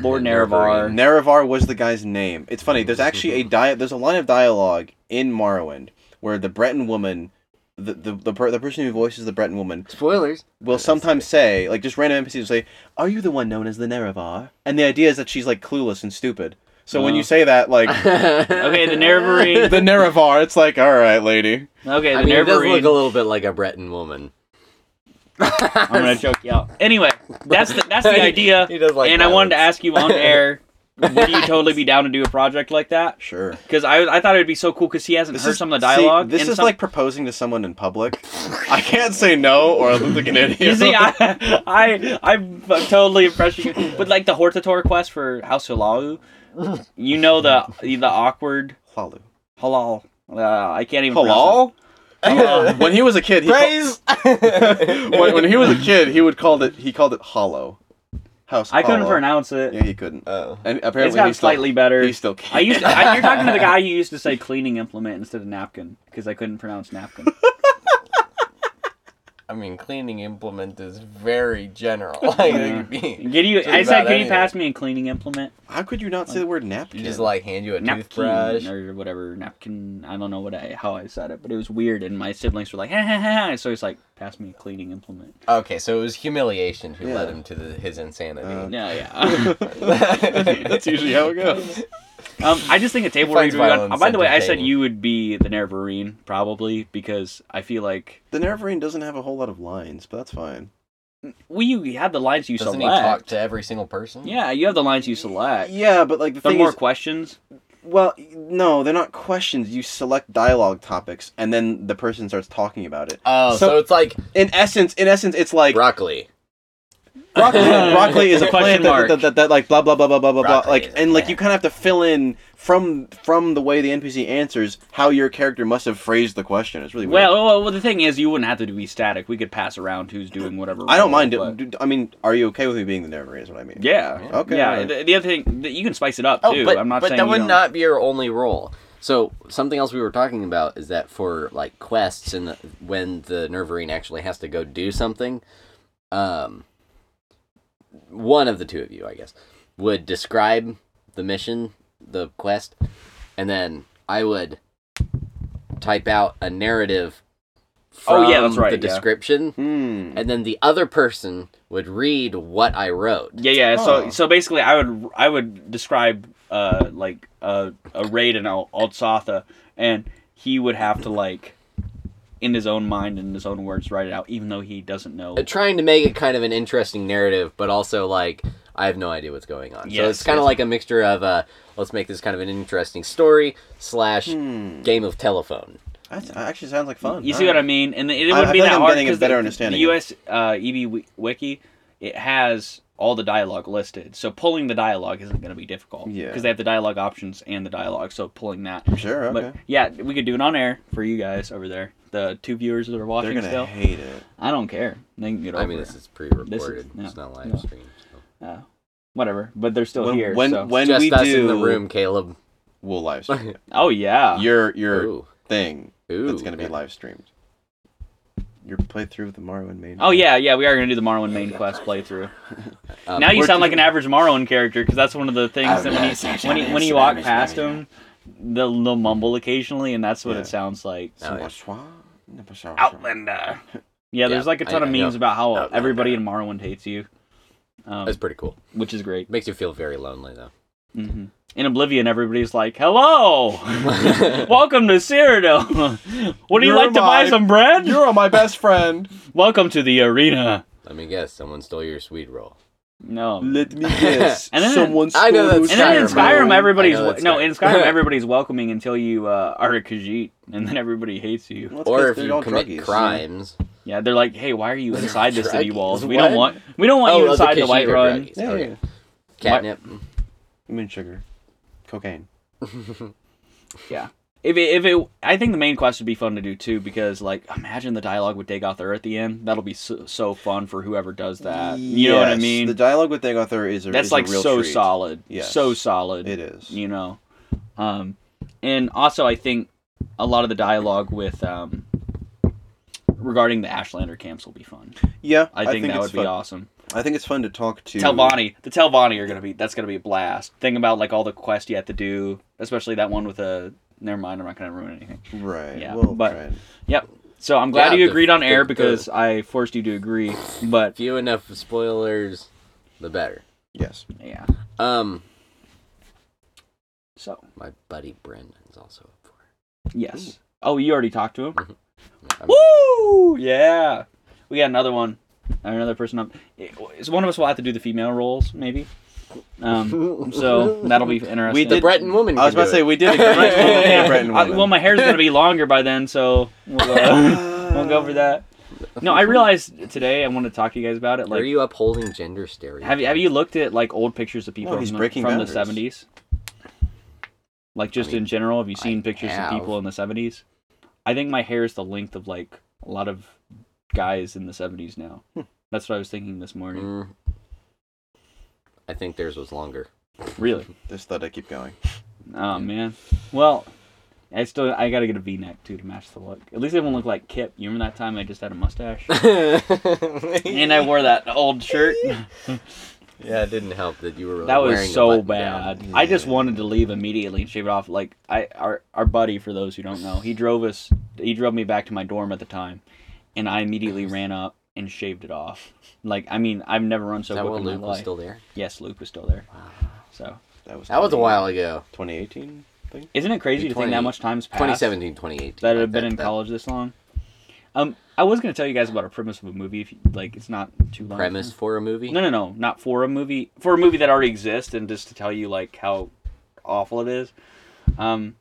Speaker 3: Lord Nerevar.
Speaker 1: Nerevar was the guy's name. It's funny. There's actually a dia- There's a line of dialogue in Morrowind where the Breton woman, the the the, per- the person who voices the Breton woman,
Speaker 2: Spoilers.
Speaker 1: will sometimes say like just random NPCs will say, "Are you the one known as the Nerevar?" And the idea is that she's like clueless and stupid. So when
Speaker 3: Oh.
Speaker 1: you say that, like
Speaker 3: Okay,
Speaker 2: okay,
Speaker 3: the Nerevarine.
Speaker 1: the Nerevar, it's like, all right, lady.
Speaker 3: Okay, the
Speaker 2: I mean, it does
Speaker 3: Nerevarine.
Speaker 2: look a little bit like a Breton woman.
Speaker 3: I'm gonna choke you out. Anyway, that's the that's the idea.
Speaker 2: He does like
Speaker 3: and I wanted to
Speaker 2: violence.
Speaker 3: ask you on air, would you totally be down to do a project like that?
Speaker 1: Sure.
Speaker 3: Because I, I thought it would be so cool because he hasn't heard some of the
Speaker 1: see,
Speaker 3: dialogue.
Speaker 1: this
Speaker 3: and
Speaker 1: is
Speaker 3: some-
Speaker 1: like proposing to someone in public. I can't say no, or I look like an idiot.
Speaker 3: you see, I, I I'm totally impressed. You. But like the Hortator quest for House Halalu, you know the the awkward
Speaker 1: Halalu.
Speaker 3: halal. Uh, I can't even.
Speaker 1: Halal?
Speaker 3: pronounce it. Uh, Halal.
Speaker 1: when he was a kid, he called-
Speaker 2: Praise.
Speaker 1: when, when he was a kid, he would call it he called it hollow house.
Speaker 3: I couldn't
Speaker 1: hollow.
Speaker 3: pronounce it.
Speaker 1: Yeah, he couldn't. Uh,
Speaker 2: oh.
Speaker 1: And
Speaker 3: it's
Speaker 1: apparently,
Speaker 3: gotten
Speaker 1: he still,
Speaker 3: slightly better.
Speaker 1: he still can't.
Speaker 3: I used to, I, you're talking to the guy who used to say cleaning implement instead of napkin because I couldn't pronounce napkin.
Speaker 2: I mean, cleaning implement is very general. Like, it could be-
Speaker 3: Can you?
Speaker 2: Just
Speaker 3: I said,
Speaker 2: about
Speaker 3: can you
Speaker 2: anything.
Speaker 3: pass me a cleaning implement,
Speaker 1: How could you not say the word napkin?
Speaker 2: You just like hand you a
Speaker 3: napkin
Speaker 2: toothbrush.
Speaker 3: or whatever napkin? I don't know what I how I said it, but it was weird, and my siblings were like, ha ha ha. ha," So he's like, pass me a cleaning implement.
Speaker 2: Okay, so it was humiliation who led
Speaker 1: Yeah.
Speaker 2: him to the, his insanity.
Speaker 3: Yeah, yeah.
Speaker 1: That's usually how it goes.
Speaker 3: um, I just think a table read.
Speaker 2: Finds
Speaker 3: would be
Speaker 2: violence
Speaker 3: on- By the way, I said
Speaker 2: entertaining.
Speaker 3: you would be the Nerevarine probably because I feel like
Speaker 1: The Nerevarine doesn't have a whole lot of lines, but that's fine.
Speaker 3: well, you you have the lines you
Speaker 2: Doesn't he talk
Speaker 3: select.
Speaker 2: to every single person?
Speaker 3: Yeah, you have the lines you select.
Speaker 1: Yeah, but like the
Speaker 3: The
Speaker 1: thing
Speaker 3: more
Speaker 1: is,
Speaker 3: questions.
Speaker 1: well, no, they're not questions. You select dialogue topics, and then the person starts talking about it.
Speaker 2: Oh, so,
Speaker 1: So-
Speaker 2: it's like
Speaker 1: In essence, in essence, it's like
Speaker 2: broccoli.
Speaker 1: broccoli. broccoli is a
Speaker 3: Question
Speaker 1: plant that,
Speaker 3: mark.
Speaker 1: that, that, that, like blah blah blah blah blah blah blah.
Speaker 2: Broccoli
Speaker 1: Like
Speaker 2: is a
Speaker 1: and like you
Speaker 2: plant.
Speaker 1: kind of have to fill in from from the way the NPC answers how your character must have phrased the question. It's really weird.
Speaker 3: Well, well, well, the thing is, you wouldn't have to be static. We could pass around who's doing whatever.
Speaker 1: I don't
Speaker 3: role,
Speaker 1: mind
Speaker 3: but-
Speaker 1: it. I mean, are you okay with me being the narrator? Is what I mean.
Speaker 3: Yeah.
Speaker 1: Okay,
Speaker 3: Yeah.
Speaker 1: alright.
Speaker 3: The, the other thing that you can spice it up
Speaker 2: Oh,
Speaker 3: too.
Speaker 2: but,
Speaker 3: I'm not
Speaker 2: but
Speaker 3: saying
Speaker 2: that
Speaker 3: you
Speaker 2: would
Speaker 3: don't-
Speaker 2: not be your only role. So something else we were talking about is that for like quests and the, when the Nerverine actually has to go do something, um, one of the two of you, I guess, would describe the mission, the quest, and then I would type out a narrative.
Speaker 3: Oh, yeah, that's
Speaker 2: from
Speaker 3: right,
Speaker 2: The
Speaker 3: yeah.
Speaker 2: description,
Speaker 1: Hmm.
Speaker 2: and then the other person would read what I wrote.
Speaker 3: Yeah, yeah.
Speaker 1: Huh.
Speaker 3: So, so basically, I would I would describe uh like uh, a raid in Al- Altsatha, and he would have to like in his own mind and in his own words write it out, even though he doesn't know.
Speaker 2: uh, trying to make it kind of an interesting narrative, but also like I have no idea what's going on. so
Speaker 3: Yes,
Speaker 2: it's kind of
Speaker 3: yes.
Speaker 2: like a mixture of uh, let's make this kind of an interesting story slash
Speaker 1: Hmm.
Speaker 2: game of telephone.
Speaker 1: That's, that actually sounds like fun.
Speaker 3: You see what I mean? And it
Speaker 1: I-
Speaker 3: wouldn't
Speaker 1: I
Speaker 3: be
Speaker 1: feel like
Speaker 3: that
Speaker 1: I'm
Speaker 3: hard
Speaker 1: getting a
Speaker 3: 'cause
Speaker 1: better
Speaker 3: the-
Speaker 1: understanding
Speaker 3: The
Speaker 1: of it.
Speaker 3: US uh, EB wi- wiki it has all the dialogue listed, so pulling the dialogue isn't going to be difficult.
Speaker 1: Yeah.
Speaker 3: Because they have the dialogue options and the dialogue, so pulling that.
Speaker 1: Sure. Okay.
Speaker 3: But yeah, we could do it on air for you guys over there, the two viewers that are
Speaker 1: They're
Speaker 3: watching
Speaker 1: gonna
Speaker 3: still.
Speaker 1: hate it.
Speaker 3: I don't care. They can get over
Speaker 2: I mean,
Speaker 3: it.
Speaker 2: this is pre-recorded.
Speaker 3: yeah,
Speaker 2: it's not live
Speaker 3: yeah.
Speaker 2: stream. So.
Speaker 3: Uh, whatever, but they're still
Speaker 1: when
Speaker 3: here.
Speaker 1: when,
Speaker 3: so.
Speaker 1: when
Speaker 2: Just
Speaker 1: we
Speaker 2: us
Speaker 1: do
Speaker 2: in the room, Caleb.
Speaker 1: we'll live stream it.
Speaker 3: oh yeah,
Speaker 1: your your
Speaker 2: Ooh,
Speaker 1: thing
Speaker 2: ooh,
Speaker 1: that's gonna be
Speaker 2: man.
Speaker 1: live streamed. Your playthrough of the Morrowind main.
Speaker 3: oh yeah, yeah. We are gonna do the Morrowind main quest playthrough.
Speaker 2: Um,
Speaker 3: now you
Speaker 1: we're-
Speaker 3: sound like an average Morrowind character because that's one of the things
Speaker 2: I'm
Speaker 3: that
Speaker 2: not
Speaker 3: when
Speaker 2: such
Speaker 3: you when,
Speaker 2: an
Speaker 3: you when you
Speaker 2: average
Speaker 3: walk
Speaker 2: man,
Speaker 3: past
Speaker 2: yeah.
Speaker 3: him, they'll, they'll mumble occasionally, and that's what
Speaker 1: Yeah.
Speaker 3: it sounds like.
Speaker 2: Oh, yeah.
Speaker 3: Outlander. Yeah, there's
Speaker 2: Yeah,
Speaker 3: like a ton
Speaker 2: I-
Speaker 3: of
Speaker 2: I know.
Speaker 3: memes about how
Speaker 2: Outlander.
Speaker 3: everybody in Morrowind hates you, um,
Speaker 2: that's pretty cool.
Speaker 3: which is great.
Speaker 2: Makes you feel very lonely though.
Speaker 3: hmm In Oblivion, everybody's like, "Hello, welcome to Cyrodiil. Would you
Speaker 1: You're
Speaker 3: like to buy
Speaker 1: my-
Speaker 3: some bread?
Speaker 1: You're my best friend.
Speaker 3: Welcome to the arena."
Speaker 2: Let me guess, someone stole your sweet roll.
Speaker 3: No,
Speaker 1: Let me guess.
Speaker 3: And then-
Speaker 1: Someone
Speaker 2: I know
Speaker 1: stole
Speaker 2: that's
Speaker 1: your
Speaker 3: And then in
Speaker 2: Skyrim,
Speaker 3: Skyrim,
Speaker 2: I
Speaker 3: everybody's
Speaker 2: know that's
Speaker 3: no.
Speaker 2: Skyrim.
Speaker 3: In Skyrim, everybody's welcoming until you uh, are a Khajiit, and then everybody hates you.
Speaker 1: Well, it's 'cause
Speaker 2: or if
Speaker 1: they're
Speaker 2: you
Speaker 1: all
Speaker 2: commit
Speaker 1: druggies.
Speaker 2: crimes,
Speaker 3: Yeah, they're like, "Hey, why are you inside the city
Speaker 2: Druggies?
Speaker 3: walls? We
Speaker 2: What?
Speaker 3: don't want, we don't want
Speaker 2: Oh,
Speaker 3: you
Speaker 2: the
Speaker 3: inside the,
Speaker 2: Khajiit
Speaker 3: White
Speaker 2: are
Speaker 3: Run."
Speaker 2: druggies.
Speaker 1: Yeah, yeah.
Speaker 2: Okay.
Speaker 1: yeah.
Speaker 2: catnip.
Speaker 1: I mean sugar, cocaine.
Speaker 3: Yeah. If it, if it, I think the main quest would be fun to do too because like imagine the dialogue with Dagother at the end. That'll be so, so fun for whoever does that. You know what I
Speaker 1: Yes,
Speaker 3: mean?
Speaker 1: The dialogue with Dagother is a
Speaker 3: That's
Speaker 1: is
Speaker 3: like
Speaker 1: a real
Speaker 3: so
Speaker 1: treat.
Speaker 3: solid.
Speaker 1: Yes.
Speaker 3: So solid.
Speaker 1: It is.
Speaker 3: you know um and also i think a lot of the dialogue with um regarding the ashlander camps will be fun
Speaker 1: Yeah,
Speaker 3: i think, that
Speaker 1: it's
Speaker 3: would be
Speaker 1: fun.
Speaker 3: awesome
Speaker 1: I think it's fun to talk to.
Speaker 3: telvanni the telvanni are gonna be that's gonna be a blast think about like all the quests you have to do especially that one with a never mind i'm not gonna ruin anything
Speaker 1: Right.
Speaker 3: Yeah,
Speaker 1: well,
Speaker 3: but-
Speaker 1: right.
Speaker 3: yep so i'm glad
Speaker 2: Yeah,
Speaker 3: you
Speaker 2: the-
Speaker 3: agreed on air
Speaker 2: the-
Speaker 3: because i forced you to agree but
Speaker 2: Few enough spoilers, the better.
Speaker 1: Yes.
Speaker 3: yeah
Speaker 2: Um,
Speaker 3: so
Speaker 2: my buddy Brendan's also up for it.
Speaker 3: yes oh you already talked to him
Speaker 2: I'm-
Speaker 3: Woo! Yeah. We got another one. Another person up. So one of us will have to do the female roles, maybe. Um, so that'll be interesting.
Speaker 1: We
Speaker 2: The
Speaker 1: did-
Speaker 2: Breton woman.
Speaker 1: I was
Speaker 2: can
Speaker 1: about to say
Speaker 2: do
Speaker 1: we
Speaker 2: it.
Speaker 1: did. Agree.
Speaker 3: Yeah.
Speaker 1: Breton
Speaker 3: I-
Speaker 1: woman.
Speaker 3: well, my hair's gonna be longer by then, so we'll, uh, we'll go for that. No, I realized today I want to talk to you guys about it.
Speaker 2: Are
Speaker 3: Like,
Speaker 2: you upholding gender stereotypes?
Speaker 3: have you have you looked at like old pictures of people
Speaker 1: No, he's
Speaker 3: from, the,
Speaker 1: breaking
Speaker 3: from the
Speaker 1: boundaries.
Speaker 3: '70s? Like just
Speaker 2: I mean,
Speaker 3: in general, have you seen
Speaker 2: I
Speaker 3: pictures
Speaker 2: have.
Speaker 3: of people in the '70s? I think my hair is the length of like a lot of guys in the '70s now. That's what I was thinking this morning.
Speaker 2: Mm. I think theirs was longer.
Speaker 3: Really?
Speaker 1: Just thought I'd keep going.
Speaker 3: Oh man. Well, I still I gotta get a V neck too to match the look. At least it won't look like Kip. You remember that time I just had a mustache and
Speaker 2: and
Speaker 3: I wore that old shirt.
Speaker 2: yeah, it didn't help that you were.
Speaker 3: that
Speaker 2: wearing
Speaker 3: was
Speaker 2: a
Speaker 3: so
Speaker 2: button
Speaker 3: bad.
Speaker 2: down.
Speaker 3: I just wanted to leave immediately and shave it off. Like I our our buddy for those who don't know, he drove us. He drove me back to my dorm at the time, and I immediately ran up and shaved it off. Like I mean, I've never run so
Speaker 2: Is that
Speaker 3: quick
Speaker 2: while
Speaker 3: in my
Speaker 2: Luke was
Speaker 3: life.
Speaker 2: still there?
Speaker 3: yes, Luke was still there. So
Speaker 1: That was.
Speaker 2: That was a
Speaker 1: 20
Speaker 2: while ago.
Speaker 1: 2018 thing.
Speaker 3: isn't it crazy to think
Speaker 2: 20
Speaker 3: that much time's passed?
Speaker 2: 2017, 2018.
Speaker 3: that
Speaker 2: like
Speaker 3: have been in
Speaker 2: that-
Speaker 3: college this long. Um, I was gonna tell you guys about a premise of a movie. If you, like, it's not too long.
Speaker 2: premise for a movie.
Speaker 3: No, no, no, not for a movie. For a movie that already exists, and just to tell you like how awful it is. Um,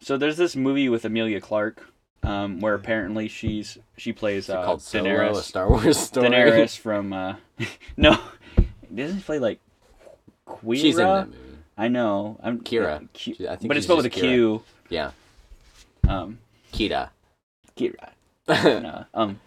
Speaker 3: so there's this movie with Amelia Clark, um, where apparently she's she plays
Speaker 2: Is it
Speaker 3: uh,
Speaker 2: called
Speaker 3: Daenerys.
Speaker 2: Solo, a Star Wars story.
Speaker 3: Daenerys from uh, no, doesn't she play like Quira?
Speaker 2: She's in that movie.
Speaker 3: I know. I'm uh,
Speaker 2: Kira.
Speaker 3: Q-
Speaker 2: She- I think
Speaker 3: but it's
Speaker 2: she's
Speaker 3: spelled with a
Speaker 2: just
Speaker 3: Q.
Speaker 2: Yeah,
Speaker 3: Um,
Speaker 2: Kita.
Speaker 3: Kira. No, um.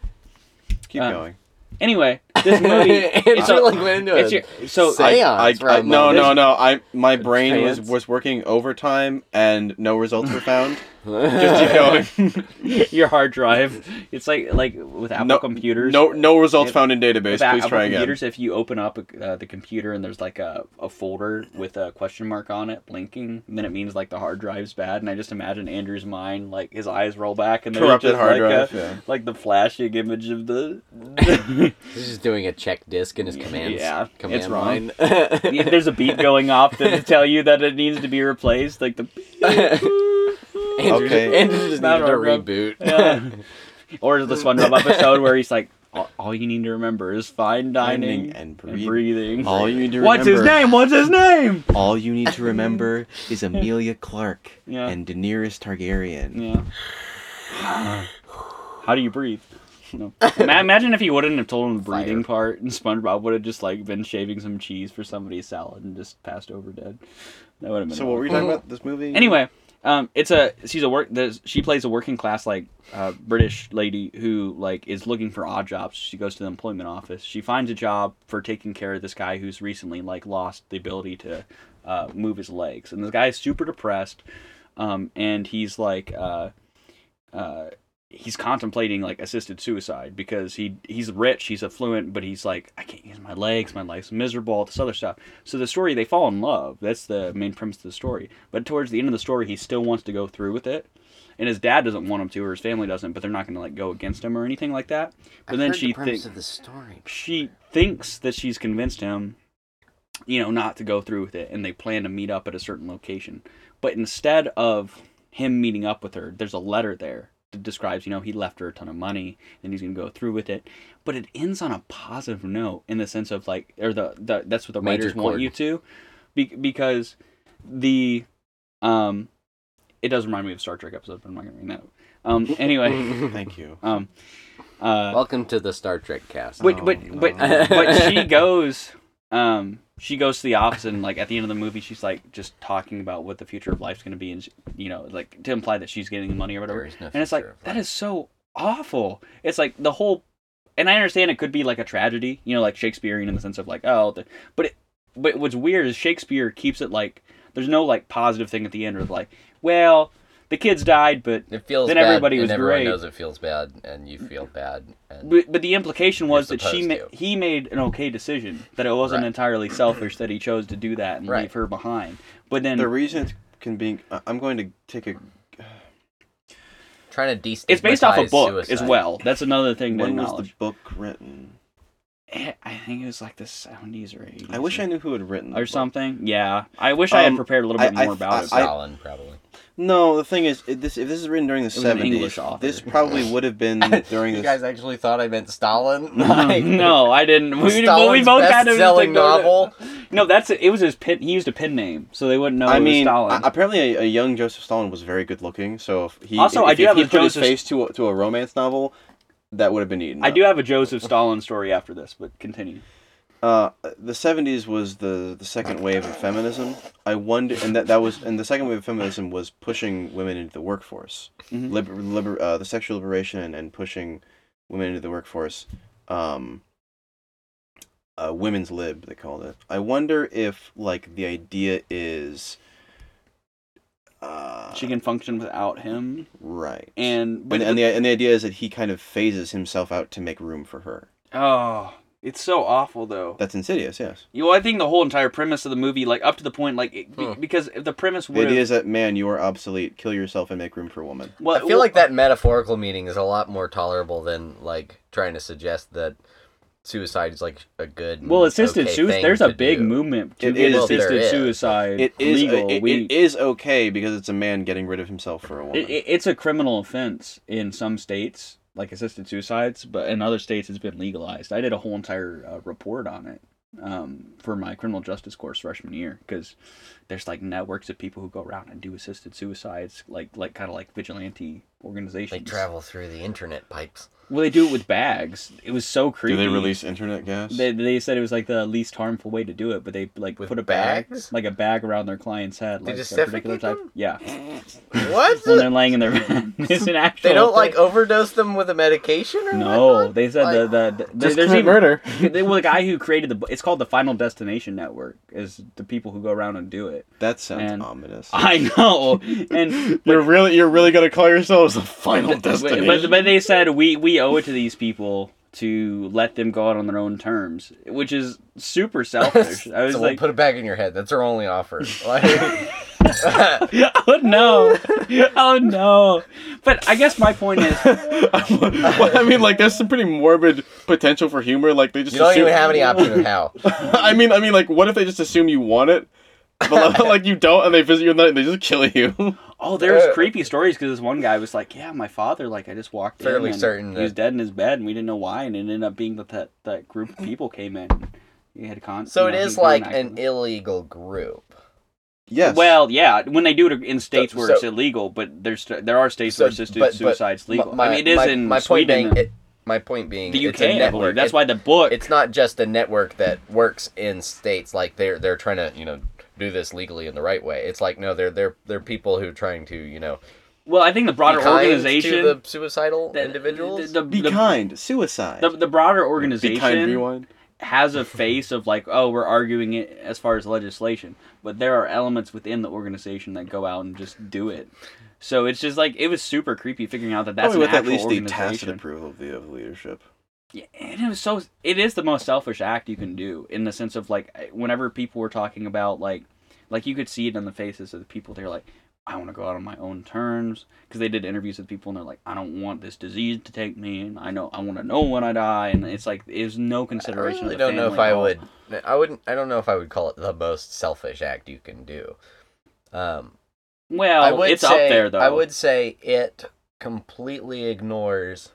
Speaker 1: Keep
Speaker 3: Um,
Speaker 1: going.
Speaker 3: Anyway, this movie.
Speaker 2: it's
Speaker 3: a-
Speaker 2: really went into
Speaker 3: it's
Speaker 2: it.
Speaker 3: your- so
Speaker 2: Say- Seance for a
Speaker 1: no, no,
Speaker 2: moment.
Speaker 1: no. I my brain was,
Speaker 2: Seance.
Speaker 1: was working overtime and no results were found. Just keep going.
Speaker 3: your hard drive. It's like like with Apple
Speaker 1: no
Speaker 3: computers.
Speaker 1: No, no results
Speaker 3: If-
Speaker 1: found in database.
Speaker 3: With
Speaker 1: Please
Speaker 3: Apple
Speaker 1: try again.
Speaker 3: computers, if you open up uh, the computer and there's like a, a folder with a question mark on it blinking, then it means like the hard drive's bad. And I just imagine Andrew's mind, like his eyes roll back and there's
Speaker 1: Corrupted
Speaker 3: just,
Speaker 1: hard
Speaker 3: like, a-
Speaker 1: drive. yeah.
Speaker 3: like the flashing image of the.
Speaker 2: He's just doing a check disk in his commands.
Speaker 3: Yeah, it's
Speaker 2: command
Speaker 3: wrong.
Speaker 2: line.
Speaker 3: Yeah, there's a beat going off to tell you that it needs to be replaced. Like the
Speaker 2: Andrew,
Speaker 1: Okay.
Speaker 2: Andrew just
Speaker 3: Not
Speaker 2: needed a
Speaker 3: our problem.
Speaker 2: reboot.
Speaker 3: Yeah. Uh, or the SpongeBob episode where he's like, all, all you need to remember is fine dining
Speaker 1: Dining and
Speaker 3: and,
Speaker 1: breathing."
Speaker 3: breathing.
Speaker 1: All you need to
Speaker 3: What's his
Speaker 1: remember.
Speaker 3: name? What's his name?
Speaker 1: All you need to remember is Amelia Clark
Speaker 3: Yeah.
Speaker 1: and Daenerys Targaryen.
Speaker 3: Yeah. How do you breathe? No. Ima- Imagine if he wouldn't have told him the breathing part, and SpongeBob would have just like been shaving some cheese for somebody's salad and just passed over dead. That would have been.
Speaker 1: So what were you
Speaker 3: awful.
Speaker 1: talking about? This movie?
Speaker 3: Anyway, um, it's a she's a work there's- she plays a working class like uh, British lady who like is looking for odd jobs. She goes to the employment office. She finds a job for taking care of this guy who's recently like lost the ability to uh, move his legs, and this guy is super depressed, um, and he's like. Uh, uh, he's contemplating like assisted suicide because he he's rich, he's affluent, but he's like, I can't use my legs, my life's miserable, all this other stuff. So the story, they fall in love. That's the main premise of the story. But towards the end of the story, he still wants to go through with it. And his dad doesn't want him to, or his family doesn't, but they're not going to like go against him or anything like that. But then she thinks
Speaker 2: of the story.
Speaker 3: she thinks that she's convinced him, you know, not to go through with it, and they plan to meet up at a certain location. But instead of him meeting up with her, there's a letter there that describes, you know, he left her a ton of money and he's gonna go through with it. But it ends on a positive note in the sense of like, or the, the that's what the
Speaker 2: Major
Speaker 3: writers
Speaker 2: chord.
Speaker 3: want you to, be, because the, um, it does remind me of Star Trek episode, but I'm not gonna bring that. Up. Um, anyway,
Speaker 1: Thank you.
Speaker 3: um, uh,
Speaker 2: Welcome to the Star Trek cast.
Speaker 3: but
Speaker 1: Oh,
Speaker 3: but
Speaker 1: no.
Speaker 3: but but she goes um she goes to the office and like at the end of the movie she's like just talking about what the future of life's going to be and you know like to imply that she's getting money or whatever
Speaker 2: There is no
Speaker 3: and it's like
Speaker 2: future of
Speaker 3: that
Speaker 2: life.
Speaker 3: is so awful it's like the whole and i understand it could be like a tragedy you know like shakespearean in the sense of like oh the, but it, but what's weird is shakespeare keeps it like there's no like positive thing at the end of like well the kids died but
Speaker 2: It feels
Speaker 3: Then
Speaker 2: bad,
Speaker 3: everybody
Speaker 2: and
Speaker 3: was
Speaker 2: everyone
Speaker 3: great.
Speaker 2: knows it feels bad, and you feel bad. And
Speaker 3: But, but the implication was
Speaker 2: You're
Speaker 3: that she ma-
Speaker 2: supposed to.
Speaker 3: he made an okay decision, that it wasn't
Speaker 2: Right.
Speaker 3: entirely selfish that he chose to do that and
Speaker 2: Right.
Speaker 3: leave her behind. But then
Speaker 1: The reason it can be, I- I'm going to take a
Speaker 2: trying to destigmatize
Speaker 3: it's based off a book as
Speaker 2: suicide.
Speaker 3: well. That's another thing to
Speaker 1: When was the
Speaker 3: acknowledge.
Speaker 1: book written?
Speaker 3: Eh, I think it was like the 70s or 80s.
Speaker 1: I wish I knew who had written the
Speaker 3: Or
Speaker 1: book.
Speaker 3: something. Yeah. I wish I had
Speaker 1: Um,
Speaker 3: prepared a little bit
Speaker 1: I- I-
Speaker 3: more about it.
Speaker 1: I-
Speaker 2: Stalin, probably.
Speaker 1: No, the thing is, if this if this is written during the
Speaker 3: was an English
Speaker 1: seventies,
Speaker 3: author.
Speaker 1: this probably would have been during
Speaker 2: you
Speaker 1: the.
Speaker 2: guys actually thought I meant Stalin?
Speaker 3: No, no, I didn't. We, but we
Speaker 2: Stalin's
Speaker 3: both had it. It was
Speaker 2: best-selling
Speaker 3: like, no, no.
Speaker 2: novel.
Speaker 3: No, that's it. Was his pen? He used a pen name, so they wouldn't know.
Speaker 1: I
Speaker 3: it was
Speaker 1: mean,
Speaker 3: Stalin.
Speaker 1: a- apparently, a, a young Joseph Stalin was very good looking. So if he
Speaker 3: Also,
Speaker 1: if,
Speaker 3: I
Speaker 1: if
Speaker 3: do have
Speaker 1: he
Speaker 3: a
Speaker 1: put his
Speaker 3: Joseph-
Speaker 1: face to a, to a romance novel, that would have been eaten.
Speaker 3: I
Speaker 1: up.
Speaker 3: do have a Joseph Stalin story after this, but continue.
Speaker 1: Uh, the seventies was the the second wave of feminism. I wonder, and that that was, and the second wave of feminism was pushing women into the workforce,
Speaker 3: Mhm.
Speaker 1: liber, liber, uh, the sexual liberation, and, and pushing women into the workforce. Um, uh, women's lib, they called it. I wonder if like the idea is, uh,
Speaker 3: She can function without him.
Speaker 1: right,
Speaker 3: and but
Speaker 1: and, and the and the idea is that he kind of phases himself out to make room for her.
Speaker 3: oh, it's so awful though.
Speaker 1: That's insidious, yes.
Speaker 3: You know, I think the whole entire premise of the movie, like up to the point, like it, be-
Speaker 2: Huh.
Speaker 3: because if the premise
Speaker 1: The
Speaker 3: would
Speaker 1: idea
Speaker 3: have,
Speaker 1: is that man, you are obsolete. Kill yourself and make room for a woman.
Speaker 3: well,
Speaker 2: I feel like that metaphorical meaning is a lot more tolerable than like trying to suggest that suicide is like a good. and
Speaker 3: Well, assisted
Speaker 2: okay
Speaker 3: suicide.
Speaker 2: thing
Speaker 3: There's a
Speaker 2: to
Speaker 3: big
Speaker 2: do.
Speaker 3: movement to
Speaker 1: It
Speaker 3: get
Speaker 1: is-
Speaker 2: Well, there
Speaker 3: assisted
Speaker 2: is.
Speaker 3: suicide
Speaker 1: It is
Speaker 3: legal.
Speaker 1: it-
Speaker 3: we,
Speaker 1: it is okay because it's a man getting rid of himself for a woman.
Speaker 3: it- it- it's a criminal offense in some states like assisted suicides, but in other states it's been legalized. I did a whole entire uh, report on it um, for my criminal justice course freshman year because there's like networks of people who go around and do assisted suicides, like like kind of like vigilante
Speaker 2: They
Speaker 3: organizations.
Speaker 2: travel through the internet pipes.
Speaker 3: Well, they do it with bags. It was so creepy.
Speaker 1: Do they release internet gas?
Speaker 3: They, they said it was like the least harmful way to do it, but they like
Speaker 2: With
Speaker 3: put a bag,
Speaker 2: bags?
Speaker 3: like a bag around their client's head,
Speaker 2: They
Speaker 3: like
Speaker 2: just
Speaker 3: a particular type.
Speaker 2: suffocate them?
Speaker 3: Yeah,
Speaker 2: What?
Speaker 3: when they're laying in their bed, it's an actual.
Speaker 2: They don't
Speaker 3: thing.
Speaker 2: like overdose them with a medication or
Speaker 3: No,
Speaker 2: whatnot?
Speaker 3: they said
Speaker 2: Like,
Speaker 3: the, the, the
Speaker 1: Just
Speaker 3: there's
Speaker 1: commit
Speaker 3: even
Speaker 1: murder.
Speaker 3: they, well, the guy who created the it's called the Final Destination Network is the people who go around and do it.
Speaker 1: That sounds
Speaker 3: And-
Speaker 1: ominous.
Speaker 3: I know, and
Speaker 1: You're really, you're really gonna call yourselves the final destination.
Speaker 3: but, but they said we we owe it to these people to let them go out on their own terms, which is super selfish. I was
Speaker 2: so
Speaker 3: like,
Speaker 2: we'll put a bag in your head. That's our only offer. Like,
Speaker 3: oh no, oh no. But I guess my point is,
Speaker 1: well, I mean, like, there's some pretty morbid potential for humor. Like, they just
Speaker 2: you don't
Speaker 1: assume-
Speaker 2: even have any option of how.
Speaker 1: I mean, I mean, like, what if they just assume you want it, but like you don't, and they visit you at night and they just kill you?
Speaker 3: oh, there's
Speaker 2: Uh,
Speaker 3: creepy stories because this one guy was like, yeah, my father, like I just walked
Speaker 2: Fairly
Speaker 3: in, and
Speaker 2: certain
Speaker 3: he was
Speaker 2: that-
Speaker 3: dead in his bed, and we didn't know why, and it ended up being that that, that group of people came in. You had con-
Speaker 2: So
Speaker 3: you
Speaker 2: it
Speaker 3: know,
Speaker 2: is
Speaker 3: he- he
Speaker 2: like
Speaker 3: enacted
Speaker 2: an
Speaker 3: them.
Speaker 2: illegal group.
Speaker 1: Yes.
Speaker 3: Well, yeah, when they do it in states where
Speaker 2: so-
Speaker 3: it's illegal, but there's there are states
Speaker 2: So,
Speaker 3: where assisted
Speaker 2: but- but
Speaker 3: suicide's legal.
Speaker 2: My,
Speaker 3: I mean, it is
Speaker 2: my,
Speaker 3: in
Speaker 2: my point
Speaker 3: Sweden,
Speaker 2: being,
Speaker 3: and
Speaker 2: it, my point being,
Speaker 3: the UK.
Speaker 2: it's a
Speaker 3: I believe
Speaker 2: network.
Speaker 3: that's
Speaker 2: It-
Speaker 3: why the book.
Speaker 2: it's not just a network that works in states like they're they're trying to you know do this legally in the right way. It's like no, they're they're they're people who are trying to you know
Speaker 3: well, I think the
Speaker 2: be
Speaker 3: broader
Speaker 2: kind
Speaker 3: organization,
Speaker 2: to the suicidal
Speaker 3: the-
Speaker 2: individuals.
Speaker 3: the,
Speaker 1: be
Speaker 3: the-
Speaker 1: kind. Suicide.
Speaker 3: The, the broader
Speaker 1: be kind.
Speaker 3: organization
Speaker 1: Rewind.
Speaker 3: has a face of like, oh, we're arguing it as far as legislation, but there are elements within the organization that go out and just do it. So it's just like it was super creepy figuring out that that's
Speaker 1: Probably
Speaker 3: an
Speaker 1: with at
Speaker 3: actual
Speaker 1: least the tacit
Speaker 3: organization.
Speaker 1: approval of the, of the leadership.
Speaker 3: Yeah, and it was so. It is the most selfish act you can do in the sense of like whenever people were talking about like, like you could see it in the faces of the people. They're like, I want to go out on my own terms because they did interviews with people and they're like, I don't want this disease to take me, and I know I want to know when I die, and it's like there's no
Speaker 2: I
Speaker 3: consideration.
Speaker 2: really
Speaker 3: of the
Speaker 2: don't know
Speaker 3: family
Speaker 2: if I
Speaker 3: at all.
Speaker 2: would. I wouldn't. I don't know if I would call it the most selfish act you can do. Um,
Speaker 3: Well,
Speaker 2: I would
Speaker 3: it's
Speaker 2: say,
Speaker 3: up there though.
Speaker 2: I would say it completely ignores,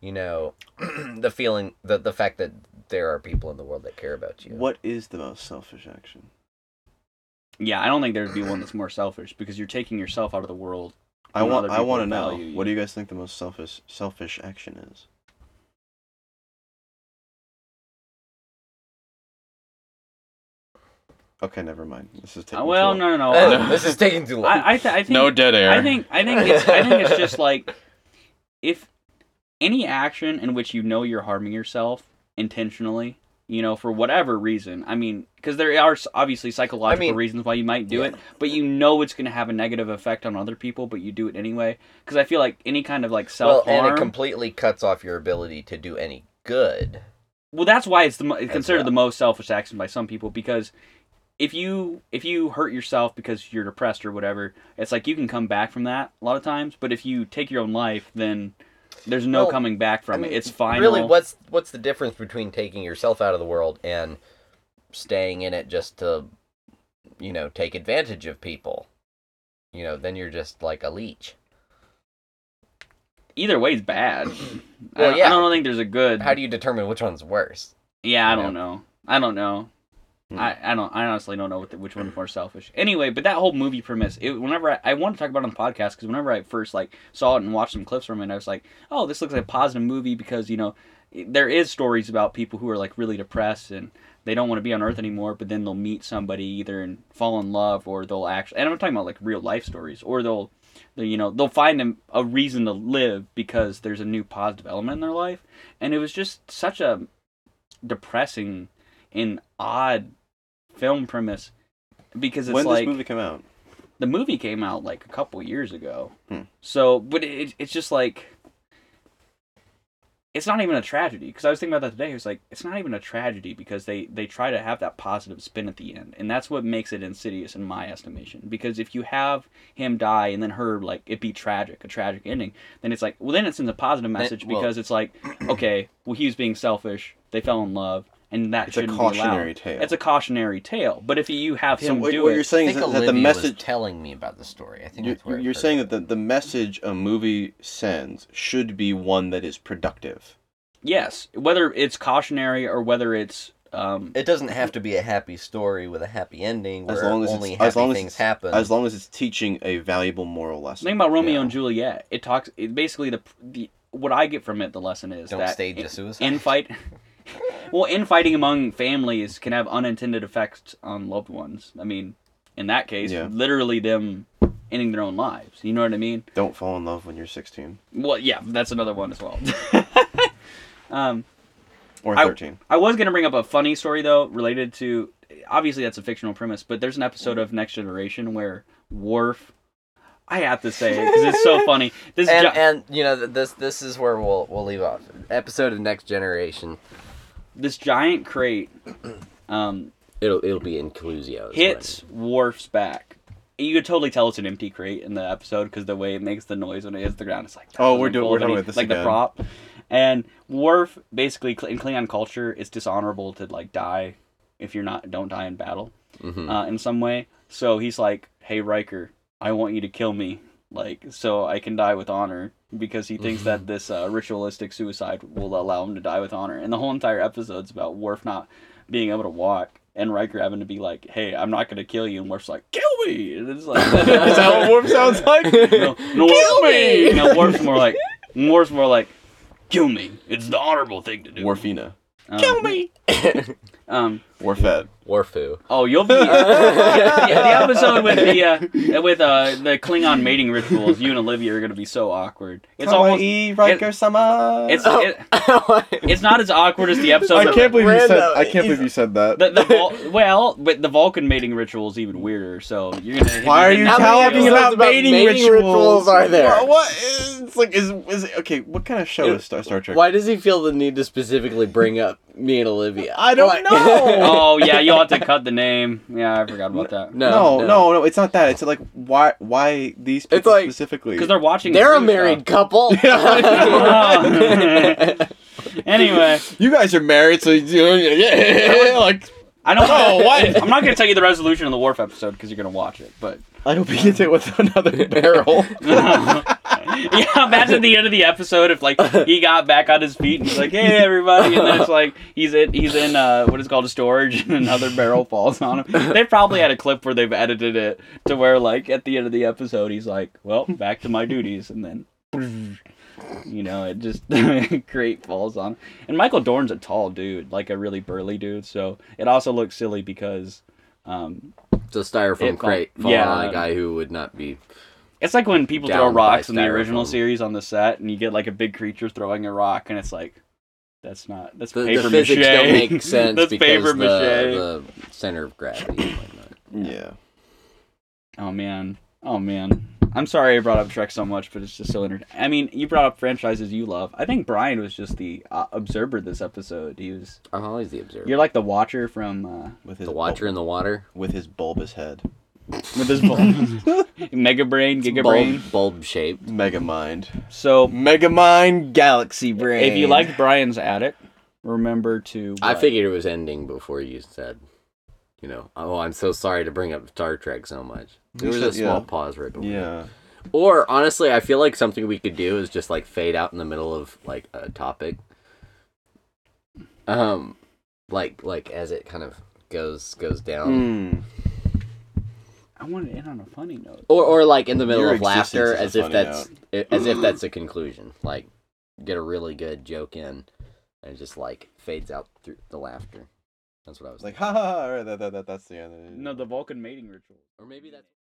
Speaker 2: you know, the feeling the the fact that there are people in the world that care about you.
Speaker 1: What is the most selfish action?
Speaker 3: Yeah, I don't think there'd be one that's more selfish because you're taking yourself out of the world.
Speaker 1: I
Speaker 3: When
Speaker 1: want.
Speaker 3: other
Speaker 1: I
Speaker 3: people
Speaker 1: want to know.
Speaker 3: value you.
Speaker 1: What do you guys think the most selfish selfish action is? Okay, never mind. This is taking.
Speaker 3: Uh, well,
Speaker 1: too
Speaker 3: no, no,
Speaker 2: Oh,
Speaker 3: no.
Speaker 2: this is taking too long.
Speaker 3: I, I, th- I think
Speaker 1: dead air.
Speaker 3: I think I think it's I think it's just like if any action in which you know you're harming yourself intentionally, you know, for whatever reason. I mean, because there are s- obviously psychological
Speaker 2: mean-
Speaker 3: reasons why you might do
Speaker 2: Yeah.
Speaker 3: it, but you know it's going to have a negative effect on other people, but you do it anyway. Because I feel like any kind of like
Speaker 2: well,
Speaker 3: self harm.
Speaker 2: and it
Speaker 3: Well,
Speaker 2: completely cuts off your ability to do any good.
Speaker 3: that's why it's the mo- it's
Speaker 2: As
Speaker 3: considered
Speaker 2: well.
Speaker 3: the most selfish action by some people because. If you if you hurt yourself because you're depressed or whatever, it's like you can come back from that a lot of times. But if you take your own life, then there's no
Speaker 2: Well,
Speaker 3: coming back from
Speaker 2: I mean,
Speaker 3: it. It's final.
Speaker 2: Really, what's what's the difference between taking yourself out of the world and staying in it just to, you know, take advantage of people? You know, then you're just like a leech.
Speaker 3: either way is bad. I,
Speaker 2: Well,
Speaker 3: don't,
Speaker 2: yeah.
Speaker 3: I don't think there's a good.
Speaker 2: How do you determine which one's worse?
Speaker 3: yeah, I
Speaker 2: Yeah.
Speaker 3: don't know. I don't know.
Speaker 1: Hmm.
Speaker 3: I, I don't. I honestly don't know what the, which one's more selfish. Anyway, but that whole movie premise. It, whenever I, I wanted to talk about it on the podcast because whenever I first like saw it and watched some clips from it, I was like, oh, this looks like a positive movie because you know there is stories about people who are like really depressed and they don't want to be on earth anymore but then they'll meet somebody either and fall in love or they'll actually and i'm talking about like real life stories or they'll they, you know they'll find them a reason to live because there's a new positive element in their life and it was just such a depressing and odd film premise because it's
Speaker 1: when
Speaker 3: like
Speaker 1: this movie come out?
Speaker 3: the movie came out like a couple years ago.
Speaker 1: Hmm.
Speaker 3: So, but it, it's just like it's not even a tragedy because I was thinking about that today. It was like it's not even a tragedy because they they try to have that positive spin at the end, and that's what makes it insidious in my estimation. Because if you have him die and then her like it be tragic, a tragic ending, then it's like well then it sends a positive message
Speaker 2: well-
Speaker 3: because it's like okay, well he was being selfish. They fell in love. and that
Speaker 1: It's a
Speaker 3: shouldn't be
Speaker 1: cautionary
Speaker 3: allowed.
Speaker 1: tale.
Speaker 3: It's a cautionary tale. But if you have
Speaker 1: so
Speaker 3: him
Speaker 1: what,
Speaker 3: do
Speaker 1: what
Speaker 3: it,
Speaker 1: you're
Speaker 4: I
Speaker 1: saying is
Speaker 4: think
Speaker 1: that, that
Speaker 4: Olivia
Speaker 1: the
Speaker 4: was
Speaker 1: message
Speaker 4: telling me about the story. I think
Speaker 1: you're,
Speaker 4: that's where I
Speaker 1: you're
Speaker 4: heard
Speaker 1: saying
Speaker 4: it.
Speaker 1: that the, the message a movie sends should be one that is productive.
Speaker 3: yes, whether it's cautionary or whether it's um,
Speaker 4: it doesn't have to be a happy story with a happy ending where
Speaker 1: As long as
Speaker 4: only
Speaker 1: it's,
Speaker 4: happy
Speaker 1: as long as
Speaker 4: things
Speaker 1: it's-
Speaker 4: happen.
Speaker 1: As long as it's teaching a valuable moral lesson.
Speaker 3: Think about Romeo
Speaker 1: Yeah.
Speaker 3: and Juliet. It talks. It basically the the what I get from it. The lesson is
Speaker 4: Don't
Speaker 3: that
Speaker 4: stage
Speaker 3: in-
Speaker 4: a suicide.
Speaker 3: infight. well, infighting among families can have unintended effects on loved ones. I mean, in that case,
Speaker 1: Yeah.
Speaker 3: literally them ending their own lives. You know what I mean?
Speaker 1: Don't fall in love when you're 16
Speaker 3: Well, yeah, that's another one as well. um,
Speaker 1: or
Speaker 3: I-
Speaker 1: 13.
Speaker 3: I was gonna bring up a funny story though, related to obviously that's a fictional premise, but there's an episode of Next Generation where Worf. I have to say because it's so funny. This
Speaker 4: and,
Speaker 3: jo-
Speaker 4: and you know th- this this is where we'll we'll leave off.
Speaker 2: Episode of Next Generation.
Speaker 3: this giant crate um,
Speaker 2: It'll it'll be inclusio. is
Speaker 3: hits Worf's back. And You could totally tell it's an empty crate in the episode because the way it makes the noise when it hits the ground, it's like that
Speaker 1: Oh, we're
Speaker 3: doesn't
Speaker 1: doing-
Speaker 3: fold
Speaker 1: we're talking
Speaker 3: any-
Speaker 1: about this
Speaker 3: like the
Speaker 1: again.
Speaker 3: prop. And Worf basically in Klingon culture, it's dishonorable to like die if you're not don't die in battle
Speaker 2: when- Mhm.
Speaker 3: uh, in some way. So he's like, "Hey Riker, I want you to kill me, like so I can die with honor." Because he thinks
Speaker 2: Mm-hmm.
Speaker 3: that this uh, ritualistic suicide will allow him to die with honor, and the whole entire episode's about Worf not being able to walk and Riker having to be like, "Hey, I'm not gonna kill you," and Worf's like, "Kill me!" And it's like,
Speaker 1: Is that what Worf sounds like?
Speaker 3: no, no,
Speaker 2: Kill me!
Speaker 3: No, Worf's more like, Worf's more like, "Kill me! It's the honorable thing to do."
Speaker 1: Warfina.
Speaker 3: kill
Speaker 2: me.
Speaker 3: Um,
Speaker 1: Warfed.
Speaker 2: Warfu.
Speaker 3: Oh, you'll be yeah, the episode with the uh, with uh, the Klingon mating rituals. You and Olivia are gonna be so awkward. It's almost
Speaker 1: Kawaii Riker-sama.
Speaker 3: it's it, it's not as awkward as the episode.
Speaker 1: I can't believe you said.
Speaker 2: Rando
Speaker 1: I can't
Speaker 2: is-
Speaker 1: believe you said that.
Speaker 3: the, the Vul- well, but the Vulcan mating ritual is even weirder. So you're gonna.
Speaker 1: Why are you
Speaker 2: How many
Speaker 1: talking
Speaker 2: episodes
Speaker 1: about,
Speaker 2: about
Speaker 1: mating,
Speaker 2: mating
Speaker 1: rituals?
Speaker 2: rituals are there?
Speaker 1: What, what is it's like? Is is it, okay? What kind of show
Speaker 2: It-
Speaker 1: is Star, Star Trek?
Speaker 2: Why does he feel the need to specifically bring up me and Olivia?
Speaker 1: I don't
Speaker 2: Why-
Speaker 1: know.
Speaker 3: Oh yeah, you'll have to cut the name. Yeah, I forgot about that.
Speaker 1: No,
Speaker 2: no,
Speaker 1: no, no, It's not that. It's like why? Why these people
Speaker 2: like-
Speaker 1: specifically?
Speaker 3: Because they're watching.
Speaker 2: They're a
Speaker 3: Screw
Speaker 2: married couple.
Speaker 3: Oh. Stuff. Anyway,
Speaker 1: You guys are married, so you yeah, like.
Speaker 3: I don't.
Speaker 1: Oh, what?
Speaker 3: I'm not gonna tell you the resolution of the Worf episode because you're gonna watch it, but.
Speaker 1: I hope you hit it with another barrel.
Speaker 3: yeah, imagine the end of the episode if like he got back on his feet and he's like, "Hey, everybody!" and then it's like he's in he's in uh, what is called a storage, and another barrel falls on him. They probably had a clip where they've edited it to where like at the end of the episode he's like, "Well, back to my duties," and then you know it just crate falls on. And Michael Dorn's a tall dude, like a really burly dude, so it also looks silly because. Um,
Speaker 2: It's a styrofoam
Speaker 3: It fall-
Speaker 2: crate falling
Speaker 3: yeah.
Speaker 2: on a guy who would not be.
Speaker 3: It's like when people throw
Speaker 2: down by
Speaker 3: rocks in the original
Speaker 2: styrofoam.
Speaker 3: series on the set, and you get like a big creature throwing a rock, and it's like, that's not that's
Speaker 2: The,
Speaker 3: paper
Speaker 2: the
Speaker 3: mache.
Speaker 2: physics don't make sense
Speaker 3: that's
Speaker 2: because
Speaker 3: paper
Speaker 2: the,
Speaker 3: mache.
Speaker 2: the center of gravity and whatnot.
Speaker 1: yeah.
Speaker 3: Oh man, oh man. I'm sorry I brought up Trek so much, but it's just so entertaining. I mean, you brought up franchises you love. I think Brian was just the uh, observer this episode. He was.
Speaker 2: I'm always the observer.
Speaker 3: You're like the watcher from uh,
Speaker 1: With his
Speaker 2: the watcher in the water.
Speaker 1: bul- with his bulbous head,
Speaker 3: with his bulb, mega brain, giga brain.
Speaker 2: Bulb, bulb shape.
Speaker 1: mega mind,
Speaker 3: So
Speaker 1: mega mind, galaxy brain.
Speaker 3: if you liked Brian's attic, remember to.
Speaker 2: I
Speaker 3: what?
Speaker 2: figured it was ending before you said, you know, oh, I'm so sorry to bring up Star Trek so much. There
Speaker 1: You
Speaker 2: was a
Speaker 1: said-
Speaker 2: small
Speaker 1: yeah.
Speaker 2: pause right before.
Speaker 1: yeah.
Speaker 2: Or honestly, I feel like something we could do is just like fade out in the middle of like a topic. Um, like like as it kind of goes goes down,
Speaker 1: Mm.
Speaker 3: I wanted to end on a funny note.
Speaker 2: or or like in the middle
Speaker 1: Your
Speaker 2: of laughter,
Speaker 1: existence
Speaker 2: as
Speaker 1: is a
Speaker 2: if
Speaker 1: funny
Speaker 2: that's as if that's a conclusion. Like get a really good joke in, and it just like fades out through the laughter. That's what I was
Speaker 1: Like ha ha. ha all right, that, that, that, that's the end.
Speaker 3: No, the Vulcan mating ritual.
Speaker 2: thinking. Or maybe that's.